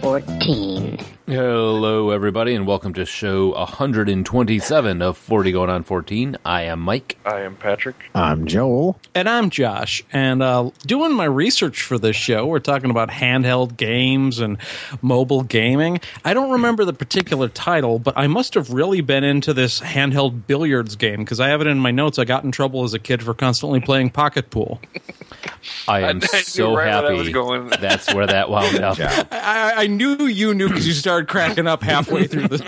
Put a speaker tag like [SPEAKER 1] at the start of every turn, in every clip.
[SPEAKER 1] 14.
[SPEAKER 2] Hello, everybody, and welcome to show 127 of 40 Going on 14. I am Mike.
[SPEAKER 3] I am Patrick.
[SPEAKER 4] I'm Um, Joel.
[SPEAKER 5] And I'm Josh. And uh, doing my research for this show, we're talking about handheld games and mobile gaming. I don't remember the particular title, but I must have really been into this handheld billiards game because I have it in my notes. I got in trouble as a kid for constantly playing pocket pool.
[SPEAKER 2] I am
[SPEAKER 3] I knew
[SPEAKER 2] so
[SPEAKER 3] right where that
[SPEAKER 2] happy
[SPEAKER 3] was going.
[SPEAKER 2] that's where that wound up.
[SPEAKER 5] I, I- I knew you knew because you started cracking up halfway through this.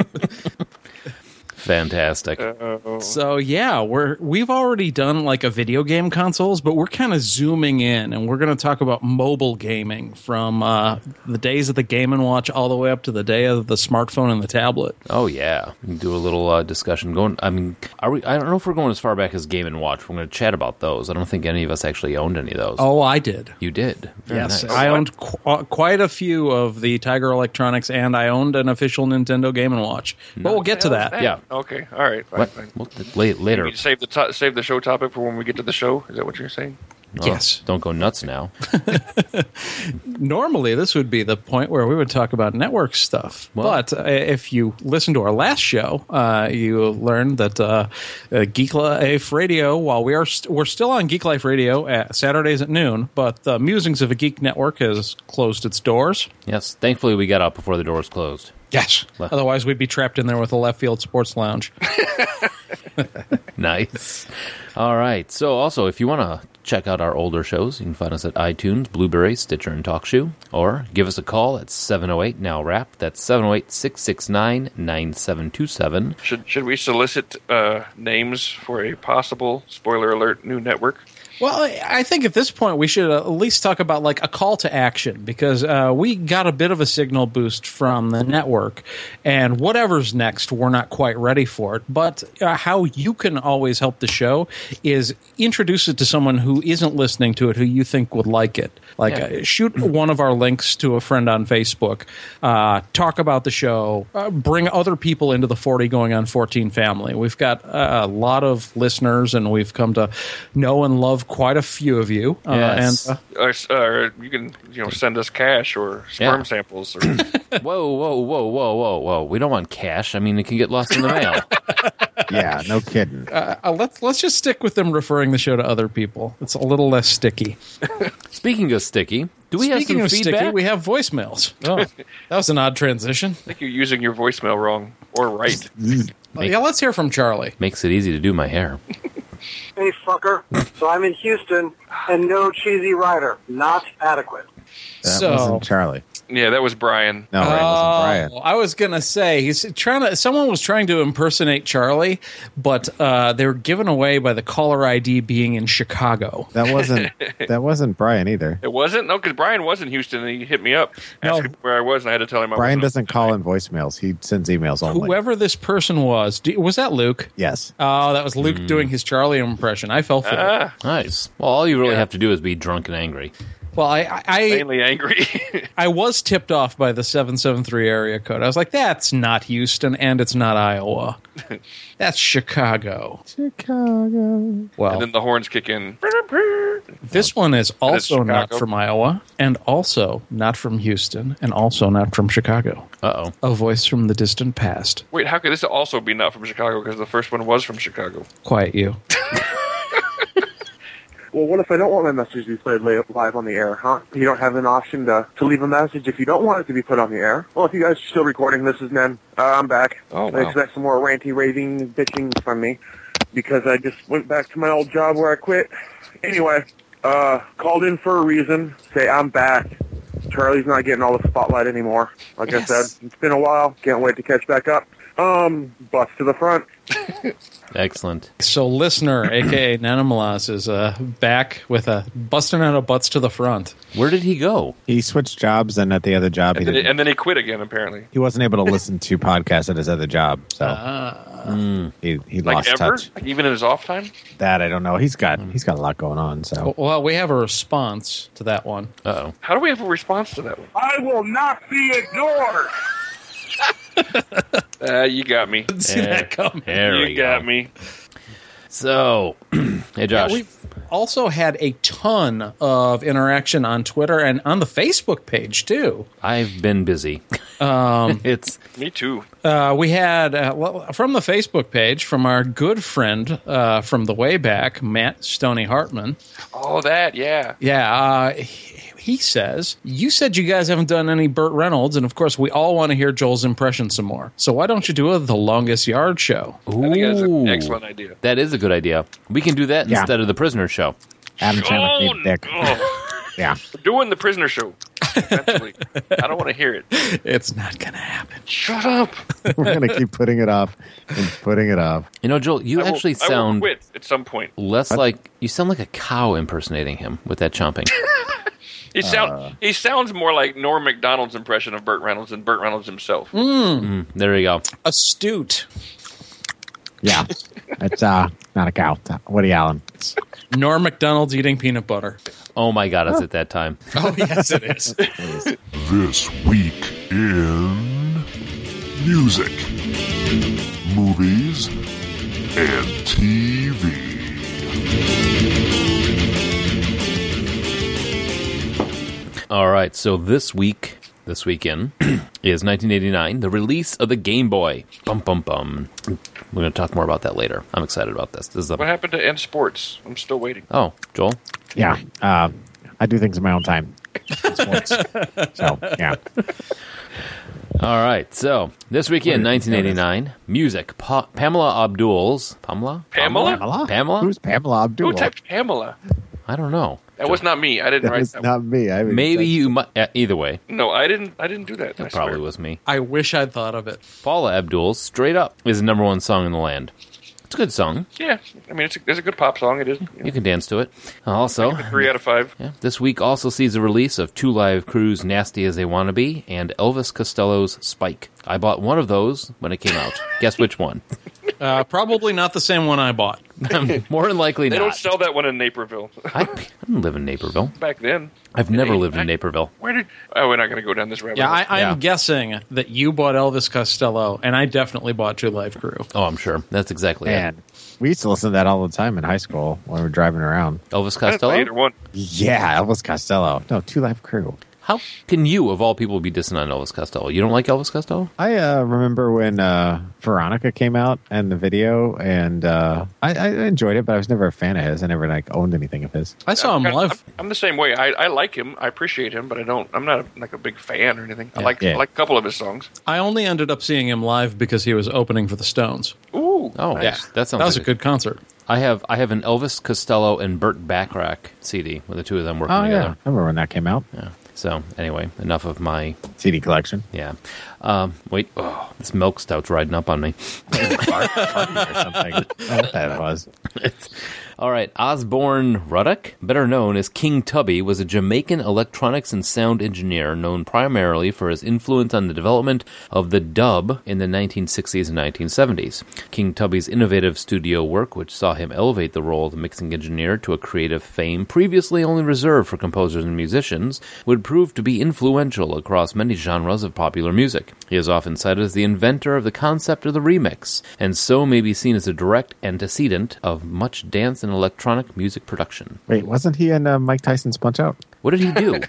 [SPEAKER 2] Fantastic.
[SPEAKER 3] Uh,
[SPEAKER 5] So yeah, we're we've already done like a video game consoles, but we're kind of zooming in and we're going to talk about mobile gaming from uh, the days of the Game and Watch all the way up to the day of the smartphone and the tablet.
[SPEAKER 2] Oh yeah, we can do a little uh, discussion. Going, I mean, are we? I don't know if we're going as far back as Game and Watch. We're going to chat about those. I don't think any of us actually owned any of those.
[SPEAKER 5] Oh, I did.
[SPEAKER 2] you did. Very
[SPEAKER 5] yes,
[SPEAKER 2] nice.
[SPEAKER 5] I owned qu- uh, quite a few of the Tiger Electronics, and I owned an official Nintendo Game and Watch. But we'll get to that.
[SPEAKER 2] Yeah.
[SPEAKER 3] Oh, Okay. All right. Fine,
[SPEAKER 2] What?
[SPEAKER 3] fine.
[SPEAKER 2] We'll, la-
[SPEAKER 3] You
[SPEAKER 2] later.
[SPEAKER 3] mean save the to- save the show topic for when we get to the show. Is that what you're saying?
[SPEAKER 2] Oh,
[SPEAKER 5] Yes.
[SPEAKER 2] Don't go nuts now.
[SPEAKER 5] normally this would be the point where we would talk about network stuff. but uh, if you listen to our last show, uh, you learned that uh, uh, Geek Life Radio, while we are st- we're still on Geek Life Radio at Saturdays at noon, but the musings of a geek network has closed its doors.
[SPEAKER 2] Yes. Thankfully, we got out before the doors closed.
[SPEAKER 5] Yes. Otherwise, we'd be trapped in there with a left field sports lounge.
[SPEAKER 2] Nice. All right. So, also, if you want to check out our older shows, you can find us at iTunes, Blueberry, Stitcher, and TalkShoe, or give us a call at 708 Now Rap. That's 708 669 9727.
[SPEAKER 3] Should should we solicit uh, names for a possible spoiler alert new network?
[SPEAKER 5] Well, I- I think at this point we should uh, at least talk about like a call to action because uh, we got a bit of a signal boost from the network, and whatever's next, we're not quite ready for it. But uh, how you can always help the show is introduce it to someone who isn't listening to it, who you think would like it. Like
[SPEAKER 2] Yeah.
[SPEAKER 5] uh, shoot one of our links to a friend on Facebook, uh, talk about the show, uh, bring other people into the forty going on fourteen family. We've got uh, a lot of listeners, and we've come to know and love quite a few of you. Uh,
[SPEAKER 2] Yes.
[SPEAKER 5] and, uh,
[SPEAKER 3] Or, s- or you can you know send us cash or sperm
[SPEAKER 2] Yeah.
[SPEAKER 3] samples. Or,
[SPEAKER 2] Whoa, whoa, whoa, whoa, whoa, whoa. We don't want cash. I mean, it can get lost in the mail.
[SPEAKER 4] Yeah, no kidding.
[SPEAKER 5] uh, let's let's just stick with them referring the show to other people. It's a little less sticky.
[SPEAKER 2] Speaking of sticky, do we
[SPEAKER 5] Speaking
[SPEAKER 2] have
[SPEAKER 5] of
[SPEAKER 2] some
[SPEAKER 5] sticky,
[SPEAKER 2] feedback?
[SPEAKER 5] we have voicemails. Oh, that was an odd transition.
[SPEAKER 3] I think you're using your voicemail wrong or right.
[SPEAKER 5] yeah, let's hear from Charlie.
[SPEAKER 2] Makes it easy to do my hair.
[SPEAKER 6] Hey, fucker. So I'm in Houston, and no cheesy rider. Not adequate.
[SPEAKER 4] That
[SPEAKER 5] so.
[SPEAKER 4] wasn't Charlie.
[SPEAKER 3] Yeah, that was Brian.
[SPEAKER 4] No, it wasn't
[SPEAKER 5] Oh,
[SPEAKER 4] Brian.
[SPEAKER 5] I was gonna say he's trying to. Someone was trying to impersonate Charlie, but uh, they were given away by the caller ID being in Chicago.
[SPEAKER 4] That wasn't that wasn't Brian either.
[SPEAKER 3] It wasn't no, because Brian was in Houston and he hit me up
[SPEAKER 5] No.
[SPEAKER 3] asking where I was, and I had to tell him. I
[SPEAKER 4] Brian
[SPEAKER 3] wasn't.
[SPEAKER 4] doesn't call in voicemails. He sends emails only.
[SPEAKER 5] Whoever this person was, do, was that Luke?
[SPEAKER 4] Yes.
[SPEAKER 5] Oh, that was Luke doing his Charlie impression. I fell for
[SPEAKER 3] Uh-huh.
[SPEAKER 5] it.
[SPEAKER 3] Ah,
[SPEAKER 2] Nice. Well, all you really
[SPEAKER 3] Yeah.
[SPEAKER 2] have to do is be drunk and angry.
[SPEAKER 5] Well, I I, I
[SPEAKER 3] mainly angry.
[SPEAKER 5] I was tipped off by the seven seven three area code. I was like, that's not Houston, and it's not Iowa. that's Chicago.
[SPEAKER 4] Chicago.
[SPEAKER 5] Well,
[SPEAKER 3] and then the horns kick in.
[SPEAKER 5] This one is also not
[SPEAKER 3] Chicago.
[SPEAKER 5] from Iowa, and also not from Houston, and also not from Chicago.
[SPEAKER 2] Uh oh.
[SPEAKER 5] A voice from the distant past.
[SPEAKER 3] Wait, how could this also be not from Chicago? Because the first one was from Chicago.
[SPEAKER 5] Quiet you.
[SPEAKER 6] Well, what if I don't want my message to be played li- live on the air, huh? You don't have an option to, to leave a message if you don't want it to be put on the air. Well, if you guys are still recording, this is Nen. Uh, I'm back.
[SPEAKER 3] Oh,
[SPEAKER 6] I
[SPEAKER 3] wow.
[SPEAKER 6] expect some more ranty, raving, bitching from me because I just went back to my old job where I quit. Anyway, uh, called in for a reason. Say, I'm back. Charlie's not getting all the spotlight anymore. Like
[SPEAKER 5] Yes.
[SPEAKER 6] I said, it's been a while. Can't wait to catch back up. Um, bust to the front.
[SPEAKER 2] Excellent.
[SPEAKER 5] So, listener, aka Nanomalas, is uh, back with a busting out of butts to the front.
[SPEAKER 2] Where did he go?
[SPEAKER 4] He switched jobs and at the other job he
[SPEAKER 3] And then,
[SPEAKER 4] didn't,
[SPEAKER 3] and then he quit again, apparently.
[SPEAKER 4] he wasn't able to listen to podcasts at his other job. So Mm, he, he
[SPEAKER 3] Like
[SPEAKER 4] lost
[SPEAKER 3] ever?
[SPEAKER 4] touch.
[SPEAKER 3] Like, even in his off time?
[SPEAKER 4] That I don't know. He's got he's got a lot going on, so
[SPEAKER 5] Well, we have a response to that one.
[SPEAKER 2] Uh oh.
[SPEAKER 3] How do we have a response to that one?
[SPEAKER 6] I will not be ignored.
[SPEAKER 3] Uh, you got me.
[SPEAKER 5] Didn't see that coming.
[SPEAKER 2] There
[SPEAKER 3] you
[SPEAKER 2] we go.
[SPEAKER 3] got me.
[SPEAKER 2] So, hey Josh,
[SPEAKER 5] We've also had a ton of interaction on Twitter and on the Facebook page, too.
[SPEAKER 2] I've been busy.
[SPEAKER 5] Um,
[SPEAKER 2] It's
[SPEAKER 3] Me too.
[SPEAKER 5] uh, we had uh, well, from the Facebook page from our good friend uh, from the way back, Matt Stoney Hartman.
[SPEAKER 3] Oh, that, yeah.
[SPEAKER 5] Yeah, uh, he he says, You said you guys haven't done any Burt Reynolds, and of course, we all want to hear Joel's impression some more. So why don't you do a The Longest Yard show?
[SPEAKER 2] ooh,
[SPEAKER 3] I think that's an excellent idea.
[SPEAKER 2] That is a good idea. We can do that
[SPEAKER 4] Yeah.
[SPEAKER 2] instead of the prisoner show.
[SPEAKER 4] Adam Sandler,
[SPEAKER 3] Oh,
[SPEAKER 4] big dick.
[SPEAKER 3] no.
[SPEAKER 4] Yeah.
[SPEAKER 3] We're doing the prisoner show. Eventually. I don't want to hear it.
[SPEAKER 5] It's not going to happen.
[SPEAKER 3] Shut up.
[SPEAKER 4] We're going to keep putting it off and putting it off.
[SPEAKER 2] You know, Joel, you
[SPEAKER 3] I will-
[SPEAKER 2] actually
[SPEAKER 3] I will
[SPEAKER 2] sound
[SPEAKER 3] quit at some point.
[SPEAKER 2] less like you sound like a cow impersonating him with that chomping.
[SPEAKER 4] Uh.
[SPEAKER 3] He sound he sounds more like Norm Macdonald's impression of Burt Reynolds than Burt Reynolds himself.
[SPEAKER 2] Hmm? Mm, there you go.
[SPEAKER 5] Astute.
[SPEAKER 4] Yeah. It's uh, not a cow. It's, uh, Woody Allen. It's,
[SPEAKER 5] Norm McDonald's eating peanut butter.
[SPEAKER 2] Oh my god, it's at that time.
[SPEAKER 5] Oh, yes, it is.
[SPEAKER 1] This week in music, movies, and TV.
[SPEAKER 2] All right, so this week, this weekend is 1989, the release of the Game Boy. Bum bum bum. We're going to talk more about that later. I'm excited about this. This is
[SPEAKER 3] What
[SPEAKER 2] the
[SPEAKER 3] happened to N Sports? I'm still waiting.
[SPEAKER 2] Oh, Joel.
[SPEAKER 4] yeah. Uh, I do things in my own time. In sports. so, yeah.
[SPEAKER 2] All right, so this weekend, 1989, music. Pa- Pamela Abdul's Pamela.
[SPEAKER 3] Pamela?
[SPEAKER 4] Pamela?
[SPEAKER 2] Pamela?
[SPEAKER 4] Who's Pamela Abdul?
[SPEAKER 3] Who typed Pamela?
[SPEAKER 2] I don't know.
[SPEAKER 3] That was not me. I didn't
[SPEAKER 4] That
[SPEAKER 3] write
[SPEAKER 4] was
[SPEAKER 3] that.
[SPEAKER 4] not me. I mean,
[SPEAKER 2] Maybe you might. Uh, either way,
[SPEAKER 3] one. No, I didn't. I didn't do that. I
[SPEAKER 2] it
[SPEAKER 3] swear.
[SPEAKER 2] probably was me.
[SPEAKER 5] I wish I'd thought of it.
[SPEAKER 2] Paula Abdul, Straight Up, is the number one song in the land. It's a good song.
[SPEAKER 3] Yeah, I mean, it's a, it's a good pop song. It is. you
[SPEAKER 2] You
[SPEAKER 3] know,
[SPEAKER 2] can dance to it. Also,
[SPEAKER 3] three out of five.
[SPEAKER 2] yeah, this week also sees the release of Two Live Crew's Nasty as They Wanna Be and Elvis Costello's Spike. I bought one of those when it came out. Guess which one?
[SPEAKER 5] Uh, probably not the same one I bought.
[SPEAKER 2] More than likely
[SPEAKER 3] They don't
[SPEAKER 2] not.
[SPEAKER 3] sell that one in Naperville
[SPEAKER 2] I, I don't live in Naperville.
[SPEAKER 3] back then.
[SPEAKER 2] I've never
[SPEAKER 3] Hey,
[SPEAKER 2] lived in
[SPEAKER 3] I-
[SPEAKER 2] Naperville.
[SPEAKER 3] Where did? Oh, we're not going to go down this rabbit.
[SPEAKER 5] Yeah,
[SPEAKER 3] hole.
[SPEAKER 5] I, I'm
[SPEAKER 2] Yeah.
[SPEAKER 5] guessing that you bought Elvis Costello, and I definitely bought Two Life Crew.
[SPEAKER 2] Oh, I'm sure. That's exactly
[SPEAKER 4] Man, we used to listen to that all the time in high school when we were driving around.
[SPEAKER 2] it. Elvis
[SPEAKER 3] I didn't play either
[SPEAKER 2] Costello?
[SPEAKER 3] one.
[SPEAKER 4] Yeah, Elvis Costello. No, Two Life Crew.
[SPEAKER 2] How can you, of all people, be dissing on Elvis Costello? You don't like Elvis Costello?
[SPEAKER 4] I uh, remember when uh, Veronica came out and the video, and uh, I, I enjoyed it, but I was never a fan of his. I never like owned anything of his.
[SPEAKER 5] I saw him
[SPEAKER 3] I'm,
[SPEAKER 5] live.
[SPEAKER 3] I'm the same way. I, I like him. I appreciate him, but I don't. I'm not like a big fan or anything. I like
[SPEAKER 4] Yeah.
[SPEAKER 3] I like a couple of his songs.
[SPEAKER 5] I only ended up seeing him live because he was opening for the Stones.
[SPEAKER 3] Ooh,
[SPEAKER 2] Oh,
[SPEAKER 5] Yeah,
[SPEAKER 2] that sounds
[SPEAKER 5] that was
[SPEAKER 2] like
[SPEAKER 5] a good concert.
[SPEAKER 2] I have I have an Elvis Costello and Burt Bacharach CD with the two of them working
[SPEAKER 4] Oh yeah, I
[SPEAKER 2] together.
[SPEAKER 4] remember when that came out?
[SPEAKER 2] Yeah. So anyway, enough of my
[SPEAKER 4] CD collection.
[SPEAKER 2] yeah. Um, wait, oh, this milk stout's riding up on me.
[SPEAKER 4] or something. I don't know what that was.
[SPEAKER 2] All right, Osborne Ruddock, better known as King Tubby, was a Jamaican electronics and sound engineer known primarily for his influence on the development of the dub in the 1960s and 1970s. King Tubby's innovative studio work, which saw him elevate the role of the mixing engineer to a creative fame previously only reserved for composers and musicians, would prove to be influential across many genres of popular music. He is often cited as the inventor of the concept of the remix, and so may be seen as a direct antecedent of much dance and electronic music production.
[SPEAKER 4] Wait, wasn't he in uh, Mike Tyson's Punch Out?
[SPEAKER 2] What did he do?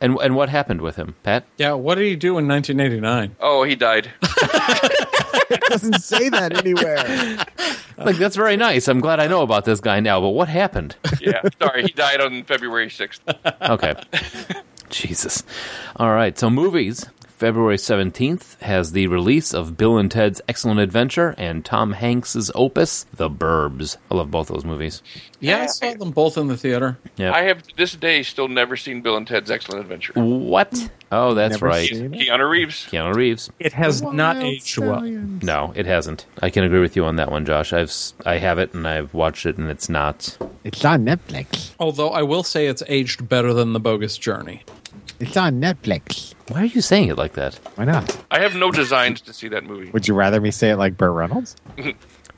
[SPEAKER 2] and and what happened with him, Pat?
[SPEAKER 5] Yeah, what did he do in 1989?
[SPEAKER 3] oh, he died.
[SPEAKER 4] It doesn't say that anywhere.
[SPEAKER 2] Like that's very nice. I'm glad I know about this guy now, but what happened?
[SPEAKER 3] yeah, sorry, he died on February sixth.
[SPEAKER 2] Okay. Jesus. All right. So, movies. February 17th has the release of Bill and Ted's Excellent Adventure and Tom Hanks's opus, The Burbs. I love both those movies.
[SPEAKER 5] Yeah, I saw them both in the theater.
[SPEAKER 2] Yeah.
[SPEAKER 3] I have to this day still never seen Bill and Ted's Excellent Adventure.
[SPEAKER 2] what? Oh, that's
[SPEAKER 4] Never
[SPEAKER 2] right.
[SPEAKER 4] seen it.
[SPEAKER 3] Keanu Reeves.
[SPEAKER 2] Keanu Reeves.
[SPEAKER 5] It has not aged well.
[SPEAKER 4] Italian.
[SPEAKER 2] No, it hasn't. I can agree with you on that one, Josh. I've s- I have it and I've watched it and it's not.
[SPEAKER 4] It's on Netflix.
[SPEAKER 5] Although I will say it's aged better than The Bogus Journey.
[SPEAKER 4] It's on Netflix.
[SPEAKER 2] Why are you saying it like that?
[SPEAKER 4] Why not?
[SPEAKER 3] I have no designs to see that movie.
[SPEAKER 4] Would you rather me say it like Burt Reynolds?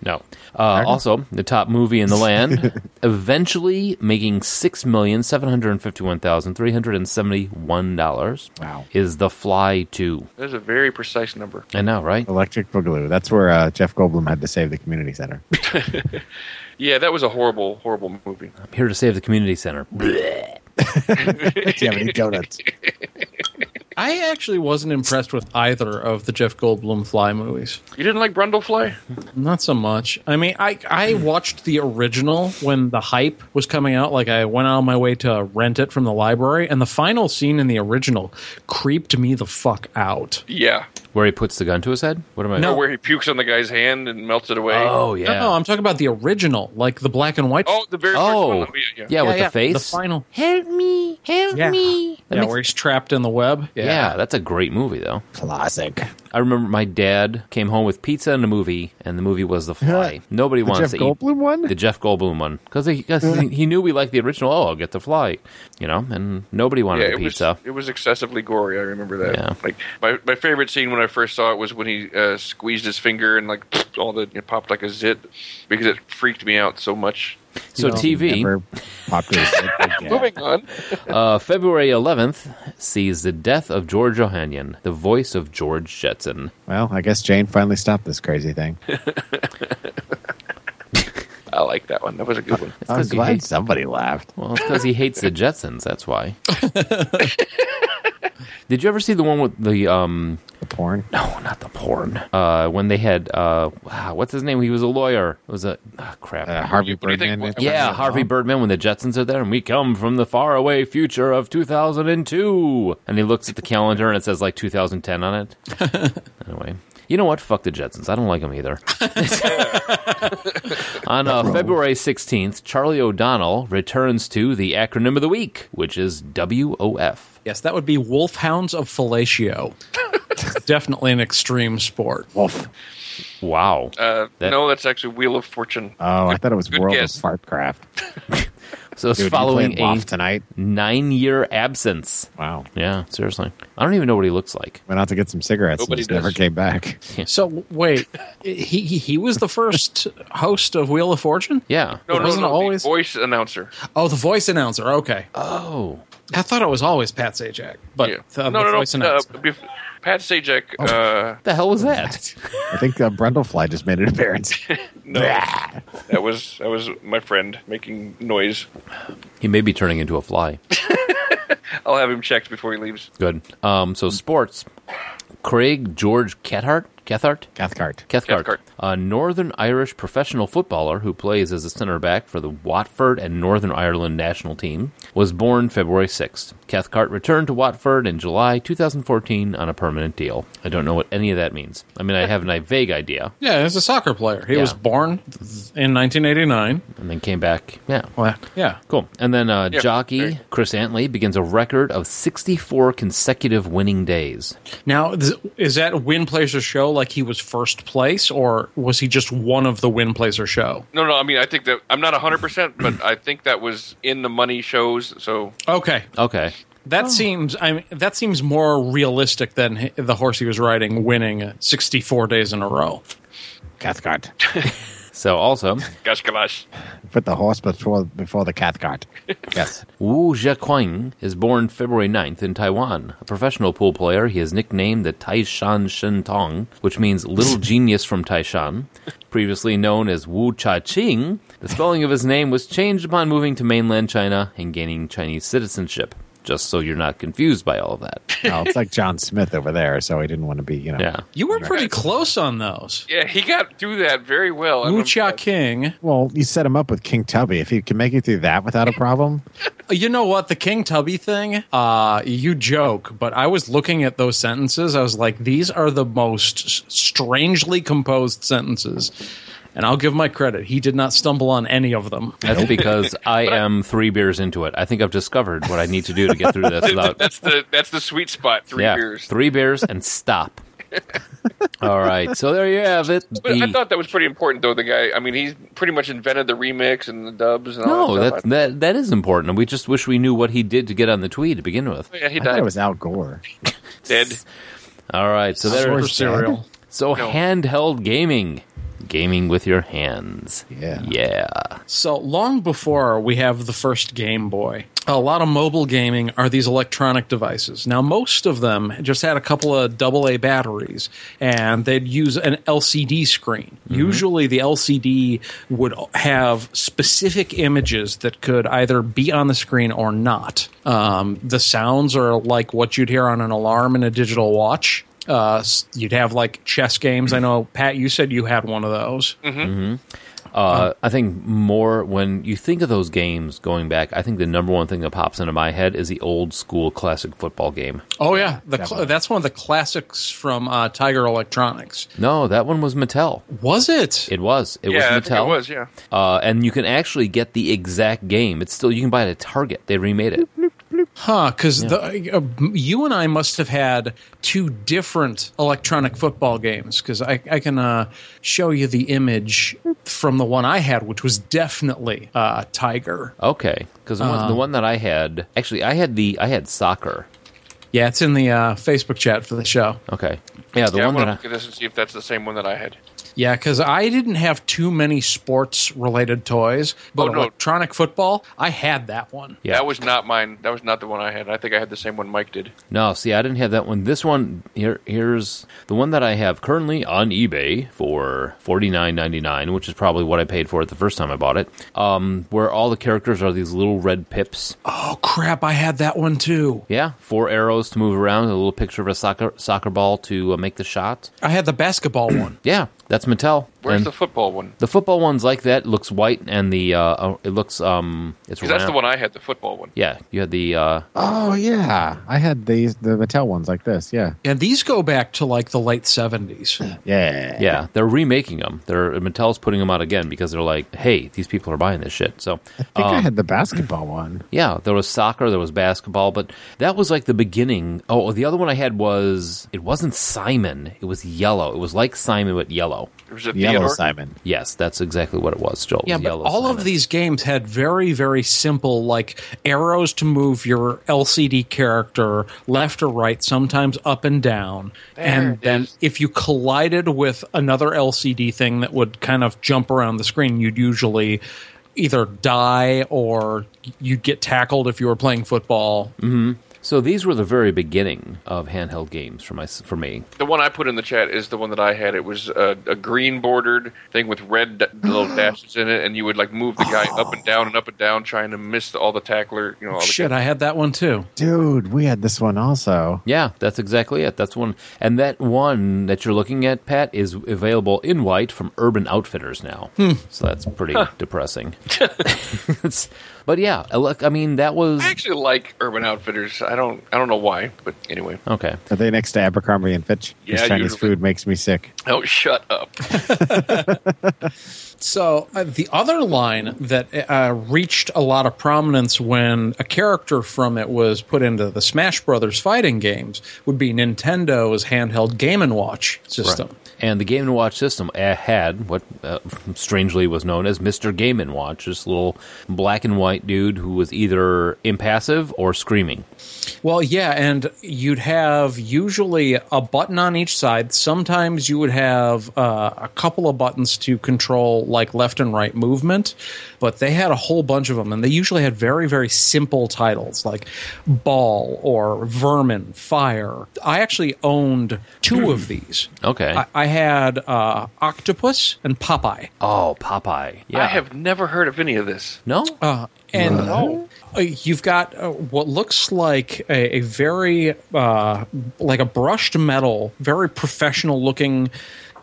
[SPEAKER 2] No. Uh, also, the top movie in the land, eventually making six million seven hundred fifty-one thousand three hundred and seventy-one dollars.
[SPEAKER 4] Wow.
[SPEAKER 2] Is The Fly Two?
[SPEAKER 3] That's a very precise number.
[SPEAKER 2] I know, right?
[SPEAKER 4] Electric Boogaloo. That's where uh, Jeff Goldblum had to save the community center.
[SPEAKER 3] Yeah, that was a horrible, horrible movie.
[SPEAKER 4] Oh.
[SPEAKER 2] I'm here to save the community center.
[SPEAKER 4] Do you have any donuts?
[SPEAKER 5] I actually wasn't impressed with either of the Jeff Goldblum Fly movies.
[SPEAKER 3] You didn't like Brundlefly?
[SPEAKER 5] Not so much. I mean, I I
[SPEAKER 2] Hmm.
[SPEAKER 5] watched the original when the hype was coming out. Like I went out of my way to rent it from the library, and the final scene in the original creeped me the fuck out.
[SPEAKER 3] Yeah.
[SPEAKER 2] Where he puts the gun to his head? What am I?
[SPEAKER 5] No.
[SPEAKER 3] Or where he pukes on the guy's hand and melts it away.
[SPEAKER 2] Oh yeah.
[SPEAKER 5] No, no, I'm talking about the original, like the black and white.
[SPEAKER 3] Oh, the very
[SPEAKER 2] Oh,
[SPEAKER 3] first one. Yeah.
[SPEAKER 2] yeah, with the face.
[SPEAKER 5] the final.
[SPEAKER 2] Help me! Help
[SPEAKER 5] Yeah.
[SPEAKER 2] me! That
[SPEAKER 5] Yeah,
[SPEAKER 2] makes-
[SPEAKER 5] where he's trapped in the web.
[SPEAKER 2] yeah. that's a great movie though.
[SPEAKER 4] Classic.
[SPEAKER 2] I remember my dad came home with pizza and a movie, and the movie was The Fly. Nobody
[SPEAKER 4] The
[SPEAKER 2] wants
[SPEAKER 4] Jeff
[SPEAKER 2] to eat
[SPEAKER 4] Goldblum one?
[SPEAKER 2] the Jeff Goldblum one because he, 'cause he he knew we liked the original. Oh, I'll get the fly, you know, and nobody wanted
[SPEAKER 3] Yeah,
[SPEAKER 2] the
[SPEAKER 3] it was,
[SPEAKER 2] pizza.
[SPEAKER 3] it was excessively gory. I remember that.
[SPEAKER 2] Yeah.
[SPEAKER 3] Like my, my favorite scene when I first saw it was when he uh, squeezed his finger and like all the it popped like a zit because it freaked me out so much.
[SPEAKER 2] so
[SPEAKER 4] No,
[SPEAKER 2] TV,
[SPEAKER 4] Oh, never popped his head again.
[SPEAKER 3] Moving on.
[SPEAKER 2] uh, February 11th sees the death of George Ohanian, the voice of George Jetson.
[SPEAKER 4] Well, I guess Jane finally stopped this crazy thing.
[SPEAKER 3] I like that one. That was a good one.
[SPEAKER 4] I'm
[SPEAKER 2] 'cause you
[SPEAKER 4] glad
[SPEAKER 2] hate-
[SPEAKER 4] somebody laughed.
[SPEAKER 2] Well, it's because he hates the Jetsons. That's why. Did you ever see the one with the um?
[SPEAKER 4] The porn.
[SPEAKER 2] No, not the porn. Uh, when they had uh, wow, what's his name? He was a lawyer. It was a ah, crap.
[SPEAKER 4] Uh, Harvey
[SPEAKER 3] What do you think-
[SPEAKER 4] Birdman.
[SPEAKER 3] what-
[SPEAKER 2] Yeah, Harvey Birdman when the Jetsons are there, and we come from the faraway future of 2002. And he looks at the calendar and it says like 2010 on it. anyway, you know what? Fuck the Jetsons. I don't like them either. on uh, February 16th, Charlie O'Donnell returns to the acronym of the week, which is WOF.
[SPEAKER 5] Yes, that would be Wolfhounds of Fellatio. Definitely an extreme sport.
[SPEAKER 4] Wolf.
[SPEAKER 2] Wow.
[SPEAKER 3] Uh,
[SPEAKER 2] That-
[SPEAKER 3] no, that's actually Wheel of Fortune.
[SPEAKER 4] Oh, I thought it was
[SPEAKER 3] Good
[SPEAKER 4] World
[SPEAKER 3] guess.
[SPEAKER 4] of Fartcraft.
[SPEAKER 2] so it's
[SPEAKER 4] Dude,
[SPEAKER 2] following
[SPEAKER 4] following playing off
[SPEAKER 2] a
[SPEAKER 4] tonight.
[SPEAKER 2] nine year absence.
[SPEAKER 4] Wow.
[SPEAKER 2] Yeah, seriously. I don't even know what he looks like.
[SPEAKER 4] Went out to get some cigarettes
[SPEAKER 3] Nobody
[SPEAKER 4] and just
[SPEAKER 3] does.
[SPEAKER 4] never came back.
[SPEAKER 5] So wait, he he- he was the first host of Wheel of Fortune.
[SPEAKER 2] Yeah.
[SPEAKER 3] No, no,
[SPEAKER 5] Wasn't
[SPEAKER 3] no.
[SPEAKER 5] it
[SPEAKER 3] the
[SPEAKER 5] always-
[SPEAKER 3] voice announcer.
[SPEAKER 5] Oh, the voice announcer. Okay,
[SPEAKER 2] Oh.
[SPEAKER 5] I thought it was always Pat Sajak, but
[SPEAKER 3] Yeah.
[SPEAKER 5] the,
[SPEAKER 3] no,
[SPEAKER 5] the
[SPEAKER 3] no, no,
[SPEAKER 5] voice Oh.
[SPEAKER 3] no. Uh,
[SPEAKER 5] announcer.
[SPEAKER 3] bef- Pat Sajak. Uh,
[SPEAKER 2] What the hell was that?
[SPEAKER 4] I think uh, Brundlefly just made an appearance.
[SPEAKER 3] no, that was that was my friend making noise.
[SPEAKER 2] He may be turning into a fly.
[SPEAKER 3] I'll have him checked before he leaves.
[SPEAKER 2] Good. Um, so sports. Craig George Cathcart, Cathcart,
[SPEAKER 4] Cathcart.
[SPEAKER 2] Cathcart,
[SPEAKER 3] Cathcart.
[SPEAKER 2] a Northern Irish professional footballer who plays as a center back for the Watford and Northern Ireland national team, was born February 6th. Cathcart returned to Watford in July 2014 on a permanent deal. I don't know what any of that means. I mean, I have a vague idea,
[SPEAKER 5] Yeah, he's a soccer player. He
[SPEAKER 2] Yeah.
[SPEAKER 5] was born in 1989.
[SPEAKER 2] and then came back. Yeah,
[SPEAKER 5] Well, yeah.
[SPEAKER 2] Cool. And then uh,
[SPEAKER 3] Yeah.
[SPEAKER 2] jockey Chris Antley begins a record of 64 consecutive winning days.
[SPEAKER 5] Now, is- is that Win Placer Show like he was first place, or was he just one of the Win Placer Show?
[SPEAKER 3] No, no. I mean, I think that I'm not 100, percent but I think that was in the money shows. So
[SPEAKER 5] Okay,
[SPEAKER 2] Okay.
[SPEAKER 5] That seems I mean, that seems more realistic than h- the horse he was riding winning 64 days in a row.
[SPEAKER 4] Cathcart.
[SPEAKER 2] So also
[SPEAKER 3] gosh, gosh.
[SPEAKER 4] Put the horse before, before the Cathcart. Yes.
[SPEAKER 2] Wu Zhequang is born February 9th in Taiwan. A professional pool player, he is nicknamed the Taishan Shen Tong, which means little genius from Taishan. Previously known as Wu Cha Qing, the spelling of his name was changed upon moving to mainland China and gaining Chinese citizenship. Just so you're not confused by all of that.
[SPEAKER 4] No, it's like John Smith over there, so he didn't want to be, you know.
[SPEAKER 2] Yeah.
[SPEAKER 5] You were pretty close on those.
[SPEAKER 3] Yeah, he got through that very well. I
[SPEAKER 5] Wu
[SPEAKER 3] remember
[SPEAKER 5] Chia
[SPEAKER 3] that.
[SPEAKER 5] King.
[SPEAKER 4] Well, you set him up with King Tubby. If he can make it through that without a problem,
[SPEAKER 5] You know what? The King Tubby thing, uh, you joke, but I was looking at those sentences. I was like, these are the most s- strangely composed sentences. And I'll give my credit. He did not stumble on any of them.
[SPEAKER 2] That's because I am three beers into it. I think I've discovered what I need to do to get through this without
[SPEAKER 3] That's the that's the sweet spot. Three
[SPEAKER 2] yeah,
[SPEAKER 3] beers.
[SPEAKER 2] Three beers and stop. All right. So there you have it.
[SPEAKER 3] But I
[SPEAKER 2] The-
[SPEAKER 3] thought that was pretty important, though. The guy, I mean, he's pretty much invented the remix and the dubs and all
[SPEAKER 2] no,
[SPEAKER 3] that.
[SPEAKER 2] that,
[SPEAKER 3] stuff.
[SPEAKER 2] that that is important. And we just wish we knew what he did to get on the Tweed to begin with.
[SPEAKER 3] yeah, he
[SPEAKER 4] I thought
[SPEAKER 3] died.
[SPEAKER 4] it was Al Gore.
[SPEAKER 3] dead.
[SPEAKER 2] All right. So there.
[SPEAKER 5] Super serial.
[SPEAKER 2] So handheld gaming. gaming with your hands.
[SPEAKER 4] Yeah.
[SPEAKER 2] Yeah.
[SPEAKER 5] So long before we have the first Game Boy, a lot of mobile gaming are these electronic devices. Now, most of them just had a couple of AA batteries, and they'd use an LCD screen. Usually, the LCD would have specific images that could either be on the screen or not. Um, the sounds are like what you'd hear on an alarm in a digital watch. Uh, s- you'd have like chess games. I know, Pat, you said you had one of those.
[SPEAKER 2] Uh, I think more when you think of those games going back, I think the number one thing that pops into my head is the old school classic football game.
[SPEAKER 5] Oh yeah, the cl- that's one of the classics from uh, Tiger Electronics.
[SPEAKER 2] No, that one was Mattel.
[SPEAKER 5] Was it?
[SPEAKER 2] It was. It
[SPEAKER 3] yeah, I
[SPEAKER 2] was
[SPEAKER 3] think
[SPEAKER 2] Mattel.
[SPEAKER 3] it was. Yeah,
[SPEAKER 2] Uh, and you can actually get the exact game. It's still you can buy it at Target. They remade it.
[SPEAKER 5] Huh? Because uh, you and I must have had two different electronic football games. Because I, I can uh, show you the image from the one I had, which was definitely uh, Tiger.
[SPEAKER 2] Okay, because the, one the one that I had actually I had the I had soccer.
[SPEAKER 5] Yeah, it's in the uh, Facebook chat for the show.
[SPEAKER 2] Okay, yeah, the
[SPEAKER 3] yeah. I
[SPEAKER 2] one
[SPEAKER 3] want
[SPEAKER 2] that
[SPEAKER 3] to
[SPEAKER 2] I,
[SPEAKER 3] look at this and see if that's the same one that I had.
[SPEAKER 5] Yeah, because I didn't have too many sports related toys, but
[SPEAKER 3] Oh, no.
[SPEAKER 5] electronic football, I had that one.
[SPEAKER 2] Yeah.
[SPEAKER 3] That was not mine. That was not the one I had. I think I had the same one Mike did.
[SPEAKER 2] No, see, I didn't have that one. This one here, here's the one that I have currently on eBay for forty nine ninety nine, which is probably what I paid for it the first time I bought it. Um, where all the characters are these little red pips.
[SPEAKER 5] Oh crap, I had that one too.
[SPEAKER 2] Yeah, four arrows to move around, a little picture of a soccer soccer ball to uh, make the shot.
[SPEAKER 5] I had the basketball one.
[SPEAKER 2] Yeah, that's Mattel.
[SPEAKER 3] Where's
[SPEAKER 2] And
[SPEAKER 3] the football one?
[SPEAKER 2] the football one's like that. Looks white, and the uh, uh, it looks um, it's
[SPEAKER 3] Because that's
[SPEAKER 2] round.
[SPEAKER 3] the one I had. The football one.
[SPEAKER 2] Yeah, you had the uh,
[SPEAKER 4] Oh yeah, I had these the Mattel ones like this. Yeah,
[SPEAKER 5] And these go back to like the late 70s.
[SPEAKER 4] yeah,
[SPEAKER 2] Yeah, they're remaking them. They're Mattel's putting them out again because they're like, hey, these people are buying this shit. So,
[SPEAKER 4] I think I
[SPEAKER 2] um,
[SPEAKER 4] had the basketball one.
[SPEAKER 2] yeah, there was soccer, there was basketball, but that was like the beginning. Oh, the other one I had was it wasn't Simon. It was yellow. It was like Simon but yellow.
[SPEAKER 3] Was it
[SPEAKER 4] Yellow
[SPEAKER 3] Theodore?
[SPEAKER 4] Simon.
[SPEAKER 2] Yes, that's exactly what it was. Joel. It
[SPEAKER 5] Yeah,
[SPEAKER 2] was
[SPEAKER 5] but
[SPEAKER 2] Yellow
[SPEAKER 5] all
[SPEAKER 2] Simon.
[SPEAKER 5] of these games had very, very simple, like arrows to move your LCD character left or right, sometimes up and down. and
[SPEAKER 3] it
[SPEAKER 5] then
[SPEAKER 3] is.
[SPEAKER 5] if you collided with another LCD thing that would kind of jump around the screen, you'd usually either die or you'd get tackled if you were playing football.
[SPEAKER 2] So these were the very beginning of handheld games for my for me.
[SPEAKER 3] The one I put in the chat is the one that I had. It was a, a green bordered thing with red d- little dashes in it, and you would like move the guy up and down and up and down, trying to miss all the tackler. You know, all the
[SPEAKER 5] Shit, I had that one too.
[SPEAKER 4] Dude, we had this one also.
[SPEAKER 2] Yeah, that's exactly it. That's one, and that one that you're looking at, Pat, is available in white from Urban Outfitters now.
[SPEAKER 3] Hmm.
[SPEAKER 2] So that's pretty depressing. It's- but yeah, I look, I mean, that was
[SPEAKER 3] I actually like Urban Outfitters. I don't. I don't know why, but anyway.
[SPEAKER 2] okay.
[SPEAKER 4] Are they next to Abercrombie and Fitch?
[SPEAKER 3] Yeah,
[SPEAKER 4] this Chinese
[SPEAKER 3] usually.
[SPEAKER 4] food makes me sick.
[SPEAKER 3] Oh, shut up!
[SPEAKER 5] So uh, the other line that uh, reached a lot of prominence when a character from it was put into the Smash Brothers fighting games would be Nintendo's handheld Game and Watch system.
[SPEAKER 2] And the Game and Watch system uh, had what uh, strangely was known as Mr. Game and Watch, this little black and white dude who was either impassive or screaming.
[SPEAKER 5] Well, yeah, and you'd have usually a button on each side. Sometimes you would have uh, a couple of buttons to control like left and right movement, but they had a whole bunch of them, and they usually had very, very simple titles like Ball or Vermin, Fire. I actually owned two of these.
[SPEAKER 2] Okay.
[SPEAKER 5] I, I had uh, Octopus and Popeye.
[SPEAKER 2] oh, Popeye. Yeah.
[SPEAKER 3] I have never heard of any of this.
[SPEAKER 2] no.
[SPEAKER 5] Uh, and uh, you've got uh, what looks like a, a very uh, like a brushed metal, very professional looking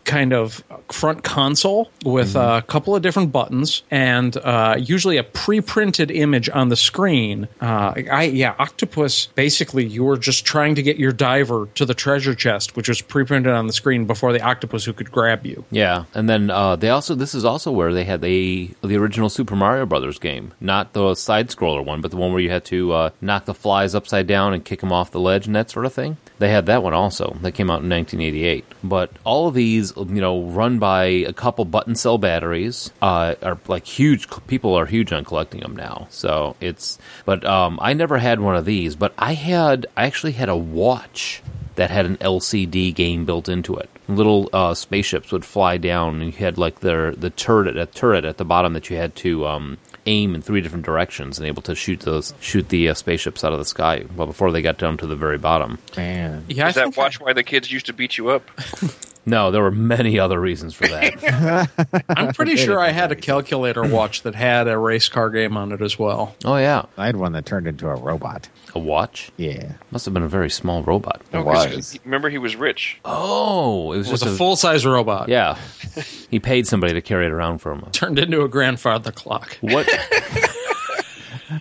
[SPEAKER 5] kind of front console with uh, a couple of different buttons and uh, usually a pre-printed image on the screen. Uh, I yeah, Octopus. Basically, you were just trying to get your diver to the treasure chest, which was pre-printed on the screen before the octopus who could grab you.
[SPEAKER 2] Yeah, and then uh, they also this is also where they had the the original Super Mario Brothers game, not the side scroller one, but the one where you had to uh, knock the flies upside down and kick them off the ledge and that sort of thing. They had that one also. That came out in 1988. But all of these, you know, run by a couple button cell batteries uh, are like huge. People are huge on collecting them now. So it's. But um, I never had one of these. But I had. I actually had a watch that had an LCD game built into it. little uh, spaceships would fly down, and you had like their the turret a turret at the bottom that you had to um, aim in three different directions and able to shoot those shoot the uh, spaceships out of the sky. Well, before they got down to the very bottom.
[SPEAKER 4] Man.
[SPEAKER 5] Yeah, I
[SPEAKER 3] Is that
[SPEAKER 5] think
[SPEAKER 3] watch why the kids used to beat you up?
[SPEAKER 2] No, there were many other reasons for that.
[SPEAKER 5] I'm pretty sure I had a calculator watch that had a race car game on it as well.
[SPEAKER 2] oh yeah,
[SPEAKER 4] I had one that turned into a robot.
[SPEAKER 2] a watch
[SPEAKER 4] Yeah.
[SPEAKER 2] must have been a very small robot.
[SPEAKER 4] It
[SPEAKER 3] 'cause
[SPEAKER 4] was.
[SPEAKER 3] he- remember, he was rich.
[SPEAKER 2] Oh, it was
[SPEAKER 5] It was
[SPEAKER 2] just
[SPEAKER 5] a full size robot.
[SPEAKER 2] Yeah, he paid somebody to carry it around for him.
[SPEAKER 5] Turned into a grandfather clock.
[SPEAKER 2] What?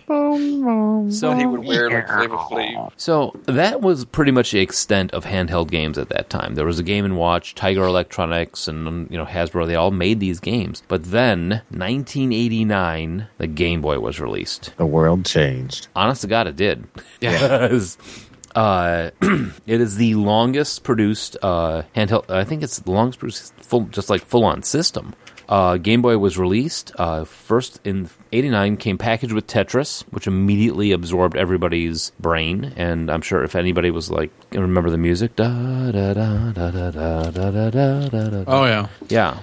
[SPEAKER 2] so
[SPEAKER 3] He would wear like Flavor Flav.
[SPEAKER 2] So that was pretty much the extent of handheld games at that time. There was a Game and Watch, Tiger Electronics, and you know Hasbro. They all made these games. But then, 1989, the Game Boy was released.
[SPEAKER 4] The world changed.
[SPEAKER 2] Honest to God, it did.
[SPEAKER 5] Yeah.
[SPEAKER 2] Because, uh, it is the longest produced uh, handheld. I think it's the longest produced full, just like full on system. Uh, Game Boy was released uh, first in '89. Came packaged with Tetris, which immediately absorbed everybody's brain. And I'm sure if anybody was like, remember the music, da da da da da da da da da da. da.
[SPEAKER 5] Oh yeah.
[SPEAKER 2] Yeah.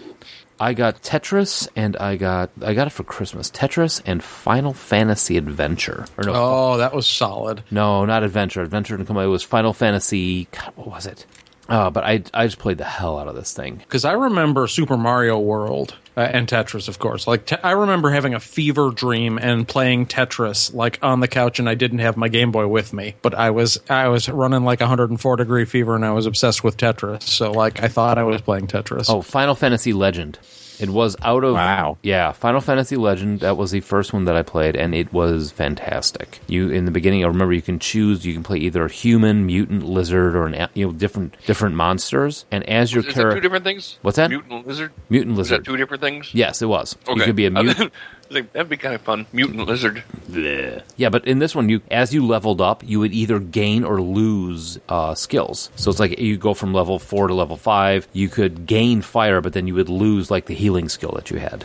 [SPEAKER 2] I got Tetris and I got I got it for Christmas. Tetris and Final Fantasy Adventure. Or no,
[SPEAKER 5] Oh, that was solid.
[SPEAKER 2] no, not Adventure. Adventure didn't come out. It was Final Fantasy. God, what was it? Uh, but I I just played the hell out of this thing.
[SPEAKER 5] Because I remember Super Mario World uh, and Tetris, of course. Like te- I remember having a fever dream and playing Tetris like on the couch, and I didn't have my Game Boy with me, but I was I was running like 104 degree fever, and I was obsessed with Tetris. So like I thought I was playing Tetris.
[SPEAKER 2] Oh, Final Fantasy Legend. It was out of
[SPEAKER 4] Wow.
[SPEAKER 2] Yeah, Final Fantasy Legend. That was the first one that I played, and it was fantastic. You in the beginning, I remember you can choose. You can play either a human, mutant, lizard, or an a- you know different different monsters. And as your
[SPEAKER 3] Is that two
[SPEAKER 2] character,
[SPEAKER 3] different things?
[SPEAKER 2] What's that?
[SPEAKER 3] Mutant and lizard.
[SPEAKER 2] mutant
[SPEAKER 3] Is that
[SPEAKER 2] lizard.
[SPEAKER 3] two different things?
[SPEAKER 2] Yes, it was.
[SPEAKER 3] Okay.
[SPEAKER 2] You could be a mutant.
[SPEAKER 3] Like, That'd be kind of fun. Mutant lizard.
[SPEAKER 2] yeah, but in this one, you as you leveled up, you would either gain or lose uh, skills. So it's like you go from level four to level five. You could gain fire, but then you would lose like the healing skill that you had.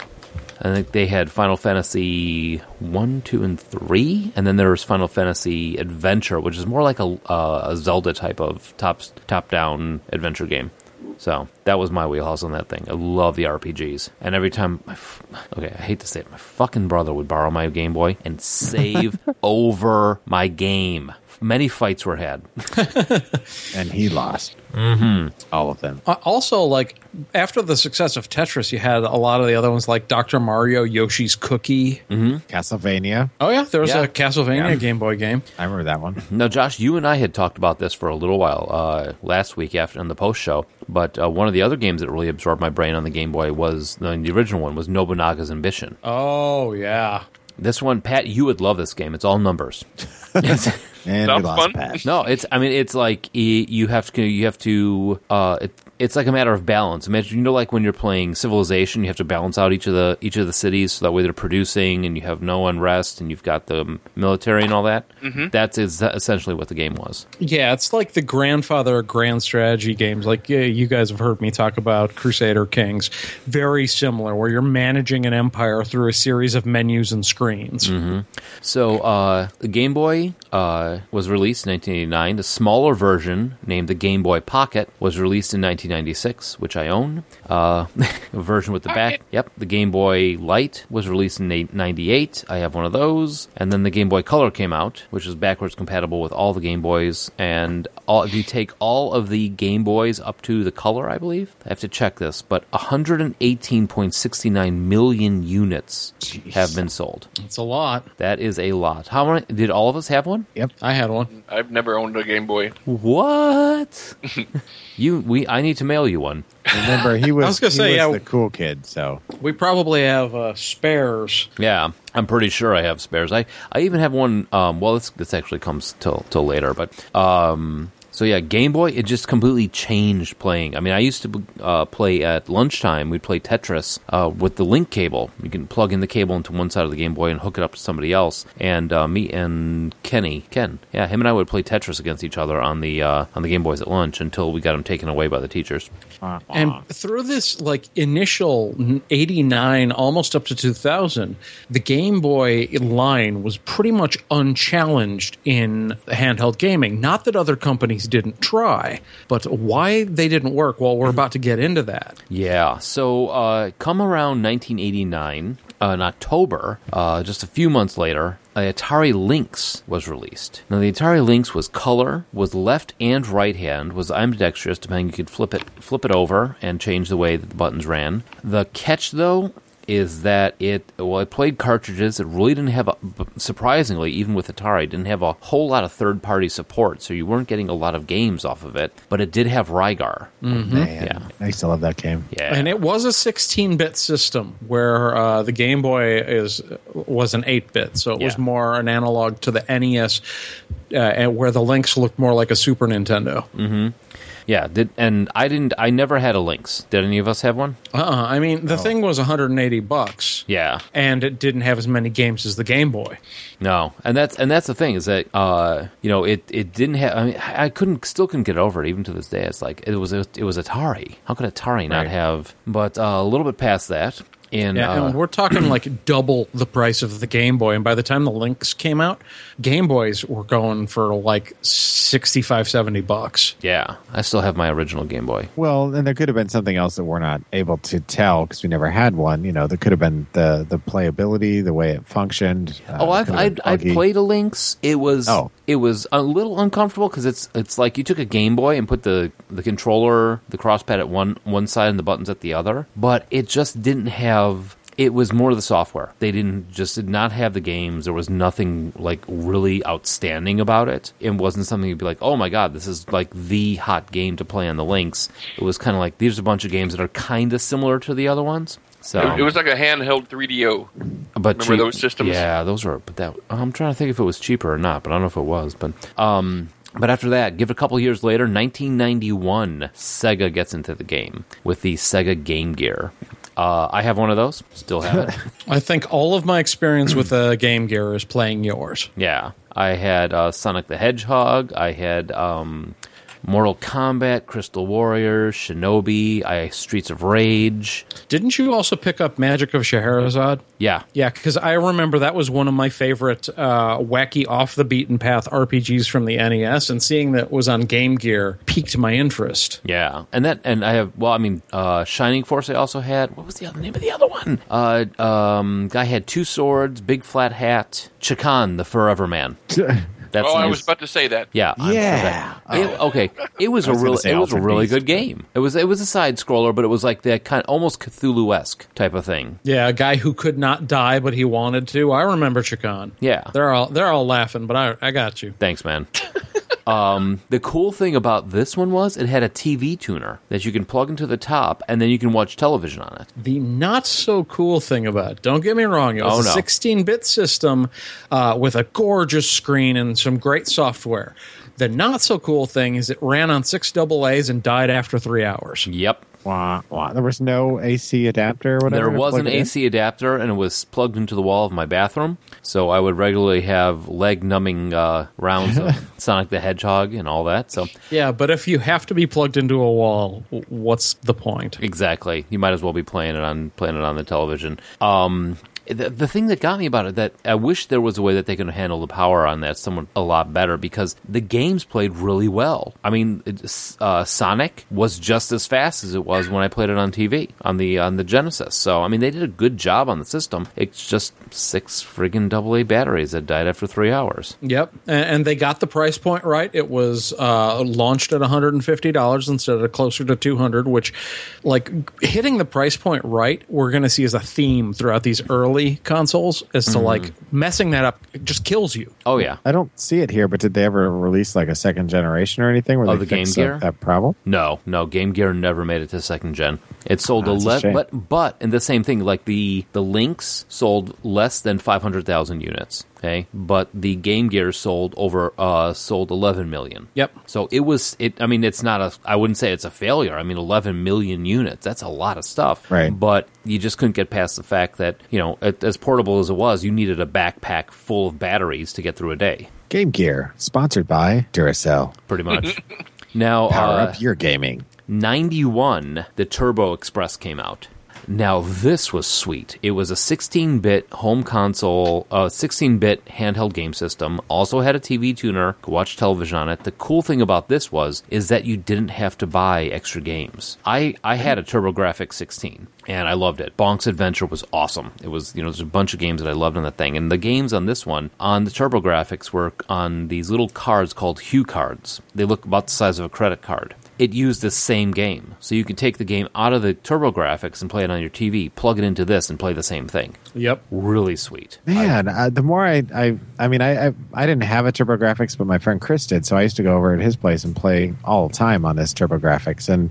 [SPEAKER 2] I think they had Final Fantasy one, two, and three, and then there was Final Fantasy Adventure, which is more like a, uh, a Zelda type of top top down adventure game. So that was my wheelhouse on that thing. I love the RPGs. And every time, my f- okay, I hate to say it, my fucking brother would borrow my Game Boy and save over my game. Many fights were had.
[SPEAKER 4] And he lost. Mm-hmm. All of them.
[SPEAKER 5] Uh, also, like after the success of Tetris, you had a lot of the other ones, like Doctor Mario, Yoshi's Cookie.
[SPEAKER 4] Castlevania.
[SPEAKER 5] Oh yeah, there was
[SPEAKER 2] Yeah.
[SPEAKER 5] a Castlevania
[SPEAKER 4] Yeah.
[SPEAKER 5] Game Boy game.
[SPEAKER 4] I remember that one.
[SPEAKER 2] Now, Josh, you and I had talked about this for a little while uh, last week after on the post show, but uh, one of the other games that really absorbed my brain on the Game Boy was the, the original one was Nobunaga's Ambition.
[SPEAKER 5] Oh yeah,
[SPEAKER 2] This one, Pat, you would love this game. It's all numbers. It's-
[SPEAKER 4] And
[SPEAKER 3] Sounds
[SPEAKER 4] we lost
[SPEAKER 3] fun.
[SPEAKER 4] Pat.
[SPEAKER 2] No, it's. I mean, it's like y- you have to. You have to. Uh, it, it's like a matter of balance. Imagine, you know, like when you're playing Civilization, you have to balance out each of the each of the cities so that way they're producing and you have no unrest and you've got the military and all that. Mm-hmm. That's is essentially what the game was.
[SPEAKER 5] yeah. It's like the grandfather of grand strategy games. Like yeah, you guys have heard me talk about Crusader Kings. Very similar, where you're managing an empire through a series of menus and screens.
[SPEAKER 2] So uh, the Game Boy uh, was released in 1989. The smaller version, named the Game Boy Pocket, was released in 1996, which I own. Uh, a version with the back. Yep. The Game Boy Light was released in eight- 98. I have one of those. And then the Game Boy Color came out, which is backwards compatible with all the Game Boys. And all, if you take all of the Game Boys up to the Color, I believe, I have to check this, but 118.69 million units have been sold.
[SPEAKER 5] It's a lot.
[SPEAKER 2] That is a lot. How many? Did all of us have one?
[SPEAKER 5] I had one.
[SPEAKER 3] I've never owned a Game Boy.
[SPEAKER 2] What? you we? I need to mail you one.
[SPEAKER 4] Remember, he was,
[SPEAKER 5] I was gonna
[SPEAKER 4] he
[SPEAKER 5] say, yeah.
[SPEAKER 4] the cool kid, so
[SPEAKER 5] We probably have uh, spares.
[SPEAKER 2] Yeah, I'm pretty sure I have spares. I I even have one. Um, well, this this actually comes till till later, but um. So yeah, Game Boy. It just completely changed playing. I mean, I used to uh, play at lunchtime. We'd play Tetris uh, with the link cable. You can plug in the cable into one side of the Game Boy and hook it up to somebody else. And uh, me and Kenny, Ken, yeah, him and I would play Tetris against each other on the uh, on the Game Boys at lunch until we got them taken away by the teachers.
[SPEAKER 5] And through this like initial 89 almost up to 2000, the Game Boy line was pretty much unchallenged in handheld gaming. Not that other companies guys didn't try. But why they didn't work? Well, we're about to get into that.
[SPEAKER 2] Yeah. So, uh, come around 1989, uh, in October, uh, just a few months later, the Atari Lynx was released. Now, the Atari Lynx was color, was left and right hand, was ambidextrous, depending. You could flip it, flip it over, and change the way that the buttons ran. The catch, though, is that it well it played cartridges it really didn't have a, b- surprisingly even with atari didn't have a whole lot of third party support so you weren't getting a lot of games off of it but it did have rygar
[SPEAKER 4] Man,
[SPEAKER 2] Yeah.
[SPEAKER 5] mm-hmm.
[SPEAKER 4] I used to love that game.
[SPEAKER 2] yeah
[SPEAKER 5] Mm. And it was a 16-bit system where uh, the Game Boy is was an 8-bit, so it was
[SPEAKER 2] Yeah.
[SPEAKER 5] more an analog to the NES, uh, and where the Lynx looked more like a Super Nintendo.
[SPEAKER 2] Mm. yeah did, and i didn't i never had a lynx did any of us have one
[SPEAKER 5] Uh-uh. I mean, the thing was 180 bucks.
[SPEAKER 2] yeah
[SPEAKER 5] And it didn't have as many games as the Game Boy.
[SPEAKER 2] No, and that's and that's the thing is that uh, you know it it didn't have. I mean, I I couldn't still couldn't get over it even to this day. It's like it was it was Atari. How could Atari not
[SPEAKER 4] Right.
[SPEAKER 2] have? But uh, a little bit past that, and,
[SPEAKER 5] Yeah,
[SPEAKER 2] uh,
[SPEAKER 5] and we're talking like double the price of the Game Boy. And by the time the Lynx came out, Game Boys were going for like 65, 70 bucks.
[SPEAKER 2] yeah, I still have my original Game Boy.
[SPEAKER 4] Well, and there could have been something else that we're not able to tell because we never had one. You know, there could have been the the playability, the way it functioned. uh,
[SPEAKER 2] oh,
[SPEAKER 4] it
[SPEAKER 2] I've
[SPEAKER 4] could have
[SPEAKER 2] I've,
[SPEAKER 4] been
[SPEAKER 2] I've
[SPEAKER 4] buggy.
[SPEAKER 2] played a Lynx. It was
[SPEAKER 4] Oh.
[SPEAKER 2] it was a little uncomfortable because it's it's like you took a Game Boy and put the the controller, the crosspad at one one side and the buttons at the other, but it just didn't have. It was more of the software. They didn't just did not have the games. There was nothing like really outstanding about it. It wasn't something you'd be like, "Oh my god, this is like the hot game to play on the links." It was kind of like these are a bunch of games that are kind of similar to the other ones. So
[SPEAKER 3] It, it was like a handheld 3DO.
[SPEAKER 2] but
[SPEAKER 3] Remember those systems?
[SPEAKER 2] Yeah, those were. But that uh, I'm trying to think if it was cheaper or not, but I don't know if it was. But um, but after that, give it a couple years later, 1991, Sega gets into the game with the Sega Game Gear. Uh, I have one of those. Still have it.
[SPEAKER 5] I think all of my experience with the Game Gear is playing yours.
[SPEAKER 2] yeah, I had uh, Sonic the Hedgehog. I had um, Mortal Kombat, Crystal Warrior, Shinobi. I Streets of Rage.
[SPEAKER 5] Didn't you also pick up Magic of Scheherazade?
[SPEAKER 2] Yeah,
[SPEAKER 5] Yeah, because I remember that was one of my favorite uh, wacky, off the beaten path RPGs from the NES, and seeing that it was on Game Gear piqued my interest.
[SPEAKER 2] Yeah, and that, and I have. Well, I mean, uh, Shining Force. I also had. What was the other name of the other one? Uh, um, guy had two swords, big flat hat, Chakan, the Forever Man. That's
[SPEAKER 3] Oh, I
[SPEAKER 2] his-
[SPEAKER 3] was about to say that.
[SPEAKER 2] yeah, I'm sure
[SPEAKER 4] Yeah.
[SPEAKER 2] that- it- okay, it was,
[SPEAKER 4] I was
[SPEAKER 2] a
[SPEAKER 4] gonna
[SPEAKER 2] really
[SPEAKER 4] say
[SPEAKER 2] it was a
[SPEAKER 4] Altered
[SPEAKER 2] really
[SPEAKER 4] Beast.
[SPEAKER 2] good game. It was it was a side scroller, but it was like that kind almost Cthulhu esque type of thing.
[SPEAKER 5] Yeah, a guy who could not die, but he wanted to. I remember Chacon.
[SPEAKER 2] Yeah.
[SPEAKER 5] they're all they're all laughing, but I I got you.
[SPEAKER 2] Thanks, man. um, the cool thing about this one was it had a TV tuner that you can plug into the top, and then you can watch television on it.
[SPEAKER 5] The not so cool thing about it, don't get me wrong, it
[SPEAKER 2] Oh,
[SPEAKER 5] was
[SPEAKER 2] no.
[SPEAKER 5] a 16 bit system uh, with a gorgeous screen and some great software. The not so cool thing is it ran on six AA's and died after three hours.
[SPEAKER 2] Yep.
[SPEAKER 4] Wah, wah. There was no AC adapter or whatever.
[SPEAKER 2] There
[SPEAKER 4] to
[SPEAKER 2] was
[SPEAKER 4] plug
[SPEAKER 2] an
[SPEAKER 4] it in?
[SPEAKER 2] AC adapter, and it was plugged into the wall of my bathroom. So I would regularly have leg numbing uh, rounds of Sonic the Hedgehog and all that. So
[SPEAKER 5] Yeah, but if you have to be plugged into a wall, w- what's the point?
[SPEAKER 2] exactly, you might as well be playing it on playing it on the television. Um, the, the thing that got me about it that I wish there was a way that they could handle the power on that someone a lot better because the games played really well. I mean, it's, uh, Sonic was just as fast as it was when I played it on TV on the on the Genesis. So I mean, they did a good job on the system. It's just six friggin' AA batteries that died after three hours.
[SPEAKER 5] Yep, A- and, they got the price point right. It was uh, launched at one hundred and fifty dollars instead of closer to two hundred, which, like, hitting the price point right, we're going to see as a theme throughout these early consoles, as to like messing that up it just kills you.
[SPEAKER 2] Oh yeah,
[SPEAKER 4] I don't see it here, but did they ever release like a second generation or anything? Where
[SPEAKER 2] Oh, the
[SPEAKER 4] they fixed
[SPEAKER 2] Game Gear?
[SPEAKER 4] that- That problem.
[SPEAKER 2] No, no, Game Gear never made it to second gen. It sold
[SPEAKER 4] Ah, that's a
[SPEAKER 2] eleven,
[SPEAKER 4] shame.
[SPEAKER 2] but but and the same thing, like the the Lynx sold less than five hundred thousand units. Okay, but the Game Gear sold over uh sold eleven million.
[SPEAKER 5] Yep.
[SPEAKER 2] So it was it. I mean, it's not a. I wouldn't say it's a failure. I mean, eleven million units. That's a lot of stuff.
[SPEAKER 4] Right.
[SPEAKER 2] But you just couldn't get past the fact that you know, a- as portable as it was, you needed a backpack full of batteries to get through a day,
[SPEAKER 4] Game Gear, sponsored by Duracell.
[SPEAKER 2] pretty much. now
[SPEAKER 4] Power
[SPEAKER 2] uh,
[SPEAKER 4] up your gaming.
[SPEAKER 2] 91, the Turbo Express came out. Now this was sweet. It was a 16-bit home console, a 16-bit handheld game system. Also had a TV tuner, could watch television on it. The cool thing about this was is that you didn't have to buy extra games. I I had a TurboGrafx 16 and I loved it. Bonk's Adventure was awesome. It was you know there's a bunch of games that I loved on the thing, and the games on this one on the TurboGrafx were on these little cards called Hue cards. They look about the size of a credit card it used the same game. So you could take the game out of the TurboGrafx and play it on your TV, plug it into this, and play the same thing.
[SPEAKER 5] Yep.
[SPEAKER 2] Really sweet.
[SPEAKER 4] Man, uh, the more I, I, I mean, I, I, I didn't have a TurboGrafx, but my friend Chris did, so I used to go over at his place and play all the time on this TurboGrafx. And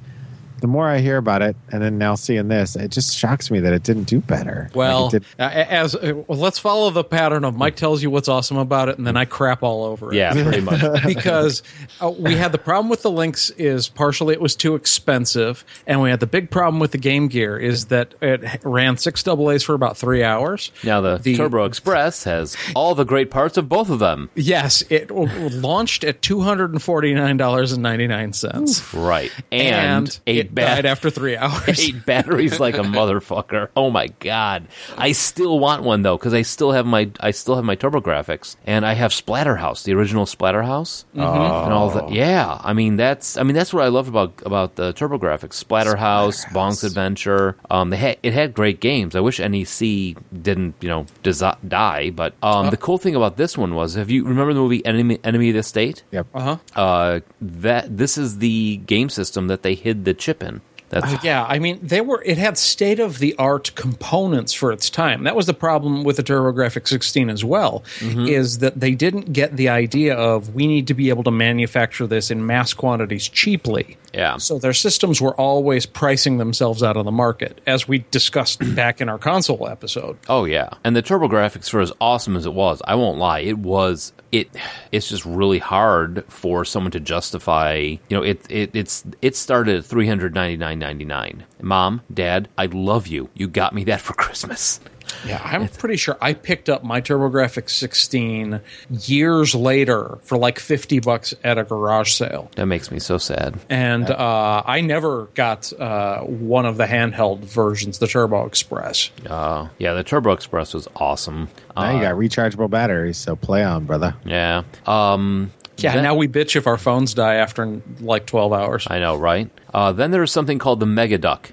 [SPEAKER 4] the more I hear about it, and then now seeing this, it just shocks me that it didn't do better.
[SPEAKER 5] Well,
[SPEAKER 4] Like, it did-
[SPEAKER 5] a- as uh, well, let's follow the pattern of Mike tells you what's awesome about it, and then I crap all over it.
[SPEAKER 2] Yeah, pretty much.
[SPEAKER 5] because uh, we had the problem with the links is partially it was too expensive, and we had the big problem with the Game Gear is that it h- ran six double A's for about three hours.
[SPEAKER 2] Now the,
[SPEAKER 5] The-
[SPEAKER 2] Turbo Express has all the great parts of both of them.
[SPEAKER 5] Yes, it w- w- launched at two hundred and forty nine dollars and ninety nine cents,
[SPEAKER 2] Right. And, eight
[SPEAKER 5] it died
[SPEAKER 2] bad
[SPEAKER 5] after three hours.
[SPEAKER 2] eight batteries like a motherfucker. Oh my god. I still want one though cuz I still have my I still have my TurboGrafx and I have Splatterhouse, the original Splatterhouse. And all that. Yeah. I mean that's I mean that's what I loved about about the TurboGrafx, Splatterhouse, Bonk's Adventure. Um they had, it had great games. I wish NEC didn't, you know, desi- die, but um the cool thing about this one was have you remember the movie Enemy Enemy of the State?
[SPEAKER 4] Yep.
[SPEAKER 5] Uh-huh.
[SPEAKER 2] Uh that this is the game system that they hid the chip in. That's
[SPEAKER 5] Yeah, I mean, they were. It had state of the art components for its time. That was the problem with the TurboGrafx 16 as well, is that they didn't get the idea of we need to be able to manufacture this in mass quantities cheaply.
[SPEAKER 2] Yeah.
[SPEAKER 5] So their systems were always pricing themselves out of the market, as we discussed back in our console episode.
[SPEAKER 2] Oh yeah, and the TurboGrafx for as awesome as it was, I won't lie, it was it. It's just really hard for someone to justify. You know, it it it's it started at three hundred ninety nine ninety nine. Mom, Dad, I love you. You got me that for Christmas.
[SPEAKER 5] Yeah, I'm pretty sure I picked up my TurboGrafx 16 years later for like 50 bucks at a garage sale.
[SPEAKER 2] That makes me so sad.
[SPEAKER 5] and uh, I never got uh, one of the handheld versions, the Turbo Express.
[SPEAKER 2] Uh, yeah, the Turbo Express was awesome.
[SPEAKER 4] now
[SPEAKER 2] Uh,
[SPEAKER 4] you got rechargeable batteries, so play on, brother.
[SPEAKER 2] yeah. Um.
[SPEAKER 5] Yeah,
[SPEAKER 2] that-
[SPEAKER 5] now we bitch if our phones die after like twelve hours.
[SPEAKER 2] I know, right? Uh, then there was something called the Mega Duck.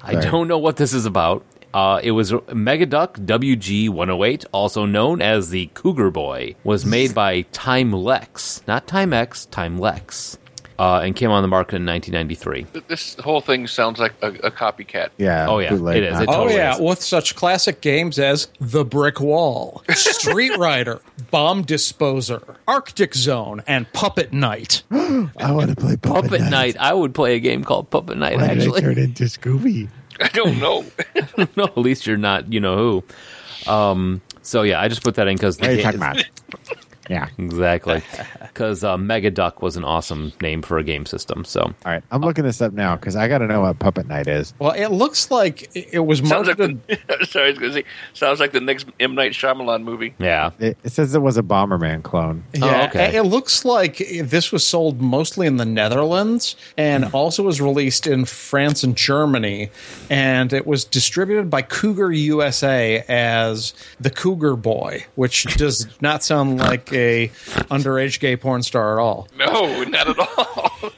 [SPEAKER 2] I
[SPEAKER 4] Sorry.
[SPEAKER 2] don't know what this is about. Uh, it was Megaduck WG108, also known as the Cougar Boy, was made by Time Lex, not Time X, Time Lex, uh, and came on the market in 1993.
[SPEAKER 3] Th- This whole thing sounds like a, a copycat.
[SPEAKER 4] Yeah.
[SPEAKER 2] Oh, yeah,
[SPEAKER 4] bootleg
[SPEAKER 2] it is. It
[SPEAKER 4] knockoff.
[SPEAKER 5] Oh
[SPEAKER 2] totally
[SPEAKER 5] yeah,
[SPEAKER 2] is.
[SPEAKER 5] with such classic games as The Brick Wall, Street Rider, Bomb Disposer, Arctic Zone, and Puppet Night.
[SPEAKER 4] I want to play
[SPEAKER 2] Puppet Night. I would play a game called Puppet Night.
[SPEAKER 4] Why did I
[SPEAKER 2] actually,
[SPEAKER 4] turn into Scooby.
[SPEAKER 3] I don't know.
[SPEAKER 2] no, at least you're not, you know who. Um, so yeah, I just put that in because
[SPEAKER 4] What are you talking about? yeah.
[SPEAKER 2] exactly because uh, Megaduck was an awesome name for a game system. So
[SPEAKER 4] All right. I'm looking this up now because I got to know what Puppet Night is.
[SPEAKER 5] Well, it looks like it it was
[SPEAKER 3] Sounds like
[SPEAKER 5] marketed.
[SPEAKER 3] the, sorry, I was going to say, sounds like the next M Night Shyamalan movie.
[SPEAKER 2] yeah,
[SPEAKER 4] It, it says it was a Bomberman clone.
[SPEAKER 2] Oh,
[SPEAKER 5] Yeah,
[SPEAKER 2] okay.
[SPEAKER 5] it looks like this was sold mostly in the Netherlands and
[SPEAKER 2] Mm-hmm.
[SPEAKER 5] also was released in France and Germany. And it was distributed by Cougar USA as the Cougar Boy, which does not sound like a underage gay porn star at all.
[SPEAKER 3] No, not at all. I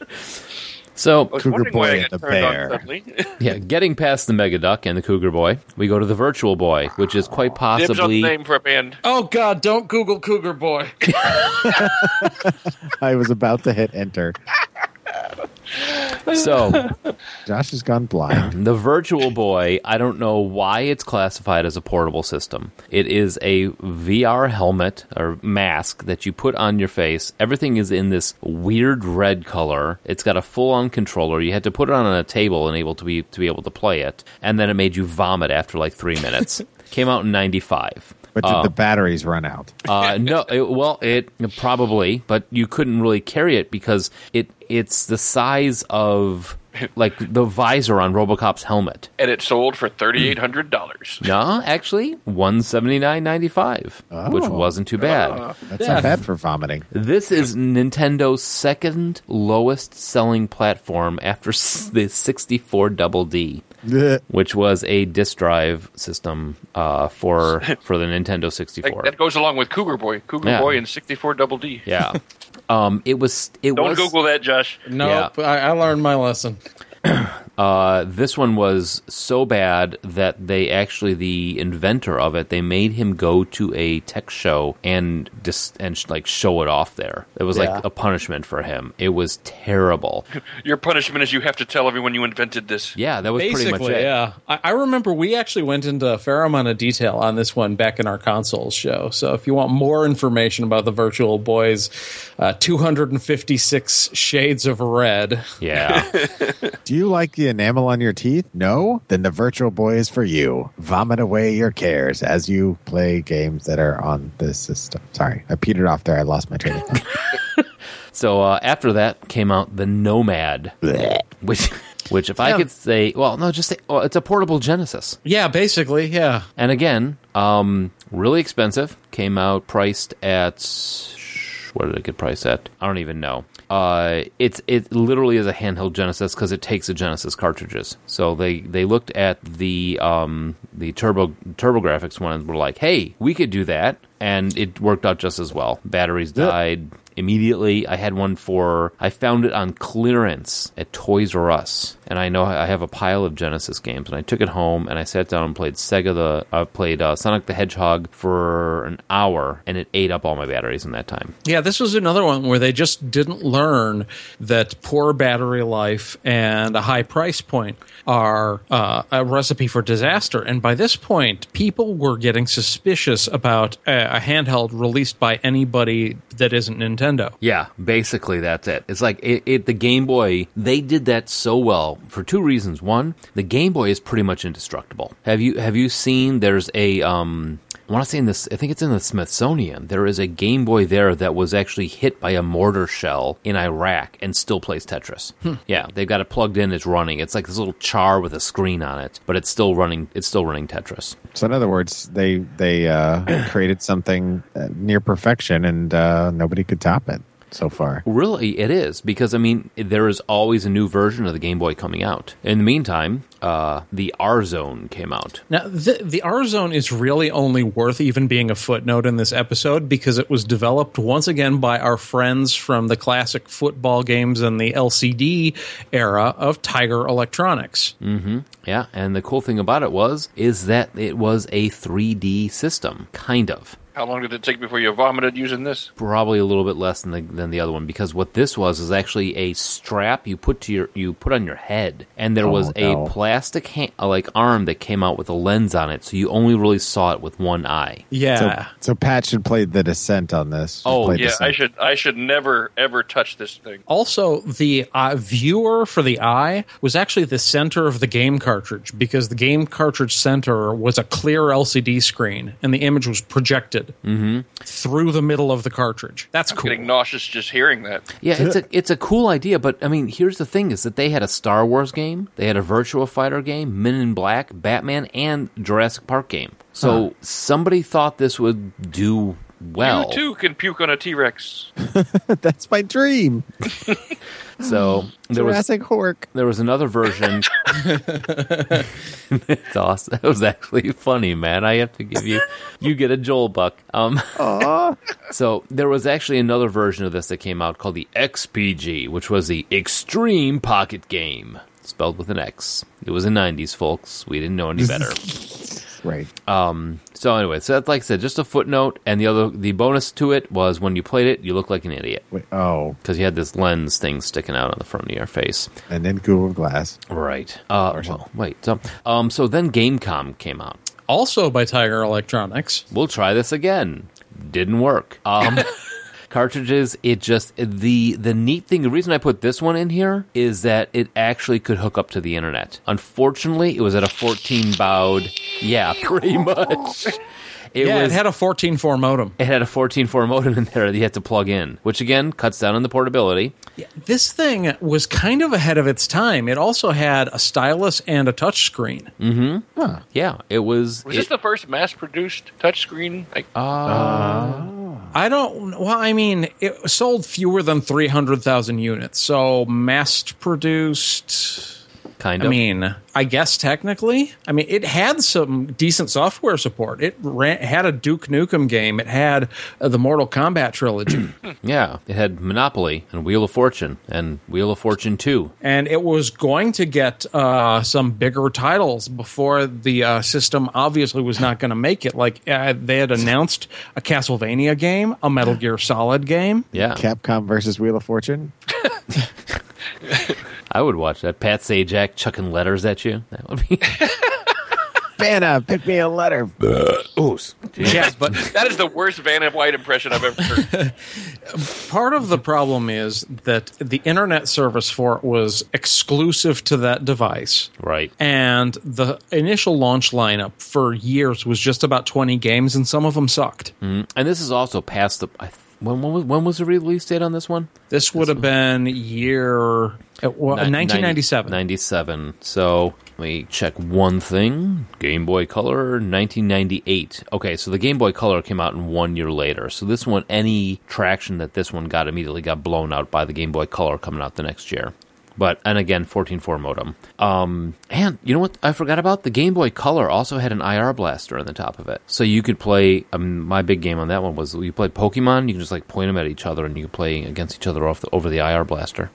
[SPEAKER 2] so
[SPEAKER 3] was
[SPEAKER 4] Cougar
[SPEAKER 3] wondering
[SPEAKER 4] Boy
[SPEAKER 3] why I
[SPEAKER 4] and
[SPEAKER 3] got
[SPEAKER 4] the
[SPEAKER 3] turned on
[SPEAKER 4] Bear.
[SPEAKER 3] suddenly.
[SPEAKER 2] Yeah, getting past the Mega Duck and the Cougar Boy, we go to the Virtual Boy, which is quite
[SPEAKER 3] Dibs on the
[SPEAKER 2] possibly
[SPEAKER 3] name for a band.
[SPEAKER 5] Oh, God, don't Google Cougar Boy.
[SPEAKER 4] I was about to hit enter.
[SPEAKER 2] so
[SPEAKER 4] Josh has gone blind.
[SPEAKER 2] the Virtual Boy. I don't know why it's classified as a portable system. It is a VR helmet or mask that you put on your face. Everything is in this weird red color. It's got a full-on controller. You had to put it on a table and able to be to be able to play it, and then it made you vomit after like three minutes. Came out in '95.
[SPEAKER 4] But did the batteries run out?
[SPEAKER 2] Uh, no, it, well, it probably, but you couldn't really carry it because it it's the size of like the visor on RoboCop's helmet.
[SPEAKER 3] And it sold for $3,800.
[SPEAKER 2] No, actually, one seventy nine ninety five, which wasn't too bad.
[SPEAKER 4] That's not bad for vomiting.
[SPEAKER 2] This is Nintendo's second lowest selling platform after s- the sixty four Double D.
[SPEAKER 4] Blech.
[SPEAKER 2] which was a disk drive system uh, for for the Nintendo
[SPEAKER 3] Like,
[SPEAKER 2] 64.
[SPEAKER 3] that goes along with Cougar Boy, Cougar
[SPEAKER 2] Yeah.
[SPEAKER 3] Boy, and 64 Double D.
[SPEAKER 2] yeah, um, it was it
[SPEAKER 7] Don't
[SPEAKER 2] was
[SPEAKER 7] Google that, Josh.
[SPEAKER 5] Nope. I, I learned my lesson.
[SPEAKER 2] Uh, this one was so bad that they actually the inventor of it they made him go to a tech show and dis- and sh- like show it off there. It was
[SPEAKER 5] Yeah.
[SPEAKER 2] like a punishment for him. It was terrible.
[SPEAKER 3] Your punishment is you have to tell everyone you invented this.
[SPEAKER 2] Yeah, that was pretty much
[SPEAKER 5] Basically,
[SPEAKER 2] it.
[SPEAKER 5] yeah. I, I remember we actually went into a fair amount of detail on this one back in our consoles show. So if you want more information about the Virtual Boys, uh, 256 Shades of Red.
[SPEAKER 2] Yeah.
[SPEAKER 4] Do you like the enamel on your teeth? No? Then the Virtual Boy is for you. Vomit away your cares as you play games that are on this system. Sorry, I petered off there. I lost my train of thought.
[SPEAKER 2] so uh, after that came out the Nomad,
[SPEAKER 4] Blech.
[SPEAKER 2] which which if I
[SPEAKER 5] Yeah.
[SPEAKER 2] could say, well, no, just say, oh, it's a portable Genesis.
[SPEAKER 5] Yeah, basically, yeah.
[SPEAKER 2] And again, um, really expensive. Came out priced at what did it get priced at? I don't even know. Uh, it's it literally is a handheld Genesis because it takes a Genesis cartridges. So they they looked at the um, the turbo turbo graphics one and were like, hey, we could do that, and it worked out just as well. Batteries died. Immediately, I had one for. I found it on clearance at Toys R Us, and I know I have a pile of Genesis games. And I took it home and I sat down and played Sega the. I played uh, Sonic the Hedgehog for an hour, and it ate up all my batteries in that time.
[SPEAKER 5] Yeah, this was another one where they just didn't learn that poor battery life and a high price point are uh, a recipe for disaster. And by this point, people were getting suspicious about a, a handheld released by anybody that isn't Nintendo.
[SPEAKER 2] Yeah, basically that's it. It's like it, it the Game Boy. They did that so well for two reasons. One, the Game Boy is pretty much indestructible. Have you have you seen? There's a um. I want to say in this. I think it's in the Smithsonian. There is a Game Boy there that was actually hit by a mortar shell in Iraq and still plays Tetris. Yeah, they've got it plugged in. It's running. It's like this little char with a screen on it, but it's still running. It's still running Tetris.
[SPEAKER 4] So in other words, they they uh, created something uh, near perfection, and uh, nobody could top it so far.
[SPEAKER 2] Really, it is because I mean there is always a new version of the Game Boy coming out. In the meantime, uh, the R Zone came out.
[SPEAKER 5] Now, the, the R Zone is really only worth even being a footnote in this episode because it was developed once again by our friends from the classic football games and the LCD era of Tiger Electronics.
[SPEAKER 2] Yeah, and the cool thing about it was is that it was a 3D system, kind of.
[SPEAKER 3] How long did it take before you vomited using this?
[SPEAKER 2] Probably a little bit less than the, than the other one because what this was is actually a strap you put to your you put on your head, and there was
[SPEAKER 4] no.
[SPEAKER 2] a plastic hand, like arm that came out with a lens on it, so you only really saw it with one eye.
[SPEAKER 4] So,
[SPEAKER 5] Yeah.
[SPEAKER 2] Ah.
[SPEAKER 4] so Pat should play the descent on this. Should
[SPEAKER 2] Oh,
[SPEAKER 4] play
[SPEAKER 3] Yeah,
[SPEAKER 4] Descent.
[SPEAKER 3] I should I should never ever touch this thing.
[SPEAKER 5] also, the uh, viewer for the eye was actually the center of the game cartridge because the game cartridge center was a clear LCD screen and the image was projected through the middle of the cartridge. That's cool.
[SPEAKER 3] Getting nauseous just hearing that.
[SPEAKER 2] Yeah, it's a it's a cool idea, but I mean, here's the thing: is that they had a Star Wars game, they had a Virtua Fighter game, Men in Black, Batman, and Jurassic Park game. So somebody thought this would do well.
[SPEAKER 3] You too can puke on a T Rex.
[SPEAKER 4] That's my dream.
[SPEAKER 2] So there was
[SPEAKER 4] Jurassic Hork.
[SPEAKER 2] there was another version. it's awesome. That was actually funny, man. I have to give you you get a Joel buck. Um, so there was actually another version of this that came out called the XPG, which was the Extreme Pocket Game, spelled with an X. It was the '90s, folks. We didn't know any better.
[SPEAKER 4] Right.
[SPEAKER 2] Uh, so anyway, so that's like I said, just a footnote. And the other the bonus to it was when you played it, you looked like an idiot
[SPEAKER 4] Wait, oh,
[SPEAKER 2] because you had this lens thing sticking out on the front of your face.
[SPEAKER 4] and then Google Glass.
[SPEAKER 2] Right. Uh, well, wait. So, um, so then Gamecom came out.
[SPEAKER 5] Also by Tiger Electronics.
[SPEAKER 2] We'll try this again. Didn't work. Um, cartridges. It just the the neat thing. The reason I put this one in here is that it actually could hook up to the internet. Unfortunately, it was at a 14 baud. Yeah, pretty much. It
[SPEAKER 5] yeah,
[SPEAKER 2] was.
[SPEAKER 5] it had a 14.4 modem.
[SPEAKER 2] it had a 14.4 modem in there that you had to plug in, which again cuts down on the portability.
[SPEAKER 5] This thing was kind of ahead of its time. It also had a stylus and a touchscreen.
[SPEAKER 2] Yeah, it was.
[SPEAKER 3] Was
[SPEAKER 2] it-
[SPEAKER 3] this the first mass produced touchscreen? Like,
[SPEAKER 5] I don't. Well, I mean, it sold fewer than 300,000 units. So mass produced.
[SPEAKER 2] Kind
[SPEAKER 5] I
[SPEAKER 2] of.
[SPEAKER 5] mean, I guess technically, I mean, it had some decent software support. It ran, had a Duke Nukem game. It had uh, the Mortal Kombat trilogy,
[SPEAKER 2] yeah, it had Monopoly and Wheel of Fortune and Wheel of Fortune 2.
[SPEAKER 5] and it was going to get uh, some bigger titles before the uh, system obviously was not going to make it. Like uh, they had announced a Castlevania game, a Metal Gear Solid game.
[SPEAKER 2] Yeah.
[SPEAKER 4] Capcom versus Wheel of Fortune.
[SPEAKER 2] I would watch that. Pat Sajak chucking letters at you. That would be.
[SPEAKER 4] Vanna, pick me a letter.
[SPEAKER 5] Yes, but
[SPEAKER 3] That is the worst Van White impression I've ever heard.
[SPEAKER 5] part of the problem is that the internet service for it was exclusive to that device.
[SPEAKER 2] right.
[SPEAKER 5] and the initial launch lineup for years was just about 20 games and some of them sucked
[SPEAKER 2] And this is also past the. I, when, when, was, when was the release date on this one?
[SPEAKER 5] this would have been year it wa-
[SPEAKER 2] Ni-
[SPEAKER 5] 1997
[SPEAKER 2] 97. So let me check one thing. Game Boy Color, 1998. Okay, so the Game Boy Color came out in one year later. So this one, any traction that this one got immediately got blown out by the Game Boy Color coming out the next year. But and again, 14.4 modem. Um, and you know what? I forgot about the Game Boy Color. Also had an IR blaster on the top of it, so you could play. Um, my big game on that one was you played Pokemon. You can just like point them at each other, and you could play against each other off the, over the IR blaster.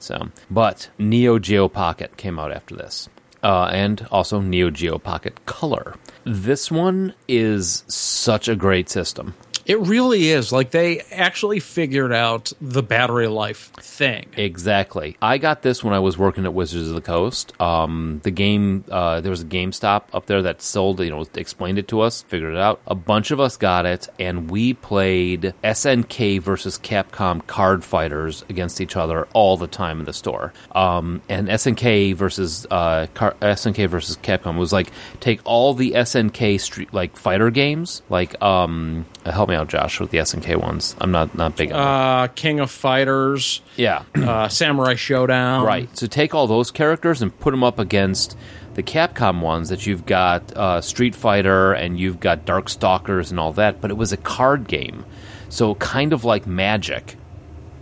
[SPEAKER 2] So, but Neo Geo Pocket came out after this, uh, and also Neo Geo Pocket Color. This one is such a great system.
[SPEAKER 5] it really is like they actually figured out the battery life thing
[SPEAKER 2] Exactly. I got this when I was working at Wizards of the Coast. Um, the game, uh, there was a GameStop up there that sold, you know, explained it to us, figured it out. A bunch of us got it, and we played SNK versus Capcom card fighters against each other all the time in the store. Um, and SNK versus uh, car- SNK versus Capcom was like take all the SNK street like fighter games, like um, help me out, Josh, with the SNK ones. I'm not not big on. them.
[SPEAKER 5] uh, king of fighters
[SPEAKER 2] yeah.
[SPEAKER 5] uh, samurai showdown
[SPEAKER 2] Right. So take all those characters and put them up against the Capcom ones that you've got uh, Street Fighter and you've got Darkstalkers and all that, but it was a card game. So kind of like Magic,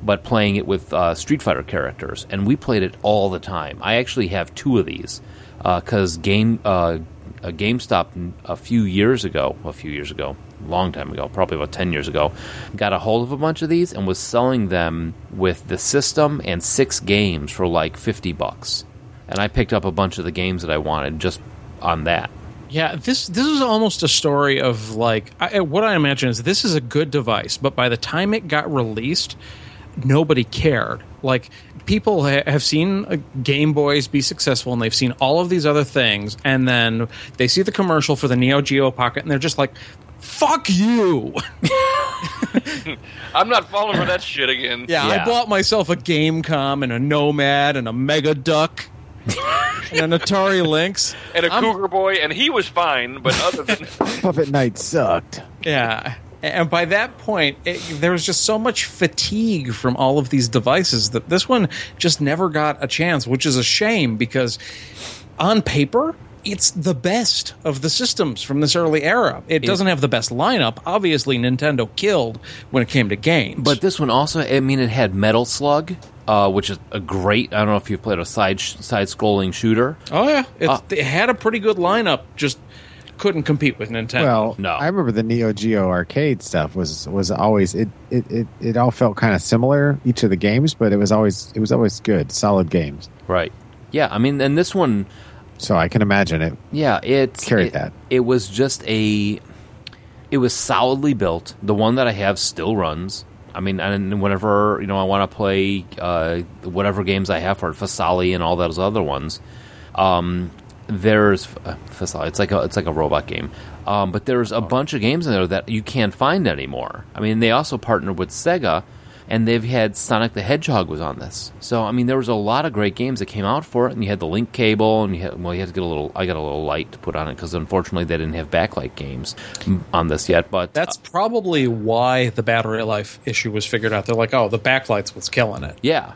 [SPEAKER 2] but playing it with uh, Street Fighter characters. And we played it all the time. I actually have two of these because game. Uh, a GameStop a few years ago, a few years ago, long time ago, probably about 10 years ago, got a hold of a bunch of these and was selling them with the system and six games for like 50 bucks. And I picked up a bunch of the games that I wanted just on that.
[SPEAKER 5] Yeah, this this is almost a story of like I, what I imagine is this is a good device, but by the time it got released, nobody cared. Like people ha- have seen uh, Game Boys be successful, and they've seen all of these other things, and then they see the commercial for the Neo Geo Pocket, and they're just like, "Fuck you!"
[SPEAKER 3] I'm not falling for that shit again.
[SPEAKER 5] Yeah,
[SPEAKER 2] Yeah.
[SPEAKER 5] I bought myself a GameCom and a Nomad and a Mega Duck. and an Atari Lynx.
[SPEAKER 3] And a
[SPEAKER 5] I'm-
[SPEAKER 3] cougar boy, and he was fine, but other than
[SPEAKER 4] Puppet Night sucked.
[SPEAKER 2] Uh,
[SPEAKER 5] Yeah. And by that point, it, there was just so much fatigue from all of these devices that this one just never got a chance, which is a shame because on paper, it's the best of the systems from this early era. It doesn't have the best lineup. Obviously, Nintendo killed when it came to games.
[SPEAKER 2] But this one also, I mean, it had Metal Slug, uh, which is a great, I don't know if you've played a side sh- side scrolling shooter.
[SPEAKER 5] oh yeah, it's,
[SPEAKER 2] Uh,
[SPEAKER 5] it had a pretty good lineup. Just couldn't compete with Nintendo.
[SPEAKER 4] Well,
[SPEAKER 2] No.
[SPEAKER 4] I remember the Neo Geo arcade stuff was was always it it, it, it all felt kind of similar each of the games, but it was always it was always good, solid games.
[SPEAKER 2] Right. Yeah, I mean, and this one,
[SPEAKER 4] So I can imagine it.
[SPEAKER 2] Yeah, it's
[SPEAKER 4] Carried
[SPEAKER 2] it,
[SPEAKER 4] that.
[SPEAKER 2] It was just a. It was solidly built. The one that I have still runs. I mean, and whenever you know I want to play uh, whatever games I have for it, Fasali and all those other ones. Um, there's uh, Fasali. It's like a it's like a robot game. Um, but there's a bunch of games in there that you can't find anymore. I mean, they also partnered with Sega, and they've had Sonic the Hedgehog was on this. So I mean, there was a lot of great games that came out for it, and you had the link cable, and you had well, you had to get a little. I got a little light to put on it because unfortunately they didn't have backlight games mm, on this yet. But
[SPEAKER 5] that's probably why the battery life issue was figured out. They're like, oh, the backlights was killing it.
[SPEAKER 2] Yeah.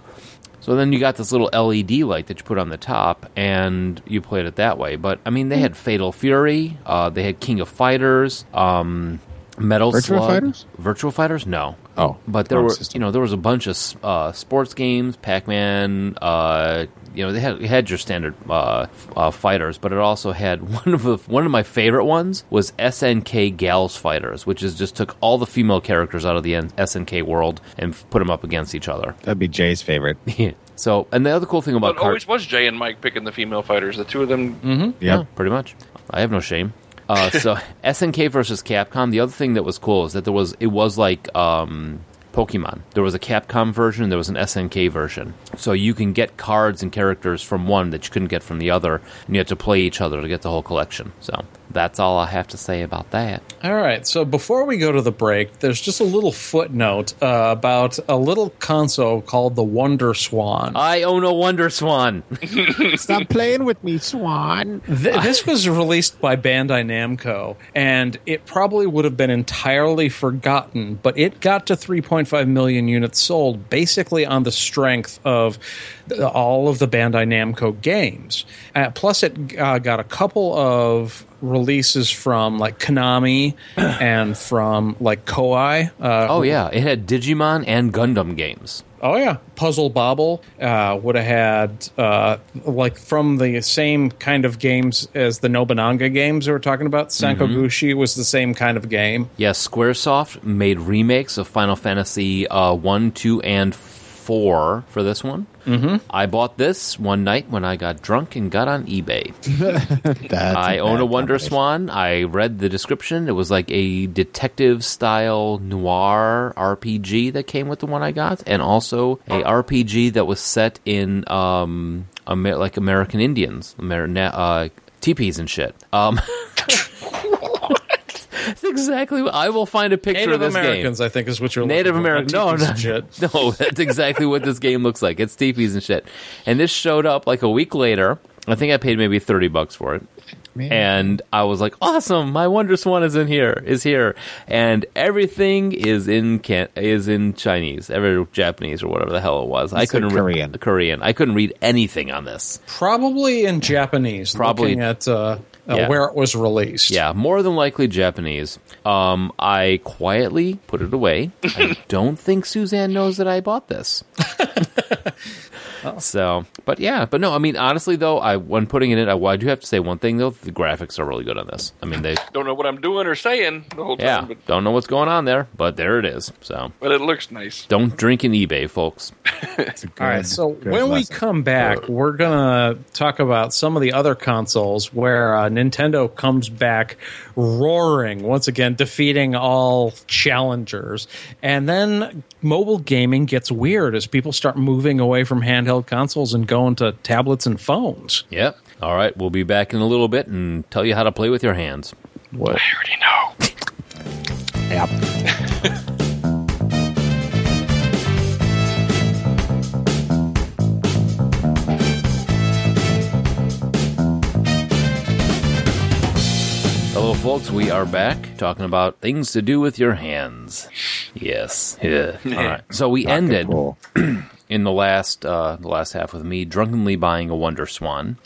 [SPEAKER 2] So then you got this little LED light that you put on the top, and you played it that way. But I mean, they had Fatal Fury, uh, they had King of Fighters. Um, Metal
[SPEAKER 4] Virtua
[SPEAKER 2] Slug.
[SPEAKER 4] Fighters?
[SPEAKER 2] Virtual Fighters? No.
[SPEAKER 4] Oh,
[SPEAKER 2] But there
[SPEAKER 4] wrong
[SPEAKER 2] were,
[SPEAKER 4] system.
[SPEAKER 2] you know, there was a bunch of s- uh, sports games, Pac-Man. Uh, you know, they had, it had your standard uh, f- uh, fighters, but it also had one of the, one of my favorite ones was SNK Gals Fighters, which is just took all the female characters out of the N- SNK world and f- put them up against each other.
[SPEAKER 4] That'd be Jay's favorite.
[SPEAKER 2] so, and the other cool thing about
[SPEAKER 3] But
[SPEAKER 2] cart-
[SPEAKER 3] always was Jay and Mike picking the female fighters. The two of them.
[SPEAKER 4] Yep.
[SPEAKER 2] yeah, pretty much. I have no shame. Uh, so SNK versus Capcom. The other thing that was cool is that there was it was like um, Pokemon. There was a Capcom version. There was an SNK version. So you can get cards and characters from one that you couldn't get from the other, and you had to play each other to get the whole collection. So that's all I have to say about that.
[SPEAKER 5] All right. So before we go to the break, there's just a little footnote uh, about a little console called the Wonder Swan.
[SPEAKER 2] I own a Wonder Swan.
[SPEAKER 4] Stop playing with me, Swan.
[SPEAKER 5] Th- this was released by Bandai Namco, and it probably would have been entirely forgotten, but it got to 3.5 million units sold basically on the strength of th- all of the Bandai Namco games. Uh, plus, it uh, got a couple of releases from like Konami and from like Koei. Uh,
[SPEAKER 2] Oh yeah, it had Digimon and Gundam games.
[SPEAKER 5] Oh yeah, Puzzle Bobble uh, would have had uh, like from the same kind of games as the Nobunaga games we were talking about. Sankogushi was the same kind of game.
[SPEAKER 2] Yes, SquareSoft made remakes of Final Fantasy uh, 1, 2, and 4 for this one. Mm-hmm. I bought this one night when I got drunk and got on eBay.
[SPEAKER 4] That's
[SPEAKER 2] I own
[SPEAKER 4] bad
[SPEAKER 2] a Wonder
[SPEAKER 4] combination.
[SPEAKER 2] Swan. I read the description. It was like a detective style noir RPG that came with the one I got, and also a RPG that was set in um, Amer- like American Indians, Amer- na- uh, teepees and shit. Um, That's exactly what I will find a picture
[SPEAKER 5] Native
[SPEAKER 2] of this game.
[SPEAKER 5] Americans, I think, is what you're
[SPEAKER 2] Native
[SPEAKER 5] looking
[SPEAKER 2] American.
[SPEAKER 5] for.
[SPEAKER 2] No,
[SPEAKER 5] Not
[SPEAKER 2] no,
[SPEAKER 5] teepees and shit.
[SPEAKER 2] no. That's exactly what this game looks like. It's teepees and shit. And this showed up like a week later. I think I paid maybe thirty bucks for it. And I was like, "Awesome! My Wonder Swan is in here, is here, and everything is in can- is in Chinese, every Japanese or whatever the hell it was. I
[SPEAKER 4] It's in
[SPEAKER 2] couldn't read
[SPEAKER 4] Korean.
[SPEAKER 2] Korean. I couldn't read anything on this.
[SPEAKER 5] Probably in Japanese.
[SPEAKER 2] Probably.
[SPEAKER 5] looking at uh, uh,
[SPEAKER 2] Yeah.
[SPEAKER 5] where it was released.
[SPEAKER 2] Yeah, more than likely Japanese. Um, I quietly put it away. I don't think Suzanne knows that I bought this. So, but yeah, but no, I mean, honestly, though, I when putting it in, I, well, I do have to say one thing though: the graphics are really good on this. I mean, they,
[SPEAKER 3] Don't know what I'm doing or saying the whole
[SPEAKER 2] yeah,
[SPEAKER 3] time, but,
[SPEAKER 2] don't know what's going on there, but there it is. So,
[SPEAKER 3] but it looks nice.
[SPEAKER 2] don't drink in eBay, folks.
[SPEAKER 5] All right.
[SPEAKER 4] Good-
[SPEAKER 5] So
[SPEAKER 4] good
[SPEAKER 5] when we
[SPEAKER 4] lesson.
[SPEAKER 5] come back, we're gonna talk about some of the other consoles where uh, Nintendo comes back roaring once again, defeating all challengers, and then mobile gaming gets weird as people start moving away from handheld consoles and going to tablets and phones.
[SPEAKER 2] Yep. All right, we'll be back in a little bit and tell you how to play with your hands.
[SPEAKER 5] What?
[SPEAKER 3] I already know.
[SPEAKER 2] Hello, folks. We are back talking about things to do with your hands. Yes. Yeah. All right. So we ended
[SPEAKER 4] Cool.
[SPEAKER 2] in the last uh, the last half with me drunkenly buying a Wonder Swan.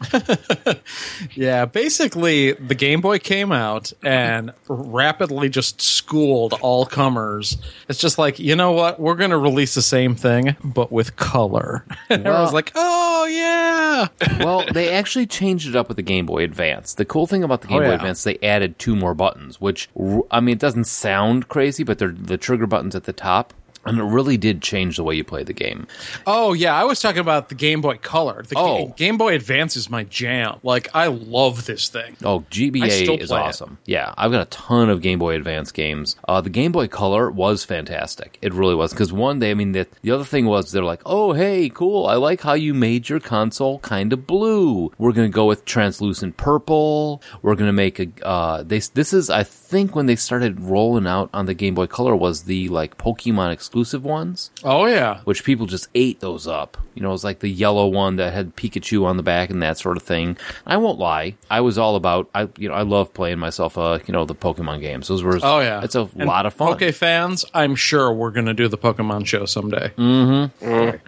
[SPEAKER 5] Yeah, basically, the Game Boy came out and rapidly just schooled all comers. It's just like, you know what? We're going to release the same thing, but with color. And everyone's like, oh, yeah.
[SPEAKER 2] well, they actually changed it up with the Game Boy Advance. The cool thing about the Game
[SPEAKER 5] Oh,
[SPEAKER 2] Boy
[SPEAKER 5] yeah.
[SPEAKER 2] Advance, they added two more buttons, which r- I mean, it doesn't sound crazy, but they're the trigger buttons at the top. And it really did change the way you play the game.
[SPEAKER 5] Oh, yeah. I was talking about the Game Boy Color. The Ga-
[SPEAKER 2] Oh.
[SPEAKER 5] Game Boy Advance is my jam. Like, I love this thing.
[SPEAKER 2] Oh,
[SPEAKER 5] I still
[SPEAKER 2] GBA is
[SPEAKER 5] play it.
[SPEAKER 2] awesome. Yeah, I've got a ton of Game Boy Advance games. Uh, the Game Boy Color was fantastic. It really was because one, they, I mean, the, the other thing was they're like, oh, hey, cool. I like how you made your console kind of blue. We're gonna go with translucent purple. We're gonna make a. Uh, they this is I think when they started rolling out on the Game Boy Color was the like Pokemon exclusive ones
[SPEAKER 5] Oh, yeah.
[SPEAKER 2] which people just ate those up. You know, it was like the yellow one that had Pikachu on the back and that sort of thing. I won't lie, I was all about. I you know I love playing myself. Uh, you know the Pokemon games. Those were
[SPEAKER 5] Oh, yeah.
[SPEAKER 2] it's a
[SPEAKER 5] And
[SPEAKER 2] lot of fun.
[SPEAKER 5] Poke fans, I'm sure we're going to do the Pokemon show someday.
[SPEAKER 2] Mm.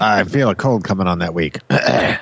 [SPEAKER 4] I feel a cold coming on that week.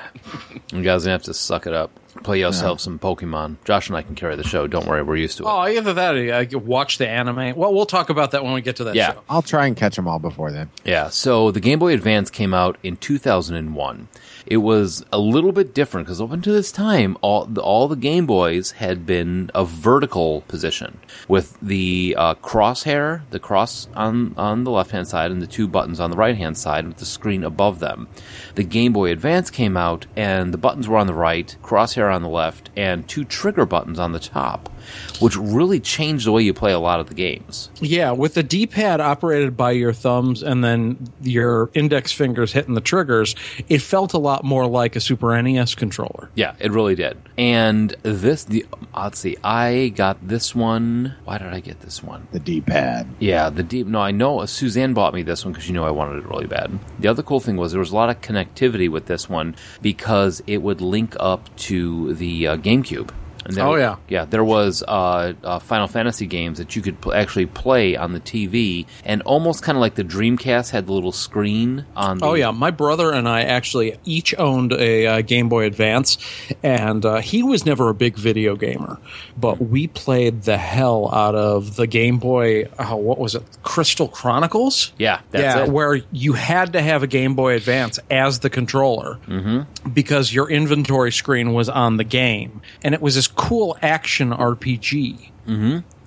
[SPEAKER 2] You guys are gonna have to suck it up. play yourself some Pokemon. Josh and I can carry the show. Don't worry, we're used to it.
[SPEAKER 5] Oh, either that or I could watch the anime. Well, we'll talk about that when we get to that
[SPEAKER 2] Yeah.
[SPEAKER 5] show.
[SPEAKER 4] I'll try and catch them all before then.
[SPEAKER 2] Yeah, so the Game Boy Advance came out in 2001. It was a little bit different because up until this time, all the, all the Game Boys had been a vertical position with the uh, crosshair, the cross on on the left hand side, and the two buttons on the right hand side with the screen above them. The Game Boy Advance came out, and the buttons were on the right, crosshair on the left, and two trigger buttons on the top, which really changed the way you play a lot of the games.
[SPEAKER 5] Yeah, with the D pad operated by your thumbs and then your index fingers hitting the triggers, it felt a lot more like a Super NES controller.
[SPEAKER 2] Yeah, it really did. And this, the let's see, I got this one. Why did I get this one?
[SPEAKER 4] The D pad.
[SPEAKER 2] Yeah, the deep. No, I know uh, Suzanne bought me this one because she knew I wanted it really bad. The other cool thing was there was a lot of connectivity with this one because it would link up to the uh, GameCube. And there-
[SPEAKER 5] Oh, yeah.
[SPEAKER 2] yeah. There was uh, uh, Final Fantasy games that you could pl- actually play on the TV, and almost kind of like the Dreamcast had the little screen on. The,
[SPEAKER 5] Oh yeah, my brother and I actually each owned a uh, Game Boy Advance, and uh, he was never a big video gamer, but we played the hell out of the Game Boy. Oh, what was it? Crystal Chronicles.
[SPEAKER 2] yeah, that's it.
[SPEAKER 5] where you had to have a Game Boy Advance as the controller because your inventory screen was on the game, and it was this cool action RPG.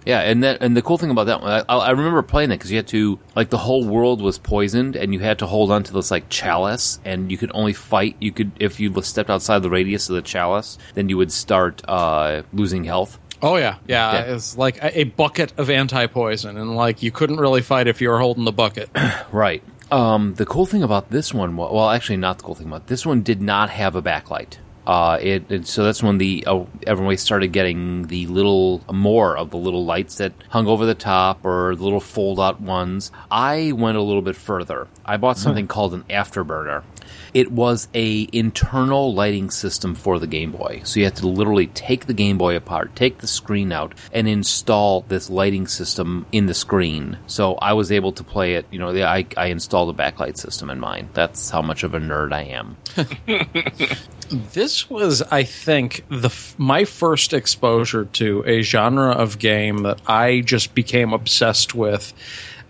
[SPEAKER 2] Yeah, and that and the cool thing about that one, I, I remember playing that because you had to like the whole world was poisoned, and you had to hold on to this like chalice, and you could only fight you could if you stepped outside the radius of the chalice, then you would start uh, losing health.
[SPEAKER 5] Oh yeah, yeah.
[SPEAKER 2] Yeah.
[SPEAKER 5] It's like a, a bucket of anti poison, and like you couldn't really fight if you were holding the bucket.
[SPEAKER 2] Right. Um, the cool thing about this one, wa- well, actually, not the cool thing about this one, did not have a backlight. Uh, it, it so that's when the uh, everyone started getting the little more of the little lights that hung over the top or the little fold out ones. I went a little bit further. I bought something called an afterburner. It was a internal lighting system for the Game Boy. So you had to literally take the Game Boy apart, take the screen out, and install this lighting system in the screen. So I was able to play it. You know, the- I, I installed a backlight system in mine. That's how much of a nerd I am.
[SPEAKER 5] This was, I think, the f- my first exposure to a genre of game that I just became obsessed with,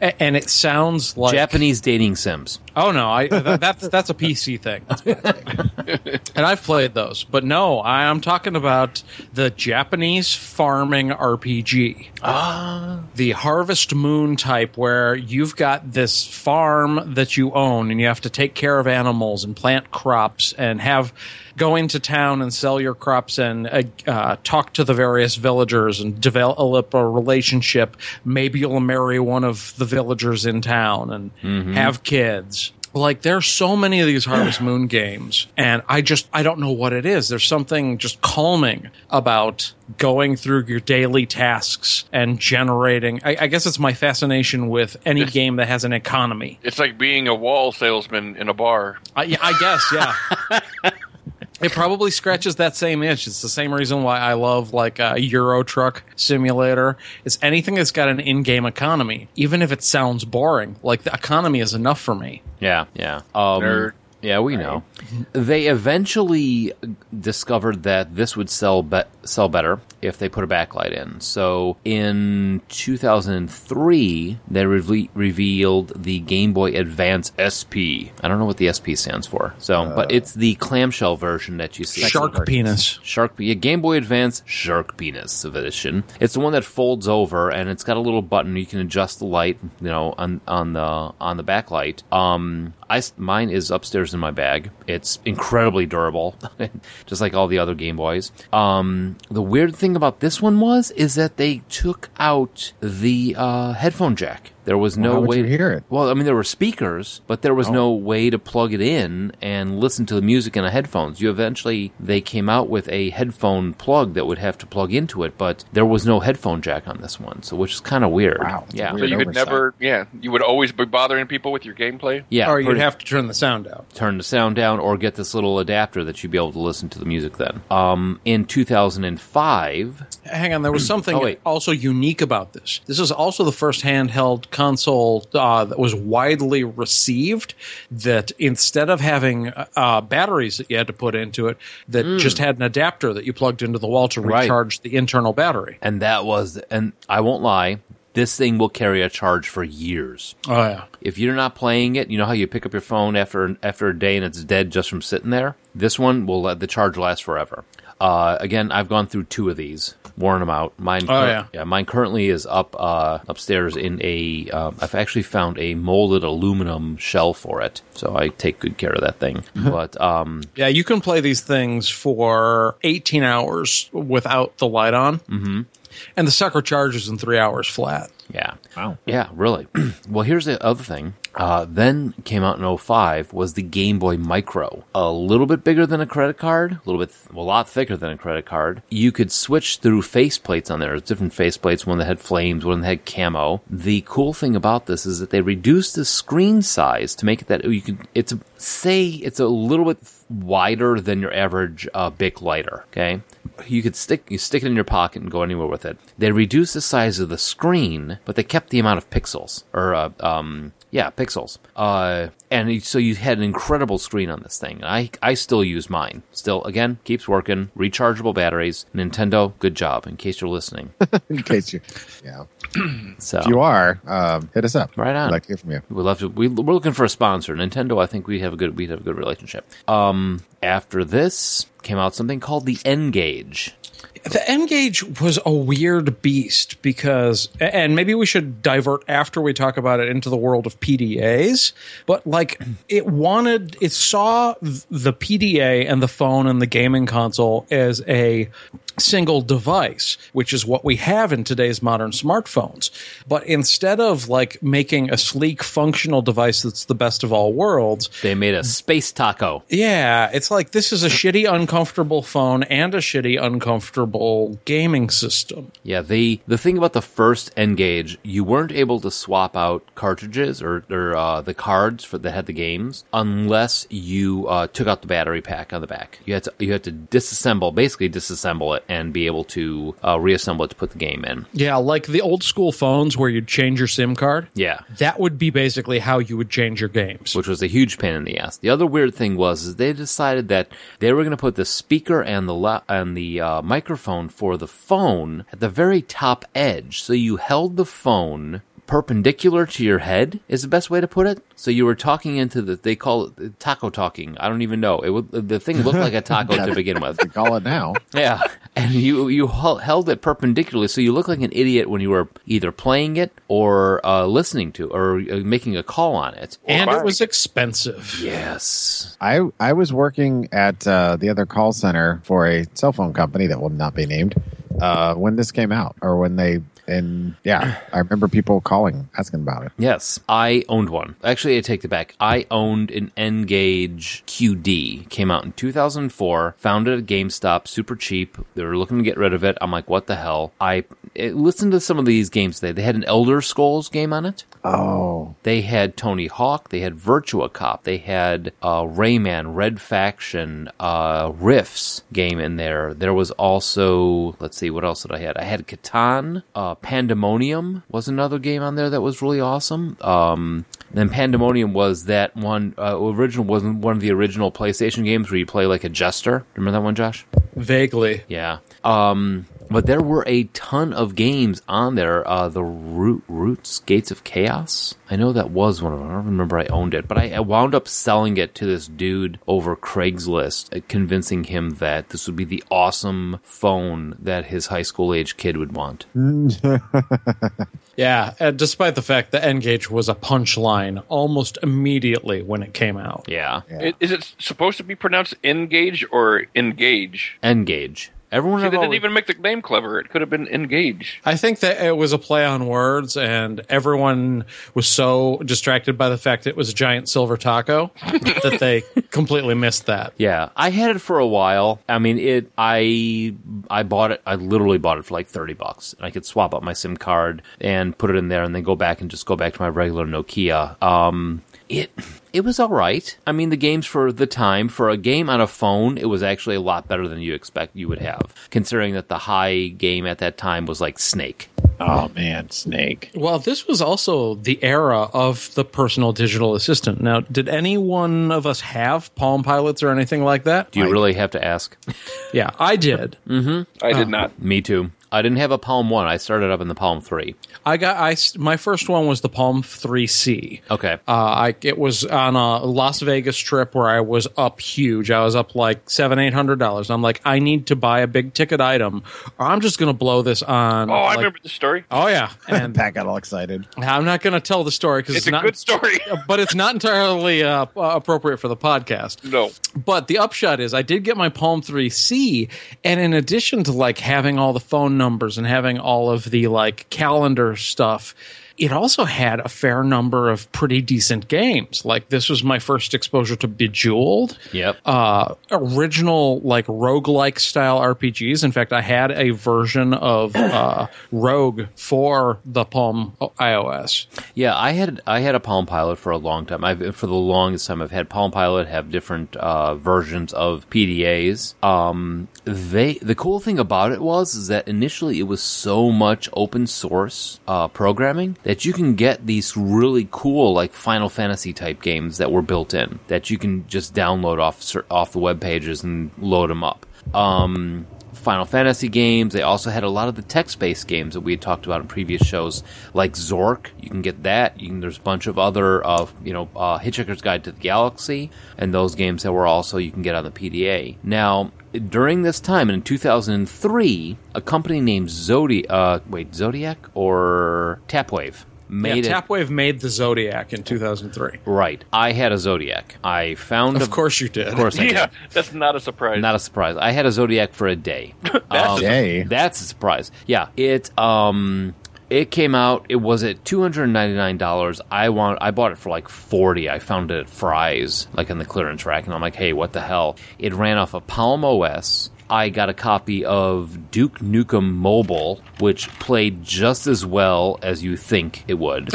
[SPEAKER 5] A- and it sounds like
[SPEAKER 2] Japanese dating sims.
[SPEAKER 5] Oh no, I that, that's that's a PC thing. That's my thing. and I've played those, but no, I, I'm talking about the Japanese farming RPG,
[SPEAKER 2] Ah,
[SPEAKER 5] the Harvest Moon type, where you've got this farm that you own, and you have to take care of animals and plant crops, and have go into town and sell your crops, and uh, uh, talk to the various villagers, and develop a relationship. Maybe you'll marry one of the villagers in town, and have kids like there's so many of these harvest moon games and i just i don't know what it is there's something just calming about going through your daily tasks and generating i, I guess it's my fascination with any game that has an economy
[SPEAKER 3] It's like being a wall salesman in a bar.
[SPEAKER 5] i, yeah, I guess yeah it probably scratches that same itch it's the same reason why i love like a euro truck simulator it's anything that's got an in-game economy even if it sounds boring like the economy is enough for me
[SPEAKER 2] yeah, yeah. Um,
[SPEAKER 3] Nerd.
[SPEAKER 2] Yeah, we know. They eventually discovered that this would sell be- sell better if they put a backlight in. So in 2003, they reve- revealed the Game Boy Advance SP. I don't know what the SP stands for. So, but it's the clamshell version that you see.
[SPEAKER 5] shark penis
[SPEAKER 2] Shark, yeah, Game Boy Advance Shark Penis edition. It's the one that folds over, and it's got a little button you can adjust the light, you know, on on the on the backlight. Um, I s- mine is upstairs in my bag. It's incredibly durable, just like all the other Game Boys. Um, the weird thing about this one was is that they took out the uh, headphone jack. There was no
[SPEAKER 4] how would
[SPEAKER 2] way
[SPEAKER 4] you hear it?
[SPEAKER 2] well, I mean, there were speakers, but there was
[SPEAKER 4] Oh.
[SPEAKER 2] no way to plug it in and listen to the music in the headphones. You eventually, they came out with a headphone plug that would have to plug into it, but there was no headphone jack on this one, so which is kind of weird.
[SPEAKER 4] Wow, it's
[SPEAKER 2] Yeah.
[SPEAKER 3] So
[SPEAKER 4] weird.
[SPEAKER 3] you could
[SPEAKER 4] oversight.
[SPEAKER 3] never, yeah, you would always be bothering people with your gameplay.
[SPEAKER 2] Yeah.
[SPEAKER 5] or you'd
[SPEAKER 2] pretty-
[SPEAKER 5] have to turn the sound out.
[SPEAKER 2] turn the sound down or get this little adapter that you'd be able to listen to the music then. Um, in 2005,
[SPEAKER 5] Hang on, there was something
[SPEAKER 2] Oh, wait.
[SPEAKER 5] also unique about this. This is also the first handheld console uh, that was widely received that instead of having uh, batteries that you had to put into it, that just had an adapter that you plugged into the wall to
[SPEAKER 2] Hmm. Right.
[SPEAKER 5] recharge the internal battery.
[SPEAKER 2] And that was, and I won't lie, this thing will carry a charge for years.
[SPEAKER 5] Oh yeah.
[SPEAKER 2] If you're not playing it, you know how you pick up your phone after after a day and it's dead just from sitting there. This one will let the charge last forever. Uh, again, I've gone through two of these, worn them out. Mine,
[SPEAKER 5] Oh, yeah.
[SPEAKER 2] mine currently is up uh, upstairs in a. Um, I've actually found a molded aluminum shell for it, so I take good care of that thing.
[SPEAKER 5] Mm-hmm.
[SPEAKER 2] but um,
[SPEAKER 5] Yeah, you can play these things for 18 hours without the light on. Mm-hmm. And the sucker charges in three hours flat.
[SPEAKER 2] yeah,
[SPEAKER 4] Wow.
[SPEAKER 2] Yeah, really. well, here's the other thing. Uh, then came out in 05 was the Game Boy Micro. A little bit bigger than a credit card, a little bit, well, a lot thicker than a credit card. You could switch through faceplates on there. There's different faceplates, one that had flames, one that had camo. The cool thing about this is that they reduced the screen size to make it that you can, it's, say, it's a little bit wider than your average uh, Bic lighter, okay? you could stick you stick it in your pocket and go anywhere with it. They reduced the size of the screen, but they kept the amount of pixels or uh, um yeah pixels. Uh, and it- so you had an incredible screen on this thing. I I still use mine. Still again keeps working. Rechargeable batteries. Nintendo, good job. In case you're listening,
[SPEAKER 4] In case you, yeah,
[SPEAKER 2] so
[SPEAKER 4] if you are, um, hit us up.
[SPEAKER 2] Oh. Right on.
[SPEAKER 4] I'd like to hear from you.
[SPEAKER 2] We love to. We, we're looking for a sponsor. Nintendo. I think we have a good. We would have a good relationship. Um, after this came out something called the N Gauge.
[SPEAKER 5] The N gauge was a weird beast because, and maybe we should divert after we talk about it into the world of PDAs, but like it wanted, it saw th- the PDA and the phone and the gaming console as a single device, which is what we have in today's modern smartphones. But instead of like making a sleek, functional device that's the best of all worlds,
[SPEAKER 2] They made a space taco.
[SPEAKER 5] yeah, it's like this is a shitty, uncomfortable phone and a shitty, uncomfortable gaming system.
[SPEAKER 2] Yeah, the the thing about the first N gauge, you weren't able to swap out cartridges or, or uh, the cards for that had the games unless you uh, took out the battery pack on the back. You had to you had to disassemble, basically disassemble it, and be able to uh, reassemble it to put the game in.
[SPEAKER 5] Yeah, like the old school phones where you'd change your SIM card.
[SPEAKER 2] Yeah,
[SPEAKER 5] That would be basically how you would change your games.
[SPEAKER 2] which was a huge pain in the ass. The other weird thing was is they decided that they were going to put the speaker and the la- and the uh, microphone for the phone at the very top edge, so you held the phone perpendicular to your head is the best way to put it. So you were talking into the they call it uh, taco talking. I don't even know. It would, uh, the thing looked like a taco to begin with.
[SPEAKER 4] Call it now.
[SPEAKER 2] Yeah, and you you hel- held it perpendicularly, so you look like an idiot when you were either playing it or uh, listening to or uh, making a call on it.
[SPEAKER 5] and it was expensive.
[SPEAKER 2] Yes,
[SPEAKER 4] I I was working at uh, the other call center for a cell phone company that will not be named uh, when this came out, or when they and yeah, I remember people calling asking about it.
[SPEAKER 2] Yes, I owned one. Actually, I take that back. I owned an N Gauge QD. Came out in 2004. Found it at GameStop, super cheap. They were looking to get rid of it. I'm like, what the hell? I it, listened to some of these games today. They had an Elder Scrolls game on it.
[SPEAKER 4] Oh,
[SPEAKER 2] They had Tony Hawk. They had Virtua Cop. They had uh, Rayman, Red Faction, uh, Rifts game in there. There was also, let's see, what else did I had? I had Catan. Uh, Pandemonium was another game on there that was really awesome. Um, then Pandemonium was that one uh, original wasn't one of the original PlayStation games where you play like a jester. Remember that one, Josh?
[SPEAKER 5] Vaguely.
[SPEAKER 2] Yeah. Um, but there were a ton of games on there. Uh, the Root, Roots Gates of Chaos. I know that was one of them. I don't remember I owned it, but I, I wound up selling it to this dude over Craigslist, uh, convincing him that this would be the awesome phone that his high school age kid would want.
[SPEAKER 5] Yeah, uh, despite the fact that N gauge was a punchline almost immediately when it came out.
[SPEAKER 2] Yeah.
[SPEAKER 3] I- Is it supposed to be pronounced engage or engage?
[SPEAKER 2] Engage. Everyone
[SPEAKER 3] See, they
[SPEAKER 2] I've
[SPEAKER 3] didn't
[SPEAKER 2] always-
[SPEAKER 3] even make the name clever. It could have been engage.
[SPEAKER 5] I think that it was a play on words, and everyone was so distracted by the fact it was a giant silver taco that they completely missed that.
[SPEAKER 2] Yeah, I had it for a while. I mean, it. I I bought it. I literally bought it for like thirty bucks, and I could swap out my SIM card and put it in there, and then go back and just go back to my regular Nokia. Um, it it was all right. I mean, the games for the time for a game on a phone, it was actually a lot better than you expect you would have, considering that the high game at that time was like Snake.
[SPEAKER 4] Oh man, Snake.
[SPEAKER 5] Well, this was also the era of the personal digital assistant. Now, did any one of us have Palm Pilots or anything like that?
[SPEAKER 2] Do you really have to ask?
[SPEAKER 5] Yeah, I did.
[SPEAKER 3] I
[SPEAKER 2] Uh,
[SPEAKER 3] did not.
[SPEAKER 2] Me too. I didn't have a Palm One. I started up in the Palm Three.
[SPEAKER 5] I got I s- my first one was the Palm 3C.
[SPEAKER 2] Okay.
[SPEAKER 5] Uh, I it was on a Las Vegas trip where I was up huge. I was up like seven eight hundred dollars. I'm like, I need to buy a big ticket item, or I'm just gonna blow this on.
[SPEAKER 3] Oh, I
[SPEAKER 5] like-
[SPEAKER 3] remember the story.
[SPEAKER 5] Oh yeah,
[SPEAKER 4] And
[SPEAKER 5] and
[SPEAKER 4] Pat got all excited.
[SPEAKER 5] I'm not gonna tell the story because
[SPEAKER 3] It's,
[SPEAKER 5] it's,
[SPEAKER 3] a
[SPEAKER 5] not
[SPEAKER 3] good story.
[SPEAKER 5] but it's not entirely uh, appropriate for the podcast.
[SPEAKER 3] no.
[SPEAKER 5] But the upshot is, I did get my Palm 3C, and in addition to like having all the phone numbers and having all of the like calendar stuff, it also had a fair number of pretty decent games. Like this was my first exposure to Bejeweled,
[SPEAKER 2] Yep.
[SPEAKER 5] uh, original like roguelike style RPGs. In fact, I had a version of uh, Rogue for the Palm iOS.
[SPEAKER 2] Yeah, I had I had a Palm Pilot for a long time. I've for the longest time I've had Palm Pilot have different uh, versions of PDAs. Um, they the cool thing about it was is that initially it was so much open source uh, programming that you can get these really cool like Final Fantasy type games that were built in that you can just download off cer- off the web pages and load them up. Um, Final Fantasy games. They also had a lot of the text-based games that we had talked about in previous shows, like Zork. You can get that. You can, there's a bunch of other, uh, you know, uh, Hitchhiker's Guide to the Galaxy, and those games that were also you can get on the PDA. Now, during this time in 2003, a company named Zodi, uh, wait, Zodiac or Tapwave made
[SPEAKER 5] yeah,
[SPEAKER 2] it.
[SPEAKER 5] Tapwave made the Zodiac in 2003.
[SPEAKER 2] Right. I had a Zodiac. I found.
[SPEAKER 5] Of
[SPEAKER 2] a-
[SPEAKER 5] course you did.
[SPEAKER 2] Of course I did.
[SPEAKER 3] Yeah, that's not a surprise.
[SPEAKER 2] Not a surprise. I had a Zodiac for a day. Um,
[SPEAKER 4] Day?
[SPEAKER 2] That's a surprise. Yeah. It um it came out. It was at two hundred ninety nine dollars. I want. I bought it for like forty. I found it at Fry's, like in the clearance rack, and I'm like, hey, what the hell? It ran off a Palm OS. I got a copy of Duke Nukem Mobile, which played just as well as you think it would.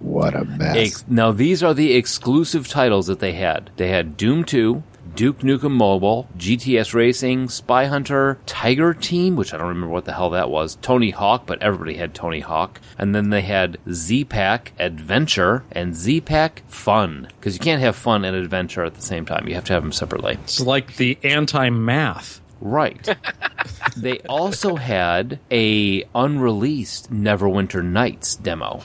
[SPEAKER 4] What a mess.
[SPEAKER 2] Ex- now these are the exclusive titles that they had. They had Doom 2, Duke Nukem Mobile, GTS Racing, Spy Hunter, Tiger Team, which I don't remember what the hell that was, Tony Hawk, but everybody had Tony Hawk, and then they had Z-Pack Adventure and Z-Pack Fun because you can't have fun and adventure at the same time. You have to have them separately.
[SPEAKER 5] It's like the anti math.
[SPEAKER 2] Right. they also had a unreleased Neverwinter Nights demo.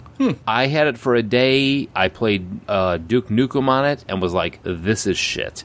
[SPEAKER 2] I had it for a day. I played uh, Duke Nukem on it and was like, "This is shit."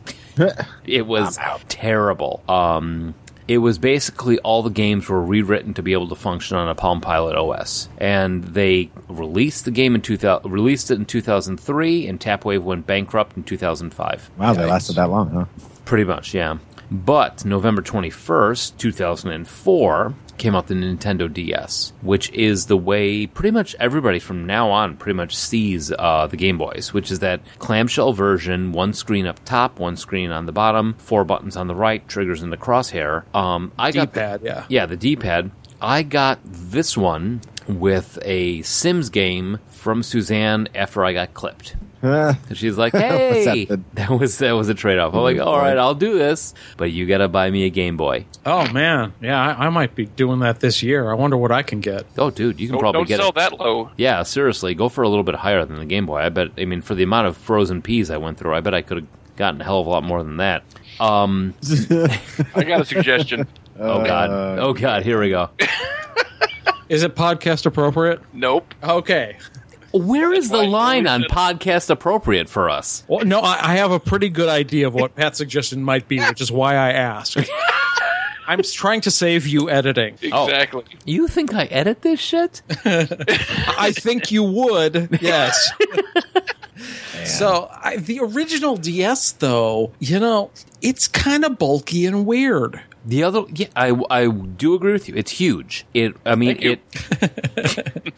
[SPEAKER 2] it was terrible. Um, it was basically all the games were rewritten to be able to function on a Palm Pilot OS, and they released the game in 2000, released it in 2003, and Tapwave went bankrupt in 2005.
[SPEAKER 4] Wow, they lasted that long, huh?
[SPEAKER 2] Pretty much, yeah. But November 21st, 2004, came out the Nintendo DS, which is the way pretty much everybody from now on pretty much sees uh, the Game Boys, which is that clamshell version, one screen up top, one screen on the bottom, four buttons on the right, triggers in the crosshair. Um, I got the-
[SPEAKER 5] D-pad, yeah.
[SPEAKER 2] yeah, the D pad. I got this one with a Sims game from Suzanne after I got clipped. And She's like,
[SPEAKER 4] Was that
[SPEAKER 2] "Hey,
[SPEAKER 4] the-
[SPEAKER 2] that was that was a trade off." I'm like, "All right, I'll do this, but you gotta buy me a Game Boy."
[SPEAKER 5] Oh, man. Yeah, I, I might be doing that this year. I wonder what I can get.
[SPEAKER 2] Oh, dude, you can
[SPEAKER 3] Don't,
[SPEAKER 2] probably
[SPEAKER 3] don't
[SPEAKER 2] get
[SPEAKER 3] sell
[SPEAKER 2] it.
[SPEAKER 3] that low.
[SPEAKER 2] Yeah, seriously, go for a little bit higher than the Game Boy. I bet. I mean, for the amount of frozen peas I went through, I bet I could have gotten a hell of a lot more than that. Um,
[SPEAKER 3] I got a suggestion.
[SPEAKER 2] oh god, oh god, here we go.
[SPEAKER 5] Is it podcast appropriate?
[SPEAKER 3] Nope.
[SPEAKER 5] Okay.
[SPEAKER 2] Where is the
[SPEAKER 3] why you
[SPEAKER 2] line on
[SPEAKER 3] should-
[SPEAKER 2] podcast appropriate for us?
[SPEAKER 5] Well, no, I, I have a pretty good idea of what Pat's suggestion might be, which is why I asked. I'm s- trying to save you editing.
[SPEAKER 2] Oh.
[SPEAKER 3] Exactly.
[SPEAKER 2] You think I edit this shit?
[SPEAKER 5] I think you would. Yes. So I, the original DS, though, you know, it's kind of bulky and weird.
[SPEAKER 2] The other, yeah, I, I do agree with you. It's huge. It, I mean,
[SPEAKER 3] you.
[SPEAKER 2] it.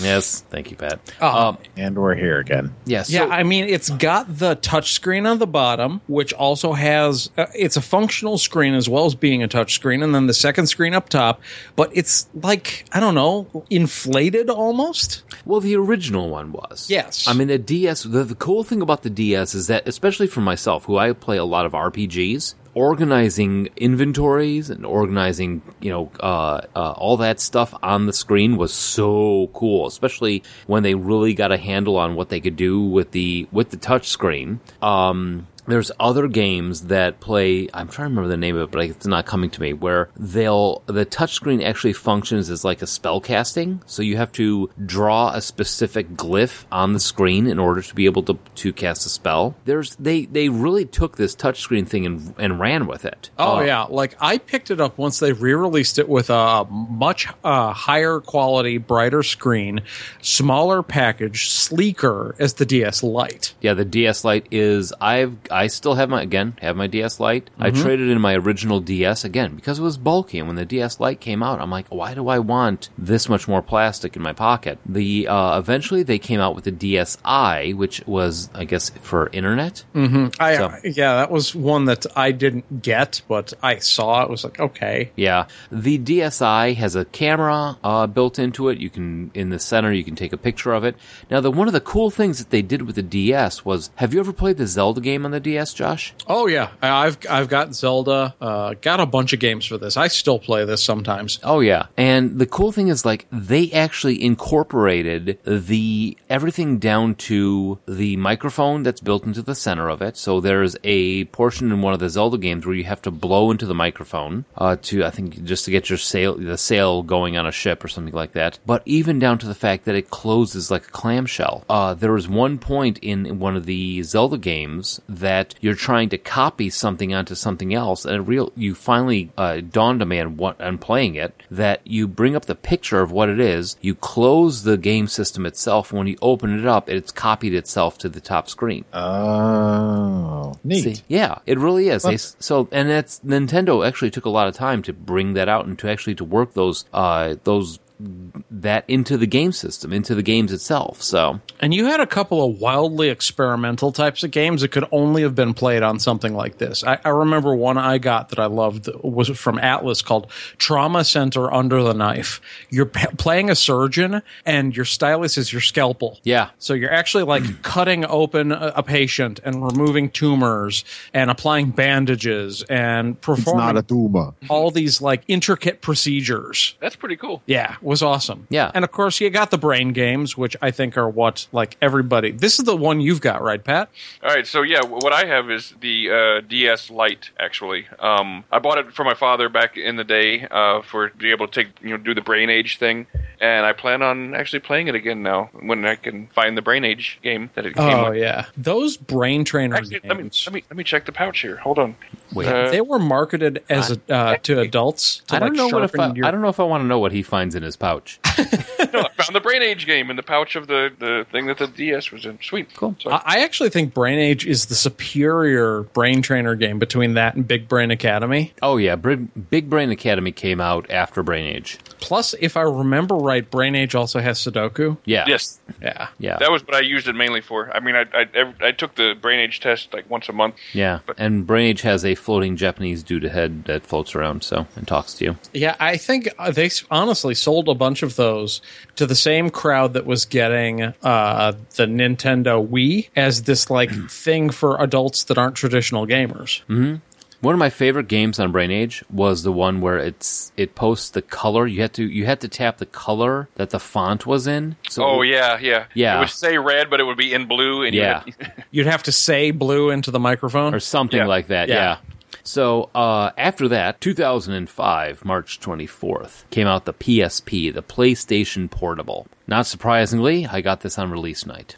[SPEAKER 2] Yes, thank you, Pat.
[SPEAKER 5] Oh.
[SPEAKER 2] Um,
[SPEAKER 4] And we're here again.
[SPEAKER 2] yeah, so,
[SPEAKER 5] Yeah, I mean, it's got the touch screen on the bottom, which also has uh, it's a functional screen as well as being a touch screen, and then the second screen up top. But it's like I don't know, inflated almost.
[SPEAKER 2] Well, the original one was.
[SPEAKER 5] Yes.
[SPEAKER 2] I mean, the DS, the, the cool thing about the DS is that, especially for myself, who I play a lot of RPGs, organizing inventories and organizing, you know, uh, uh, all that stuff on the screen was so cool, especially when they really got a handle on what they could do with the, with the touch screen. Um, there's other games that play i'm trying to remember the name of it but it's not coming to me where they'll the touchscreen actually functions as like a spell casting so you have to draw a specific glyph on the screen in order to be able to, to cast a spell there's they they really took this touchscreen thing and, and ran with it
[SPEAKER 5] Oh
[SPEAKER 2] Uh,
[SPEAKER 5] yeah, like I picked it up once they re-released it with a much uh, higher quality, brighter screen, smaller package, sleeker as the DS Lite.
[SPEAKER 2] Yeah, the DS Lite is I've I still have my again have my DS Lite. I traded in my original DS again because it was bulky, and when the DS Lite came out, I'm like, why do I want this much more plastic in my pocket? The uh, eventually they came out with the DSi, which was I guess for internet.
[SPEAKER 5] I,
[SPEAKER 2] So-
[SPEAKER 5] Yeah, that was one that I didn't get, but I saw it was like okay.
[SPEAKER 2] Yeah, the DSi has a camera uh, built into it. You can in the center you can take a picture of it. Now, the one of the cool things that they did with the DS was have you ever played the Zelda game on the DS, Josh?
[SPEAKER 5] Oh yeah, I- I've I've got Zelda, uh, got a bunch of games for this. I still play this sometimes.
[SPEAKER 2] Oh yeah. And the cool thing is like they actually incorporated the everything down to the microphone that's built into the center of it. So there's a portion in one of the Zelda games where you have to blow into the microphone uh, to I think just to get your sail the sail going on a ship or something like that. But even down to the fact that it closes like a clamshell. Uh, there was one point in one of the Zelda games that you're trying to copy something onto something else, and it real you finally uh, it dawned on me and what and playing it that you bring up the picture of what it is, you close the game system itself. and When you open it up, it's copied itself to the top screen.
[SPEAKER 4] Oh, neat.
[SPEAKER 2] See? Yeah, it really is. They, s- so, and that's Nintendo actually took a lot of time to bring that out and to actually to work those uh, those that into the game system, into the games itself. So,
[SPEAKER 5] And you had a couple of wildly experimental types of games that could only have been played on something like this. I, I remember one I got that I loved was from Atlas called Trauma Center Under the Knife. You're p- playing a surgeon, and your stylus is your scalpel.
[SPEAKER 2] Yeah.
[SPEAKER 5] So you're actually like cutting open a, a patient and removing tumors and applying bandages and
[SPEAKER 4] It's not
[SPEAKER 5] performing
[SPEAKER 4] a tumor.
[SPEAKER 2] Mm-hmm.
[SPEAKER 5] all these like intricate procedures.
[SPEAKER 3] That's pretty cool.
[SPEAKER 5] Yeah, was awesome.
[SPEAKER 2] Yeah.
[SPEAKER 5] and of course you got the brain games, which I think are what like everybody. This is the one you've got, right, Pat?
[SPEAKER 3] All right, so yeah, wh- what I have is the uh, DS Lite. Actually, um, I bought it for my father back in the day uh, for being able to take you know do the Brain Age thing, and I plan on actually playing it again now when I can find the Brain Age game that
[SPEAKER 2] Oh,
[SPEAKER 3] it came with.
[SPEAKER 5] Oh, yeah, those brain trainer
[SPEAKER 3] Actually,
[SPEAKER 5] games.
[SPEAKER 3] let me let me let me check the pouch here. Hold on.
[SPEAKER 2] Wait.
[SPEAKER 3] Uh,
[SPEAKER 5] they were marketed as a, uh, to adults. To
[SPEAKER 2] I don't
[SPEAKER 5] like,
[SPEAKER 2] know what if
[SPEAKER 5] sharpen
[SPEAKER 2] I,
[SPEAKER 5] your-
[SPEAKER 2] I don't know if I want to know what he finds in his pouch.
[SPEAKER 3] no, I found the Brain Age game in the pouch of the, the thing that the DS was in. Sweet, cool. So,
[SPEAKER 5] I I actually think Brain Age is the superior brain trainer game between that and Big Brain Academy.
[SPEAKER 2] Oh yeah, Br- Big Brain Academy came out after Brain Age.
[SPEAKER 5] Plus, if I remember right, Brain Age also has Sudoku.
[SPEAKER 2] Yeah.
[SPEAKER 3] yes,
[SPEAKER 5] Yeah.
[SPEAKER 2] Yeah.
[SPEAKER 3] that was what I used it mainly for. I mean, I I, ev- I took the Brain Age test like once a month.
[SPEAKER 2] yeah. And Brain Age has a floating Japanese dude head that floats around so and talks to you.
[SPEAKER 5] Yeah, I think uh, they s- honestly sold a bunch of those to the same crowd that was getting uh, the Nintendo Wii as this like thing for adults that aren't traditional gamers.
[SPEAKER 2] One of my favorite games on Brain Age was the one where it's it posts the color. You had to you had to tap the color that the font was in. So
[SPEAKER 3] Oh yeah, yeah,
[SPEAKER 2] Yeah.
[SPEAKER 3] It would say red, but it would be in blue. And you
[SPEAKER 2] Yeah.
[SPEAKER 3] would-
[SPEAKER 5] You'd have to say blue into the microphone.
[SPEAKER 2] or something
[SPEAKER 3] Yeah.
[SPEAKER 2] like that. Yeah.
[SPEAKER 5] Yeah.
[SPEAKER 2] So uh, after that, 2005, March 24th, came out the PSP, the PlayStation Portable. Not surprisingly, I got this on release night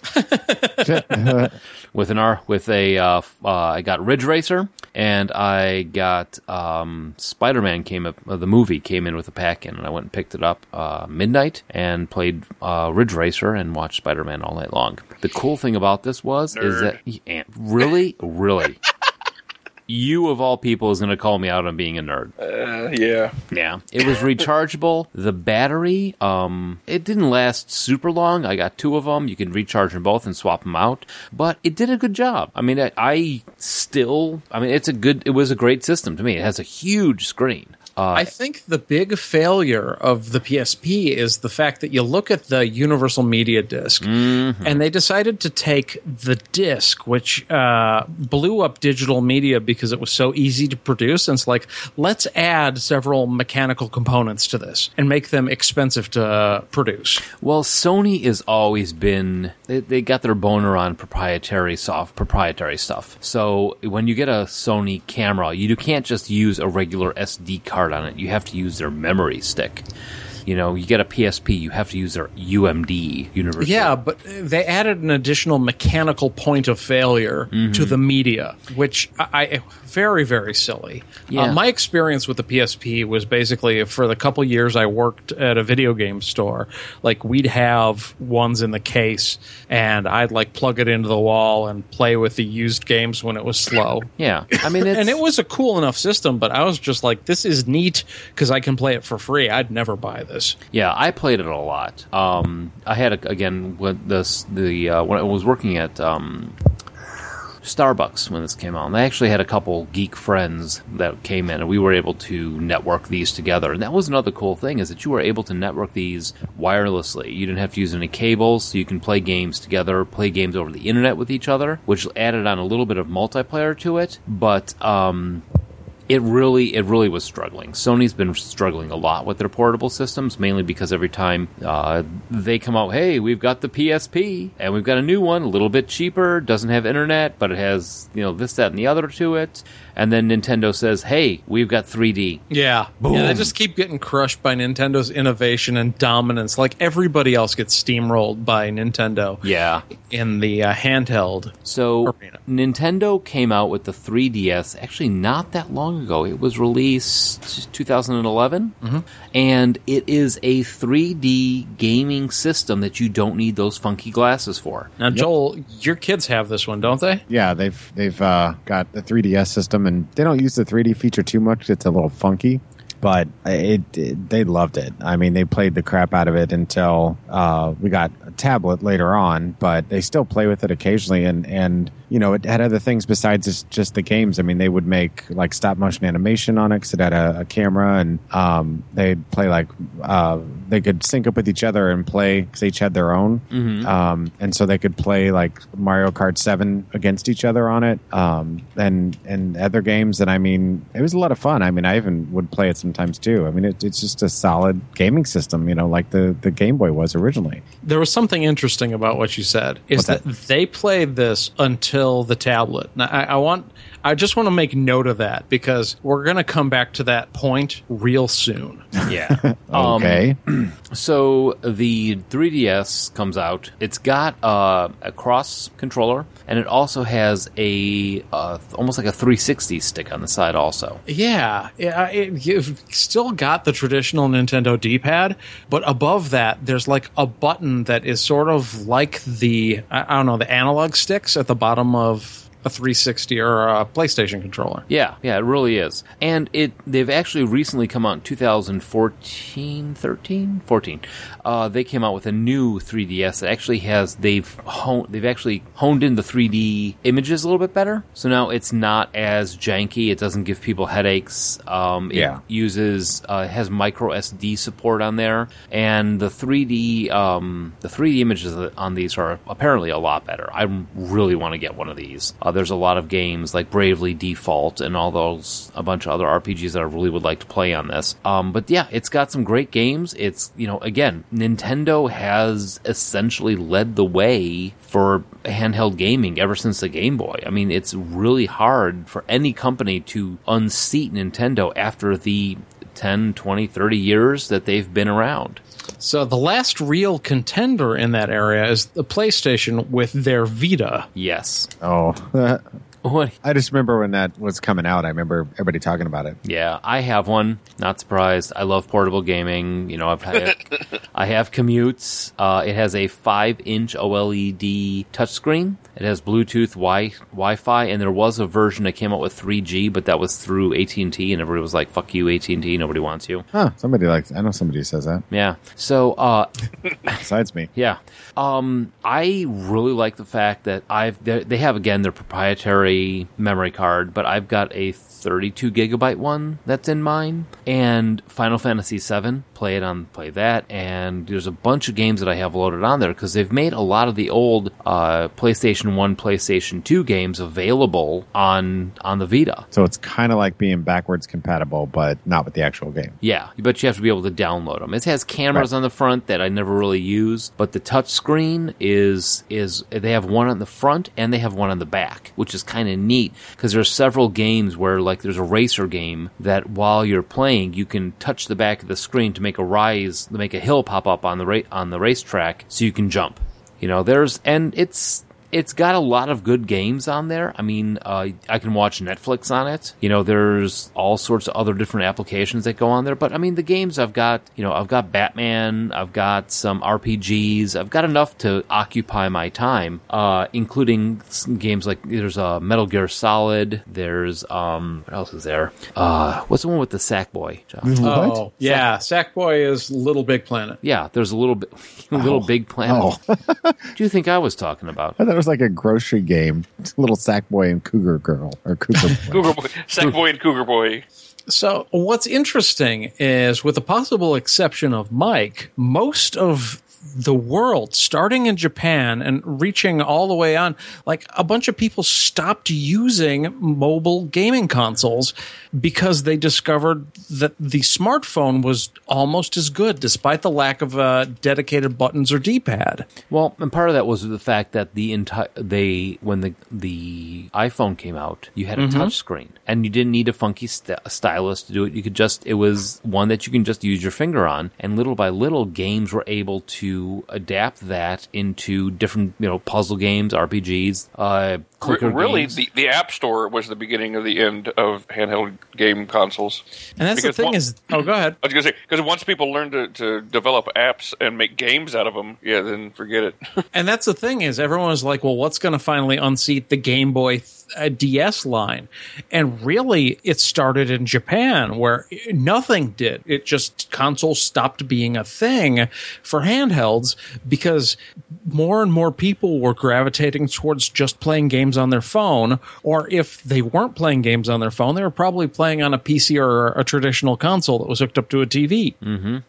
[SPEAKER 2] with an R with a uh, f- uh, I got Ridge Racer and I got um, Spider Man came up uh, the movie came in with a pack in and I went and picked it up uh, midnight and played uh, Ridge Racer and watched Spider Man all night long. The cool thing about this was is
[SPEAKER 3] Nerd.
[SPEAKER 2] that yeah, really really you of all people is going to call me out on being a nerd.
[SPEAKER 3] Uh, yeah.
[SPEAKER 2] Yeah, it was rechargeable. the battery, um, it didn't last super long. I got two of them. You can recharge them both and swap them out, but it did a good job. I mean, I, I still, I mean, it's a good. It was a great system to me. It has a huge screen. Uh,
[SPEAKER 5] I think the big failure of the PSP is the fact that you look at the Universal Media disk and they decided to take the disc, which uh, blew up digital media because it was so easy to produce. And it's like, let's add several mechanical components to this and make them expensive to uh, produce.
[SPEAKER 2] Well, Sony has always been they, they got their boner on proprietary soft proprietary stuff. So when you get a Sony camera, you do- can't just use a regular SD card on it. You have to use their memory stick. You know, you get a PSP, you have to use their UMD universal.
[SPEAKER 5] Yeah, but they added an additional mechanical point of failure to the media, which I, I very very silly.
[SPEAKER 2] Yeah.
[SPEAKER 5] Uh, my experience with the PSP was basically for the couple years I worked at a video game store, like we'd have ones in the case, and I'd like plug it into the wall and play with the used games when it was slow.
[SPEAKER 2] yeah. I mean, it's,
[SPEAKER 5] And it was a cool enough system, but I was just like, this is neat because I can play it for free. I'd never buy this.
[SPEAKER 2] Yeah, I played it a lot. Um, I had a, again when this the uh, when I was working at um, Starbucks when this came out, and I actually had a couple geek friends that came in, and we were able to network these together. And that was another cool thing is that you were able to network these wirelessly. You didn't have to use any cables, so you can play games together, play games over the internet with each other, which added on a little bit of multiplayer to it. But um, it really it really was struggling. Sony's been struggling a lot with their portable systems, mainly because every time uh, they come out, hey, we've got the PSP and we've got a new one, a little bit cheaper, doesn't have internet, but it has you know this, that, and the other to it. And then Nintendo says, hey, we've got 3D.
[SPEAKER 5] Yeah.
[SPEAKER 2] Boom.
[SPEAKER 5] Yeah, they just keep getting crushed by Nintendo's innovation and dominance. Like everybody else gets steamrolled by Nintendo
[SPEAKER 2] Yeah.
[SPEAKER 5] in the uh, handheld.
[SPEAKER 2] So
[SPEAKER 5] Arena.
[SPEAKER 2] Nintendo came out with the 3DS actually not that long ago. It was released 2011, and it is a 3D gaming system that you don't need those funky glasses for.
[SPEAKER 5] Now, Joel, your kids have this one, don't they?
[SPEAKER 4] Yeah, they've they've uh, got the 3DS system, and they don't use the 3D feature too much. It's a little funky, but it, it- they loved it. I mean, they played the crap out of it until uh, we got a tablet later on, but they still play with it occasionally. And and you know, it had other things besides just, just the games. I mean, they would make like stop motion animation on it 'cause it had a, a camera, and um, they'd play like uh, they could sync up with each other and play because each had their own um, and so they could play like Mario Kart Seven against each other on it, um, and and other games. And I mean, it was a lot of fun. I mean, I even would play it sometimes too. I mean, it, it's just a solid gaming system, you know, like the the Game Boy was originally.
[SPEAKER 5] There was something interesting about what you said is
[SPEAKER 4] What's
[SPEAKER 5] that?
[SPEAKER 4] that?
[SPEAKER 5] they played this until the tablet. Now, I, I want, I just want to make note of that because we're going to come back to that point real soon.
[SPEAKER 2] Yeah.
[SPEAKER 4] Okay,
[SPEAKER 2] So the 3DS comes out. It's got uh, a cross controller, and it also has a uh, almost like a 360 stick on the side. Also,
[SPEAKER 5] Yeah, yeah, it, you've still got the traditional Nintendo D-pad, but above that, there's like a button that is sort of like the I I don't know the analog sticks at the bottom of a 360 or a PlayStation controller.
[SPEAKER 2] yeah, yeah, it really is. And it they've actually recently come out in 2014, 13, 14. Uh, they came out with a new 3DS that actually has they've honed, they've actually honed in the 3D images a little bit better. So now it's not as janky. It doesn't give people headaches. Um, it
[SPEAKER 4] Yeah.
[SPEAKER 2] uses uh, has micro SD support on there, and the 3D um, the 3D images on these are apparently a lot better. I really want to get one of these. Uh, there's a lot of games like Bravely Default and all those a bunch of other RPGs that I really would like to play on this. Um, but yeah, it's got some great games. It's you know again Nintendo has essentially led the way for handheld gaming ever since the Game Boy. I mean, it's really hard for any company to unseat Nintendo after the 10, 20, 30 years that they've been around.
[SPEAKER 5] So the last real contender in that area is the PlayStation with their Vita.
[SPEAKER 2] Yes.
[SPEAKER 4] oh,
[SPEAKER 2] What?
[SPEAKER 4] I just remember when that was coming out. I remember everybody talking about it.
[SPEAKER 2] Yeah, I have one. Not surprised. I love portable gaming. You know, I've had, I have commutes. Uh, it has a five-inch OLED touchscreen. It has Bluetooth, Wi- Wi-Fi, and there was a version that came out with 3G, but that was through AT and T, and everybody was like, "Fuck you, AT and T. Nobody wants you."
[SPEAKER 4] Huh? Somebody likes. I know somebody who says that.
[SPEAKER 2] Yeah. So, uh,
[SPEAKER 4] Besides me.
[SPEAKER 2] Yeah. Um, I really like the fact that I've they they have again their proprietary memory card, but I've got a 32 gigabyte one that's in mine, and Final Fantasy VII. Play it on play that, and there's a bunch of games that I have loaded on there because they've made a lot of the old uh, PlayStation One, PlayStation Two games available on on the Vita.
[SPEAKER 4] So it's kind of like being backwards compatible, but not with the actual game.
[SPEAKER 2] Yeah, but you have to be able to download them. It has cameras
[SPEAKER 4] Right.
[SPEAKER 2] on the front that I never really use, but the touch screen is is they have one on the front and they have one on the back, which is kind of neat because there's several games where like there's a racer game that while you're playing, you can touch the back of the screen to make a rise, to make a hill pop up on the ra- on the racetrack so you can jump. You know, there's and it's it's got a lot of good games on there. I mean, uh, I can watch Netflix on it. You know, there's all sorts of other different applications that go on there. But I mean, the games I've got, you know, I've got Batman, I've got some RPGs, I've got enough to occupy my time, uh, including some games like there's uh, Metal Gear Solid. There's um, what else is there? Uh, what's the one with the Sackboy?
[SPEAKER 4] Mm-hmm.
[SPEAKER 2] John?
[SPEAKER 5] Oh, yeah. Sackboy is Little Big Planet.
[SPEAKER 2] Yeah, there's a little bit, little big planet.
[SPEAKER 4] Oh.
[SPEAKER 2] What do you think I was talking about?
[SPEAKER 4] I thought it was like a grocery game. Little sack boy and cougar girl or cougar. boy.
[SPEAKER 3] Cougar Boy, Sackboy and Cougar Boy.
[SPEAKER 5] So, what's interesting is, with the possible exception of Mike, most of the world, starting in Japan and reaching all the way on, like a bunch of people stopped using mobile gaming consoles because they discovered that the smartphone was almost as good, despite the lack of uh, dedicated buttons or D pad.
[SPEAKER 2] Well, and part of that was the fact that the entire they when the the iPhone came out, you had a touch screen and you didn't need a funky st- stylus to do it. You could just it was one that you can just use your finger on, and little by little, games were able to adapt that into different you know puzzle games, RPGs, uh,
[SPEAKER 3] R-
[SPEAKER 2] clicker
[SPEAKER 3] really,
[SPEAKER 2] games.
[SPEAKER 3] the, the App Store was the beginning of the end of handheld game consoles.
[SPEAKER 5] And that's
[SPEAKER 3] Because
[SPEAKER 5] the thing
[SPEAKER 3] one-
[SPEAKER 5] is, oh, go ahead.
[SPEAKER 3] I was gonna say because once people learn to, to develop apps and make games out of them, yeah, then forget it.
[SPEAKER 5] And that's the thing is everyone was like, well, what's going to finally unseat the Game Boy uh, DS line? And really, it started in Japan where eh, nothing did. It just console stopped being a thing for handhelds because more and more people were gravitating towards just playing games on their phone. Or if they weren't playing games on their phone, they were probably playing on a PC or a traditional console that was hooked up to a TV.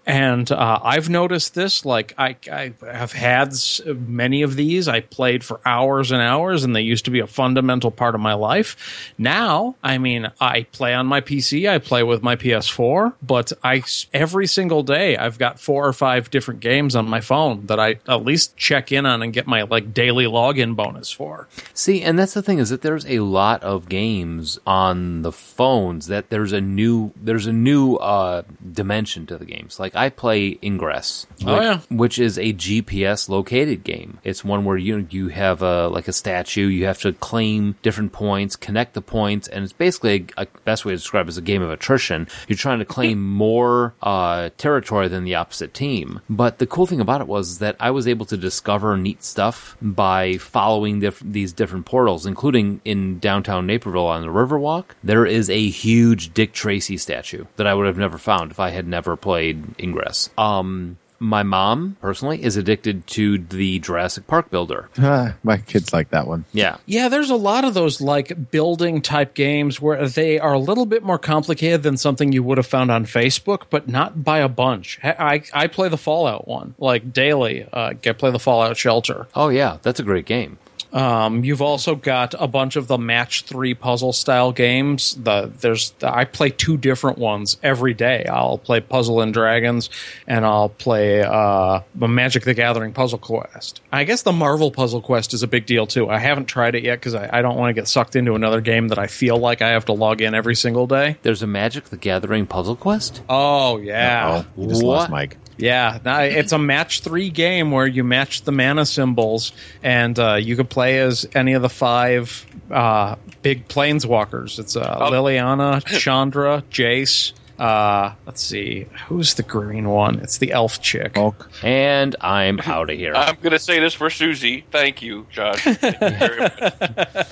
[SPEAKER 5] And uh, I've noticed this. Like I, I have had s- many of these. I played for hours and hours, and they used to be a fundamental part of my life. Now, I mean, I play on my PC. I play with my PS4. But I s- every single day, I've got four or five different games on my phone that I at least check in on and get my like daily login bonus for.
[SPEAKER 2] See, and that's the thing is that there's a lot of games on the phones that there's a new there's a new uh, dimension to the games. Like I play Ingress,
[SPEAKER 5] Oh,
[SPEAKER 2] which,
[SPEAKER 5] yeah.
[SPEAKER 2] which is a GPS located game. It's one where you you have a like a statue, you have to claim different points, connect the points, and it's basically a, a- best way to describe it is a game of attrition. You're trying to claim more uh, territory than the opposite team. But the cool thing about it was that I was able to discover neat stuff by following diff- these different portals, including in downtown Naperville on the Riverwalk. There is a huge Dick Tracy statue that I would have never found if I had never played Ingress. Um, my mom, personally, is addicted to the Jurassic Park builder.
[SPEAKER 4] Ah, my kids like that one.
[SPEAKER 2] Yeah.
[SPEAKER 5] Yeah, there's a lot of those like building type games where they are a little bit more complicated than something you would have found on Facebook, but not by a bunch. I I, I play the Fallout one like daily. Uh, I play the Fallout Shelter.
[SPEAKER 2] Oh, yeah. That's a great game.
[SPEAKER 5] Um, you've also got a bunch of the match three puzzle style games. The there's I play two different ones every day. I'll play Puzzle and Dragons, and I'll play uh, the Magic the Gathering Puzzle Quest. I guess the Marvel Puzzle Quest is a big deal too. I haven't tried it yet because I, I don't want to get sucked into another game that I feel like I have to log in every single day.
[SPEAKER 2] There's a Magic the Gathering puzzle quest?
[SPEAKER 5] Oh yeah,
[SPEAKER 4] Oh, you just
[SPEAKER 2] What?
[SPEAKER 4] lost Mike.
[SPEAKER 5] yeah, no, it's a match three game where you match the mana symbols, and uh, you could play as any of the five uh, big planeswalkers. It's uh, Liliana, Chandra, Jace. Uh, let's see, who's the green one? It's the elf chick.
[SPEAKER 4] Bulk.
[SPEAKER 2] And I'm out of here.
[SPEAKER 3] I'm gonna say this for Susie. Thank you, Josh. Thank you very much.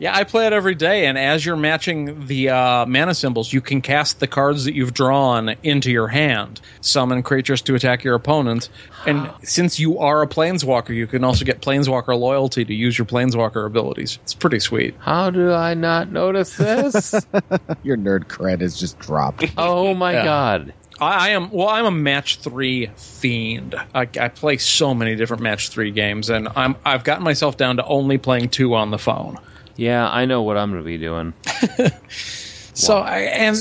[SPEAKER 5] Yeah, I play it every day, and as you're matching the uh, mana symbols, you can cast the cards that you've drawn into your hand, summon creatures to attack your opponent, and since you are a planeswalker, you can also get planeswalker loyalty to use your planeswalker abilities. It's pretty sweet.
[SPEAKER 2] How do I not notice this?
[SPEAKER 4] Your nerd cred is just dropped.
[SPEAKER 2] oh my
[SPEAKER 5] Yeah.
[SPEAKER 2] god.
[SPEAKER 5] I, I am well. I'm a match three fiend. I, I play so many different match three games, and I'm I've gotten myself down to only playing two on the phone.
[SPEAKER 2] Yeah, I know what I'm going to be doing.
[SPEAKER 5] So I and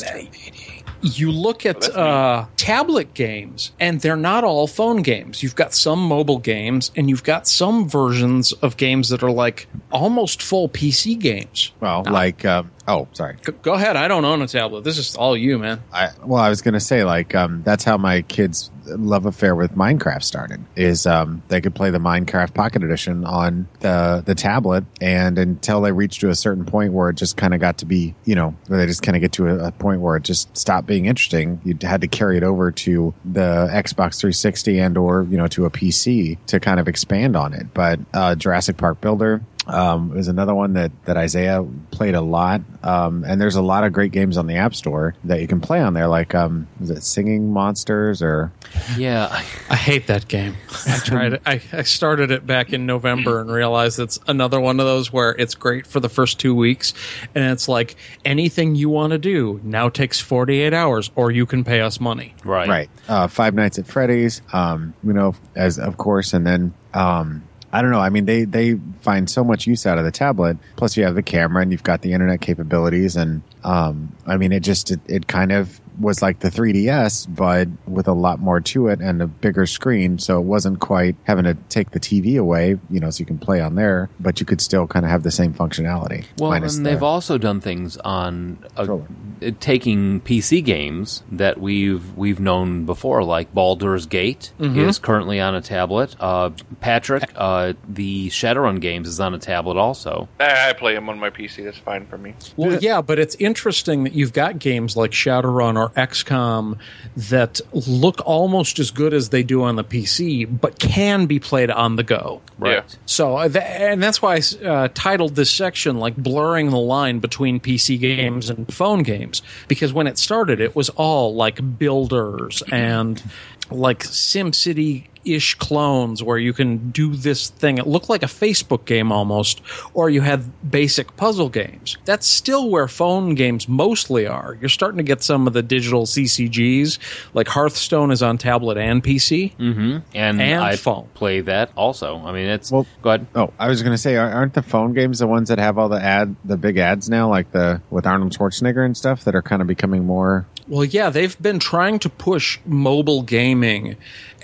[SPEAKER 5] you look at uh, tablet games, and they're not all phone games. You've got some mobile games, and you've got some versions of games that are like almost full PC games.
[SPEAKER 4] Well, like, um, oh, sorry.
[SPEAKER 5] Go- Go ahead. I don't own a tablet. This is all you, man.
[SPEAKER 4] I, well, I was going to say, like, um, that's how my kids' love affair with Minecraft started. Is um, they could play the Minecraft Pocket Edition on the the tablet, and until they reached to a certain point where it just kind of got to be, you know, where they just kind of get to a, a point where it just stopped being interesting. You had to carry it over to the Xbox 360 and or you know to a PC to kind of expand on it. But uh, Jurassic Park Builder, um, is another one that, that Isaiah played a lot. Um, and there's a lot of great games on the App Store that you can play on there, like um, is it Singing Monsters or
[SPEAKER 2] Yeah, I-
[SPEAKER 5] I hate that game. I tried it. I, I started it back in November and realized it's another one of those where it's great for the first two weeks. And it's like anything you want to do now takes 48 hours or you can pay us money.
[SPEAKER 2] right.
[SPEAKER 4] right uh, Five Nights at Freddy's. Um, you know, as of course, and then um, I don't know. I mean, they they find so much use out of the tablet. Plus, you have the camera and you've got the internet capabilities, and um, I mean, it just it, it kind of was like the 3DS, but with a lot more to it and a bigger screen. So it wasn't quite having to take the TV away, you know, so you can play on there, but you could still kind of have the same functionality.
[SPEAKER 2] Well, and
[SPEAKER 4] minus
[SPEAKER 2] they've
[SPEAKER 4] the-
[SPEAKER 2] also done things on uh,
[SPEAKER 4] Controller.
[SPEAKER 2] uh, taking PC games that we've we've known before, like Baldur's Gate
[SPEAKER 5] Mm-hmm.
[SPEAKER 2] is currently on a tablet. Uh, Patrick, uh, the Shadowrun games is on a tablet also.
[SPEAKER 3] I I play them on my PC. That's fine for me.
[SPEAKER 5] Well, yeah, but it's interesting that you've got games like Shadowrun or XCOM that look almost as good as they do on the PC, but can be played on the go.
[SPEAKER 2] Right.
[SPEAKER 3] Yeah.
[SPEAKER 5] So, uh, tha- and that's why I s- uh, titled this section like blurring the line between PC games and phone games because when it started, it was all like builders and like SimCity ish clones where you can do this thing. It looked like a Facebook game almost, or you had basic puzzle games. That's still where phone games mostly are. You're starting to get some of the digital CCGs, like Hearthstone is on tablet and PC.
[SPEAKER 2] And,
[SPEAKER 5] And
[SPEAKER 2] I
[SPEAKER 5] phone.
[SPEAKER 2] play that also. I mean, it's
[SPEAKER 4] Well-
[SPEAKER 2] go ahead.
[SPEAKER 4] Oh, I was gonna say, ar- aren't the phone games the ones that have all the ad, the big ads now, like the with Arnold Schwarzenegger and stuff, that are kind of becoming more?
[SPEAKER 5] Well, yeah, they've been trying to push mobile gaming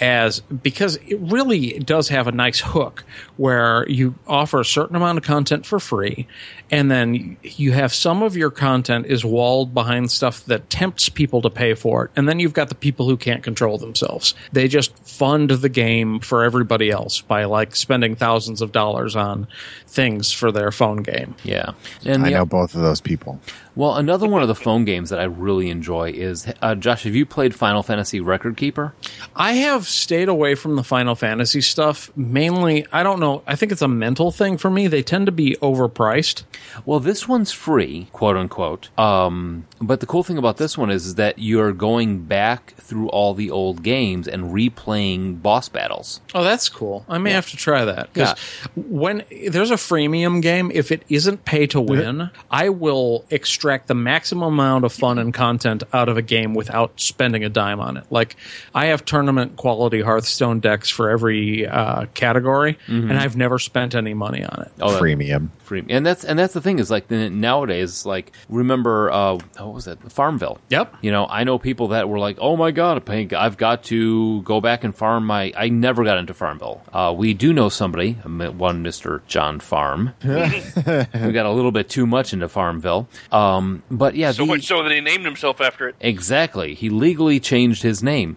[SPEAKER 5] as because it really does have a nice hook where you offer a certain amount of content for free, and then you have some of your content is walled behind stuff that tempts people to pay for it, and then you've got the people who can't control themselves. They just fund the game for everybody else by like spending thousands of dollars on things for their phone game.
[SPEAKER 2] Yeah, and
[SPEAKER 4] I
[SPEAKER 2] the-
[SPEAKER 4] know both of those people.
[SPEAKER 2] well, another one of the phone games that I really enjoy is uh, Josh. Have you played Final Fantasy Record Keeper?
[SPEAKER 5] I have stayed away from the Final Fantasy stuff mainly. I don't know. I think it's a mental thing for me. They tend to be overpriced.
[SPEAKER 2] Well, this one's free, quote unquote. Um, but the cool thing about this one is, is that you're going back through all the old games and replaying boss battles.
[SPEAKER 5] Oh, that's cool. I may have to try that because when there's a freemium game, if it isn't pay to win, I will extract the maximum amount of fun and content out of a game without spending a dime on it. Like I have tournament quality Hearthstone decks for every uh, category, and I've never spent any money on it.
[SPEAKER 2] Oh, that-
[SPEAKER 4] Premium.
[SPEAKER 2] free. And that's and that's the thing is like the- nowadays, like remember uh, what was that Farmville?
[SPEAKER 5] Yep.
[SPEAKER 2] You know, I know people that were like, "Oh my god, Pink, I've got to go back and farm my." I never got into Farmville. Uh, we do know somebody, um, one Mister John Farm. we got a little bit too much into Farmville, um, but yeah,
[SPEAKER 3] So
[SPEAKER 2] the-
[SPEAKER 3] much so that he named himself after it.
[SPEAKER 2] Exactly. He legally changed his name.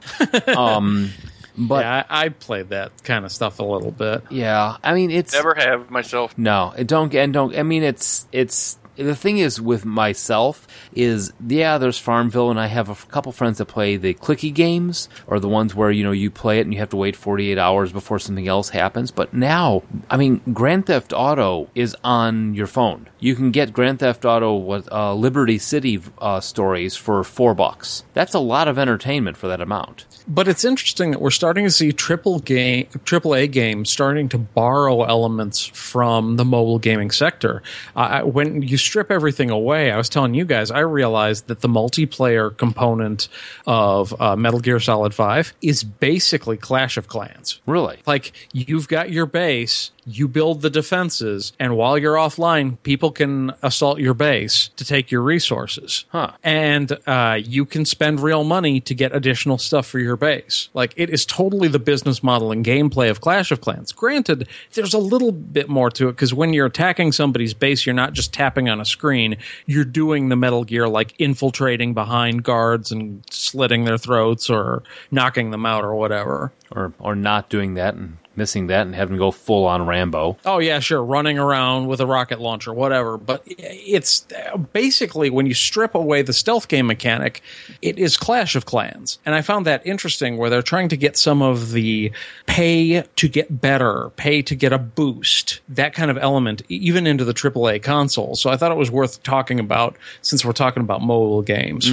[SPEAKER 2] um, but yeah.
[SPEAKER 5] Yeah, I, I played that kind of stuff a little bit.
[SPEAKER 2] I mean it's
[SPEAKER 3] Never have myself.
[SPEAKER 2] no, it don't and don't. I mean it's it's the thing is with myself is yeah, there's Farmville, and I have a f- couple friends that play the clicky games or the ones where you know you play it and you have to wait 48 hours before something else happens. But now, I mean, Grand Theft Auto is on your phone. You can get Grand Theft Auto what uh, Liberty City uh, stories for four bucks. That's a lot of entertainment for that amount.
[SPEAKER 5] But it's interesting that we're starting to see triple game, triple A games starting to borrow elements from the mobile gaming sector. I I- when you strip everything away, I was telling you guys, I realized that the multiplayer component of uh, Metal Gear Solid Five is basically Clash of Clans.
[SPEAKER 2] Really,
[SPEAKER 5] Like you've got your base, you build the defenses, and while you're offline, people can assault your base to take your resources.
[SPEAKER 2] Huh.
[SPEAKER 5] And uh, you can spend real money to get additional stuff for your base. Like it is totally the business model and gameplay of Clash of Clans. Granted, there's a little bit more to it because when you're attacking somebody's base, you're not just tapping on a screen. You're doing the Metal Gear like infiltrating behind guards and slitting their throats or knocking them out or whatever.
[SPEAKER 2] or or not doing that and missing that and having to go full on Rambo.
[SPEAKER 5] Oh yeah, sure, running around with a rocket launcher, whatever. But it's basically when you strip away the stealth game mechanic, it is Clash of Clans, and I found that interesting. Where they're trying to get some of the pay to get better, pay to get a boost, that kind of element, e, even into the AAA console. So I thought it was worth talking about since we're talking about mobile games.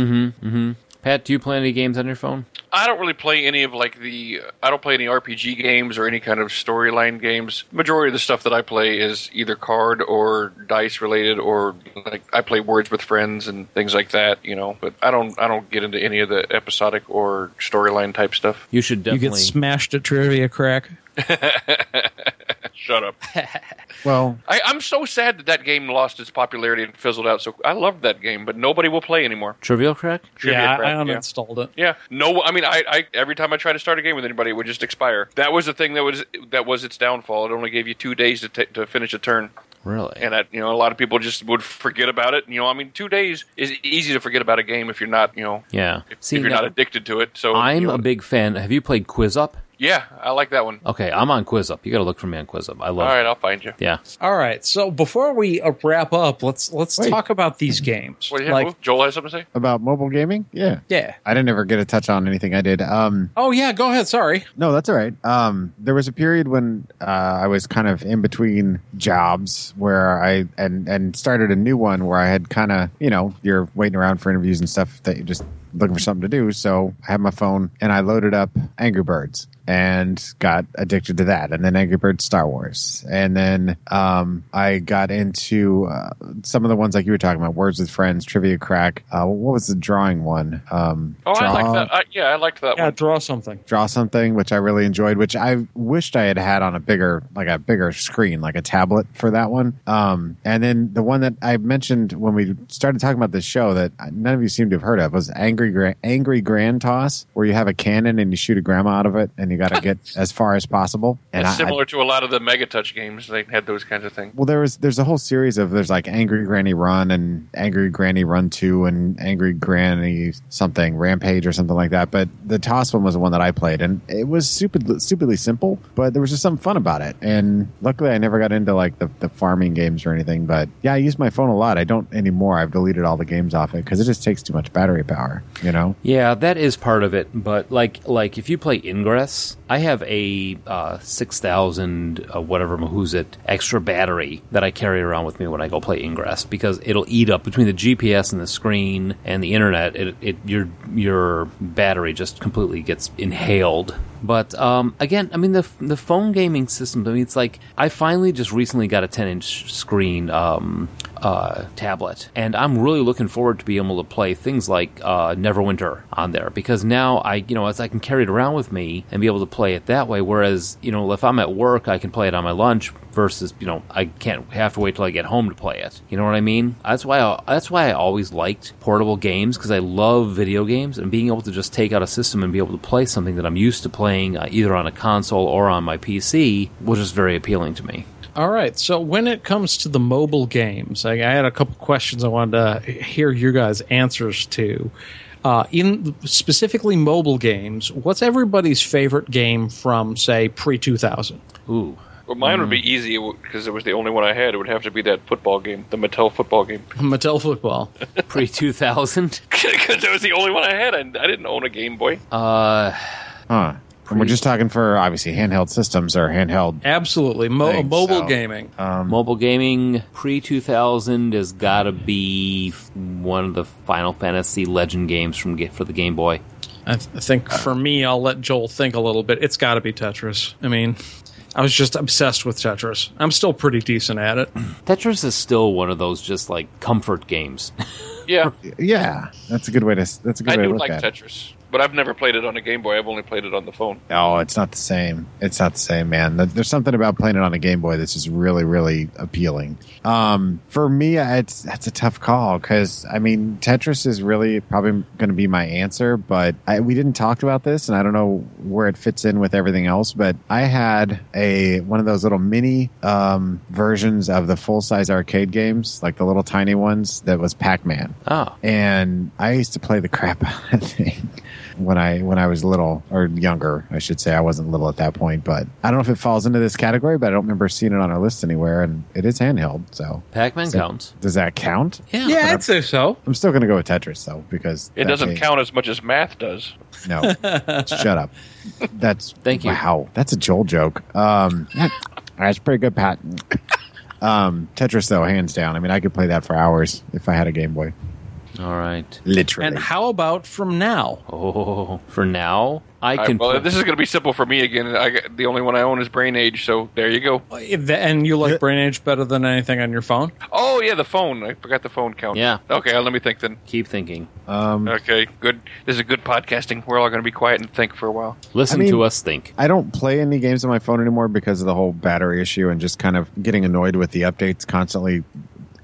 [SPEAKER 2] Pat, do you play any games on your phone?
[SPEAKER 3] I don't really play any of like the I don't play any RPG games or any kind of storyline games. Majority of the stuff that I play is either card or dice related or like I play words with friends and things like that, you know, but I don't I don't get into any of the episodic or storyline type stuff.
[SPEAKER 2] You should
[SPEAKER 5] You
[SPEAKER 2] definitely.
[SPEAKER 5] get smashed at trivia crack.
[SPEAKER 3] Shut up.
[SPEAKER 4] Well,
[SPEAKER 3] I, I'm so sad that that game lost its popularity and fizzled out. So I loved that game, but nobody will play anymore.
[SPEAKER 2] Trivial crack?
[SPEAKER 3] Trivia
[SPEAKER 5] yeah,
[SPEAKER 3] crap,
[SPEAKER 5] I, I
[SPEAKER 3] yeah.
[SPEAKER 5] uninstalled it.
[SPEAKER 3] Yeah, no. I mean, I, I every time I tried to start a game with anybody, it would just expire. That was the thing that was that was its downfall. It only gave you two days to ta to finish a turn,
[SPEAKER 2] Really?
[SPEAKER 3] and that you know a lot of people just would forget about it. You know, I mean, two days is easy to forget about a game if you're not you know
[SPEAKER 2] yeah.
[SPEAKER 3] if,
[SPEAKER 2] See,
[SPEAKER 3] if you're
[SPEAKER 2] now,
[SPEAKER 3] not addicted to it. So
[SPEAKER 2] I'm
[SPEAKER 3] you know,
[SPEAKER 2] a big fan. Have you played Quiz Up?
[SPEAKER 3] yeah. I like that one.
[SPEAKER 2] Okay, I'm on Quiz Up. You got to look for me on Quiz Up. I love.
[SPEAKER 3] All right, I'll find you.
[SPEAKER 2] Yeah.
[SPEAKER 5] All right. So before we uh, wrap up, let's let's
[SPEAKER 4] Wait.
[SPEAKER 5] talk about these games.
[SPEAKER 3] What do you have?
[SPEAKER 5] like,
[SPEAKER 3] Wolf? Joel has something to say.
[SPEAKER 4] about mobile gaming, yeah.
[SPEAKER 5] yeah.
[SPEAKER 4] I didn't ever get a touch on anything I did. Um,
[SPEAKER 5] Oh yeah. Go ahead. Sorry.
[SPEAKER 4] No, that's all right. Um, there was a period when uh, I was kind of in between jobs where I and and started a new one where I had kind of you know you're waiting around for interviews and stuff that you're just looking for something to do. So I had my phone and I loaded up Angry Birds and got addicted to that, and then Angry Birds Star Wars, and then um, I got into uh, some of the ones like you were talking about, Words with Friends, Trivia Crack. Uh, what was the drawing one? Um,
[SPEAKER 3] Oh, I
[SPEAKER 4] draw-
[SPEAKER 3] like that. I, yeah, I liked that
[SPEAKER 5] Yeah.
[SPEAKER 3] one.
[SPEAKER 5] Draw something.
[SPEAKER 4] draw something which i really enjoyed which i wished i had had on a bigger like a bigger screen like a tablet for that one um, and then the one that i mentioned when we started talking about this show that none of you seem to have heard of was angry Gra- angry grand toss where you have a cannon and you shoot a grandma out of it and you got to get as far as possible and
[SPEAKER 3] That's
[SPEAKER 4] I- I-
[SPEAKER 3] similar to a lot of the Mega Touch games. They had those kinds of things.
[SPEAKER 4] well, there was there's a whole series of there's like Angry Granny Run and Angry Granny Run Two and Angry Granny something Rampage or something like that. But the toss one was the one that I played, and it was stupid, stupidly simple, but there was just something fun about it. And luckily, I never got into like the, the farming games or anything. But yeah, I use my phone a lot. I don't anymore. I've deleted all the games off it because it just takes too much battery power. You know.
[SPEAKER 2] Yeah, that is part of it. But like, like if you play Ingress, I have a uh, six thousand uh, whatever Mahuzit extra battery that I carry around with me when I go play Ingress because it'll eat up between the GPS and the screen and the internet. It, it your your battery just completely gets inhaled. But um, again, I mean the the phone gaming systems. I mean, it's like I finally just recently got a ten inch screen. Um, uh, tablet, and I'm really looking forward to being able to play things like uh, Neverwinter on there because now I, you know, as I can carry it around with me and be able to play it that way. Whereas, you know, if I'm at work, I can play it on my lunch versus, you know, I can't have to wait till I get home to play it. You know what I mean? That's why I, that's why I always liked portable games because I love video games and being able to just take out a system and be able to play something that I'm used to playing uh, either on a console or on my PC was just very appealing to me.
[SPEAKER 5] All right. So when it comes to the mobile games, I, I had a couple questions I wanted to hear you guys' answers to. Uh, in specifically mobile games, what's everybody's favorite game from say pre two thousand?
[SPEAKER 2] Ooh,
[SPEAKER 3] Well, mine would be easy because it was the only one I had. It would have to be that football game, the Mattel football game,
[SPEAKER 5] Mattel football.
[SPEAKER 2] Pre 2000?
[SPEAKER 3] because that was the only one I had. I, I didn't own a Game Boy.
[SPEAKER 2] Uh,
[SPEAKER 4] Huh. And we're just talking for obviously handheld systems or handheld.
[SPEAKER 5] Absolutely, Mo-
[SPEAKER 4] Think
[SPEAKER 5] mobile
[SPEAKER 4] so.
[SPEAKER 5] gaming.
[SPEAKER 2] mobile gaming pre 2000 has got to be one of the Final Fantasy Legend games from Ga- for the Game Boy.
[SPEAKER 5] I, th- I think for me, I'll let Joel think a little bit. It's got to be Tetris. I mean, I was just obsessed with Tetris. I'm still pretty decent at it.
[SPEAKER 2] Tetris is still one of those just like comfort games.
[SPEAKER 3] Yeah,
[SPEAKER 4] Yeah, that's a good way to. That's a good
[SPEAKER 3] I
[SPEAKER 4] way to
[SPEAKER 3] do
[SPEAKER 4] look
[SPEAKER 3] like
[SPEAKER 4] at
[SPEAKER 3] Tetris, but I've never played it on a Game Boy. I've only played it on the phone.
[SPEAKER 4] it. Oh, it's not the same. It's not the same, man. There- There's something about playing it on a Game Boy that's just really, really appealing. Um, for me, it's that's a tough call because I mean Tetris is really probably going to be my answer, but I, we didn't talk about this, and I don't know where it fits in with everything else. But I had a one of those little mini um, versions of the full size arcade games, like the little tiny ones that was Pac Man.
[SPEAKER 2] Ah,
[SPEAKER 4] and I used to play the crap out of that thing when I when I was little or younger, I should say. I wasn't little at that point, but I don't know if it falls into this category, but I don't remember seeing it on our list anywhere, and it is handheld, so
[SPEAKER 2] Pac Man
[SPEAKER 4] So-
[SPEAKER 2] counts.
[SPEAKER 4] does that count?
[SPEAKER 5] Yeah, I'd say so.
[SPEAKER 4] I'm still going to go with Tetris though because
[SPEAKER 3] It
[SPEAKER 4] that
[SPEAKER 3] doesn't
[SPEAKER 4] game-
[SPEAKER 3] count as much as math does.
[SPEAKER 4] No, shut up. That's
[SPEAKER 2] Thank you.
[SPEAKER 4] Wow, that's a Joel joke. Um, that's pretty good, Pat. Um, Tetris though, hands down. I mean, I could play that for hours if I had a Game Boy.
[SPEAKER 2] All right.
[SPEAKER 4] Literally.
[SPEAKER 5] And how about from now?
[SPEAKER 2] Oh, for now, I
[SPEAKER 3] I-
[SPEAKER 2] can.
[SPEAKER 3] well,
[SPEAKER 2] put-
[SPEAKER 3] this is going to be simple for me again. I, got- the only one I own is Brain Age, so there you go.
[SPEAKER 5] If the- And you like Brain Age better than anything on your phone?
[SPEAKER 3] Oh yeah, the phone. I forgot the phone count.
[SPEAKER 2] Yeah.
[SPEAKER 3] Okay, let me think then.
[SPEAKER 2] keep thinking.
[SPEAKER 4] um,
[SPEAKER 3] Okay, good. This is good podcasting. We're all going to be quiet and think for a while.
[SPEAKER 2] Listen
[SPEAKER 4] I mean-
[SPEAKER 2] to us think.
[SPEAKER 4] I don't play any games on my phone anymore because of the whole battery issue and just kind of getting annoyed with the updates constantly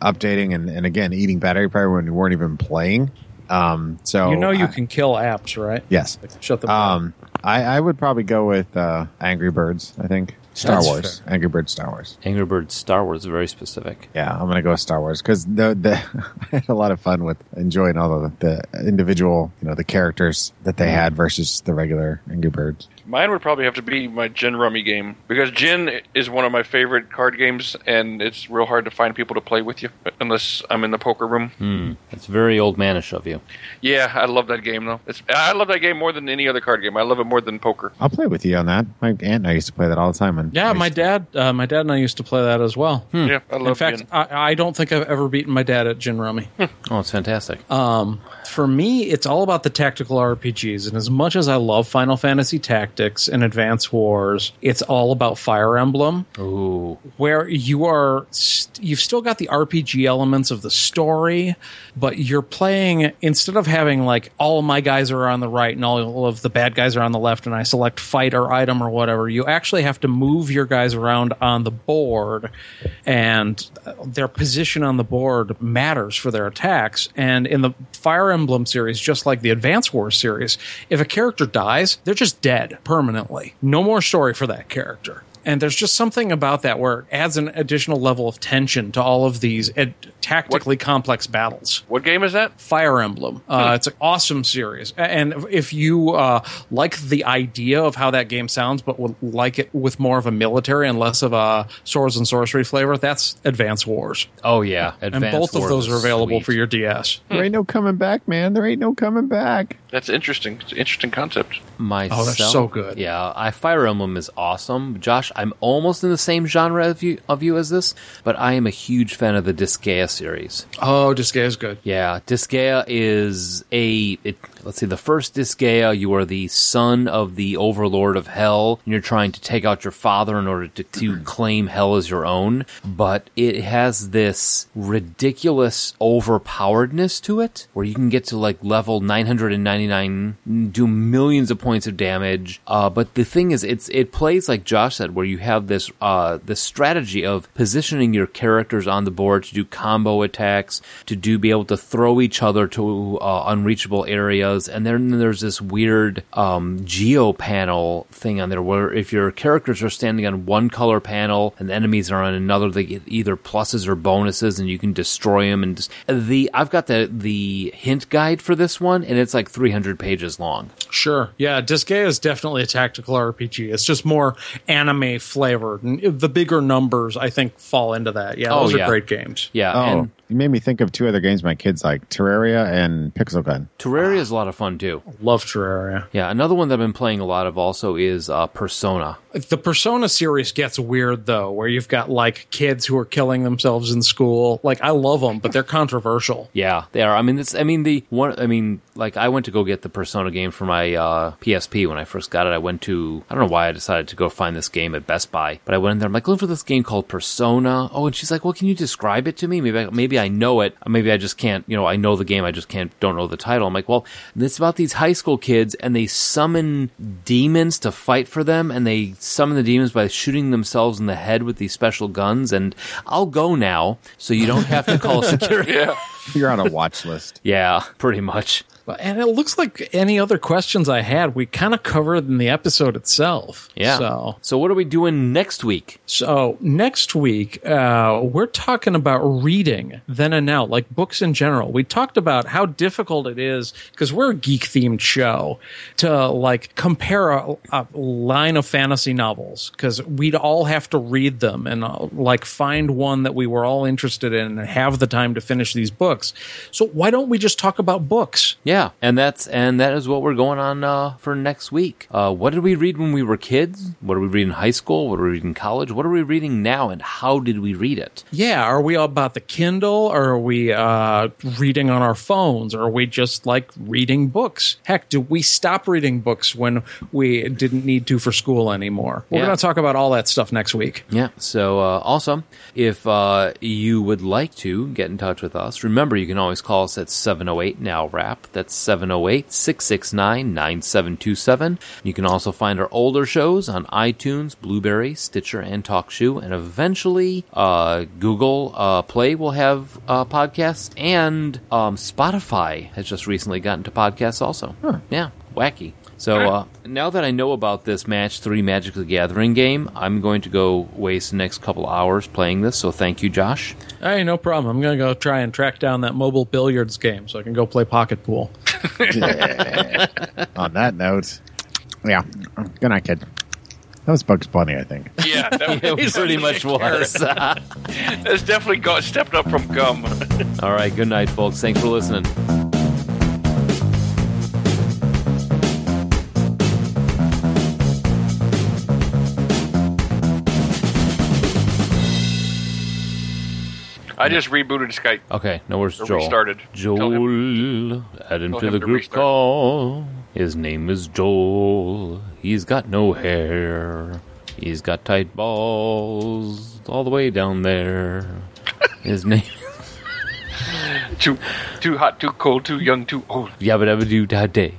[SPEAKER 4] updating and, and again eating battery power when we weren't even playing. Um, so
[SPEAKER 5] you know you
[SPEAKER 4] I-
[SPEAKER 5] can kill apps, right?
[SPEAKER 4] yes.
[SPEAKER 5] Shut them down.
[SPEAKER 4] Um, I, I would probably go with uh, Angry Birds. I think Star
[SPEAKER 5] That's
[SPEAKER 4] Wars. Angry Birds, Star Wars.
[SPEAKER 2] Angry Birds Star Wars very specific.
[SPEAKER 4] Yeah, I'm gonna go with Star Wars because the, the I had a lot of fun with enjoying all the, the individual, you know, the characters that they had versus the regular Angry Birds.
[SPEAKER 3] Mine would probably have to be my Gin Rummy game because Gin is one of my favorite card games, and it's real hard to find people to play with you unless I'm in the poker room.
[SPEAKER 2] Hmm. That's very old manish of you.
[SPEAKER 3] Yeah, I love that game though. It's, I love that game more than any other card game. I love it more than poker.
[SPEAKER 4] I'll play with you on that. My aunt and I used to play that all the time. And I
[SPEAKER 5] yeah,
[SPEAKER 4] used
[SPEAKER 5] my
[SPEAKER 4] to-
[SPEAKER 5] dad, uh, my dad and I used to play that as well. Hmm.
[SPEAKER 3] Yeah, I love
[SPEAKER 5] In fact,
[SPEAKER 3] Gin.
[SPEAKER 5] I, I don't think I've ever beaten my dad at Gin Rummy.
[SPEAKER 2] Oh, it's fantastic.
[SPEAKER 5] Um, for me, it's all about the tactical RPGs, and as much as I love Final Fantasy Tactics and Advance Wars, it's all about Fire Emblem,
[SPEAKER 2] Ooh,
[SPEAKER 5] where you are st- you've still got the RPG elements of the story, but you're playing instead of having like all my guys are on the right and all of the bad guys are on the left, and I select fight or item or whatever. You actually have to move your guys around on the board, and uh, their position on the board matters for their attacks. And in the Fire Emblem series, just like the Advance Wars series, if a character dies, they're just dead permanently. No more story for that character. And there's just something about that where it adds an additional level of tension to all of these ed- tactically complex battles.
[SPEAKER 3] What game is that?
[SPEAKER 5] Fire Emblem. Uh, It's an awesome series. A- And if you uh, like the idea of how that game sounds, but would like it with more of a military and less of a swords and sorcery flavor, that's Advance Wars.
[SPEAKER 2] Oh yeah,
[SPEAKER 5] And both of those are available for
[SPEAKER 2] your.
[SPEAKER 5] your DS.
[SPEAKER 4] There ain't no coming back, man. There ain't no coming back.
[SPEAKER 3] That's interesting. It's an interesting concept.
[SPEAKER 2] myself.
[SPEAKER 5] Oh, so good.
[SPEAKER 2] Yeah, I Fire Emblem is awesome. Josh, I'm almost in the same genre of you of you as this, but I am a huge fan of the Disgaea series.
[SPEAKER 5] Oh, Disgaea is good.
[SPEAKER 2] Yeah, Disgaea is a it, let's see, the first Disgaea, you are the son of the overlord of hell, and you're trying to take out your father in order to, to claim hell as your own. But it has this ridiculous overpoweredness to it, where you can get to like level 999, do millions of points of damage. Uh, but the thing is, it's it plays like Josh said, where you have this uh, this strategy of positioning your characters on the board to do combo attacks, to do be able to throw each other to uh, unreachable areas, and then there's this weird um, geo panel thing on there where if your characters are standing on one color panel and the enemies are on another, they get either pluses or bonuses, and you can destroy them. And just, uh, the I've got the the hint guide for this one, and it's like 300 pages long.
[SPEAKER 5] Sure. Yeah, Disgaea is definitely a tactical RPG. It's just more anime Army flavor. N- The bigger numbers, I think, fall into that. Yeah,
[SPEAKER 2] Oh,
[SPEAKER 5] those
[SPEAKER 2] yeah.
[SPEAKER 5] are great games.
[SPEAKER 2] Yeah,
[SPEAKER 7] Oh,
[SPEAKER 2] and
[SPEAKER 7] you made me think of two other games my kids like Terraria and Pixel Gun.
[SPEAKER 2] Terraria is a lot of fun too.
[SPEAKER 5] Love Terraria.
[SPEAKER 2] Yeah, another one that I've been playing a lot of also is uh, Persona.
[SPEAKER 5] The Persona series gets weird though, where you've got like kids who are killing themselves in school. Like I love them, but they're controversial.
[SPEAKER 2] Yeah, they are. I mean, it's. I mean, the one. I mean, like I went to go get the Persona game for my uh, PSP when I first got it. I went to. I don't know why I decided to go find this game at Best Buy, but I went in there. I'm like, looking for this game called Persona. Oh, and she's like, well, can you describe it to me? Maybe, I, maybe I know it. Maybe I just can't. You know, I know the game. I just can't. Don't know the title. I'm like, well, it's about these high school kids, and they summon demons to fight for them, and they summon the demons by shooting themselves in the head with these special guns. And I'll go now, so you don't have to call security.
[SPEAKER 7] You're on a watch list.
[SPEAKER 2] Yeah, pretty much.
[SPEAKER 5] And it looks like any other questions I had, we kind of covered in the episode itself.
[SPEAKER 2] Yeah.
[SPEAKER 5] So
[SPEAKER 2] what are we doing next week?
[SPEAKER 5] So next week, uh, we're talking about reading then and now, like books in general. We talked about how difficult it is because we're a geek themed show to like compare a, a line of fantasy novels because we'd all have to read them and uh, like find one that we were all interested in and have the time to finish these books. So why don't we just talk about books?
[SPEAKER 2] Yeah, and that's and that is what we're going on uh, for next week. Uh, what did we read when we were kids? What did we read in high school? What did we read in college? What are we reading now, and how did we read it?
[SPEAKER 5] Yeah, are we about the Kindle? Or are we uh, reading on our phones? Or are we just like reading books? Heck, do we stop reading books when we didn't need to for school anymore? We're
[SPEAKER 2] Yeah.
[SPEAKER 5] going to talk about all that stuff next week.
[SPEAKER 2] Yeah. So uh, also, if uh, you would like to get in touch with us, remember you can always call us at 708 now wrap. That's 708 669 9727. You can also find our older shows on iTunes, Blueberry, Stitcher, and TalkShoe. And eventually, uh, Google uh, Play will have uh, podcasts, and um, Spotify has just recently gotten to podcasts also. Yeah. Wacky. So uh, now that I know about this match three Magic the Gathering game, I'm going to go waste the next couple hours playing this. So thank you, Josh.
[SPEAKER 5] Hey, no problem. I'm going to go try and track down that mobile billiards game so I can go play pocket pool.
[SPEAKER 7] on that note, yeah. Good night, kid. That was Bugs Bunny, I think.
[SPEAKER 3] Yeah, that,
[SPEAKER 2] It pretty much was. All
[SPEAKER 3] that's definitely got stepped up from gum.
[SPEAKER 2] right. Good night, folks. Thanks for listening.
[SPEAKER 3] I just rebooted Skype.
[SPEAKER 2] Okay. Now where's
[SPEAKER 3] Or
[SPEAKER 2] Joel?
[SPEAKER 3] restarted. Tell
[SPEAKER 2] Joel, add him
[SPEAKER 3] tell
[SPEAKER 2] to
[SPEAKER 3] him
[SPEAKER 2] the
[SPEAKER 3] to
[SPEAKER 2] group
[SPEAKER 3] restart.
[SPEAKER 2] call. His name is Joel. He's got no hair. He's got tight balls all the way down there. His name.
[SPEAKER 3] Too, Oh, too hot, too cold, too young, too old.
[SPEAKER 2] Yabba dabba doo da day.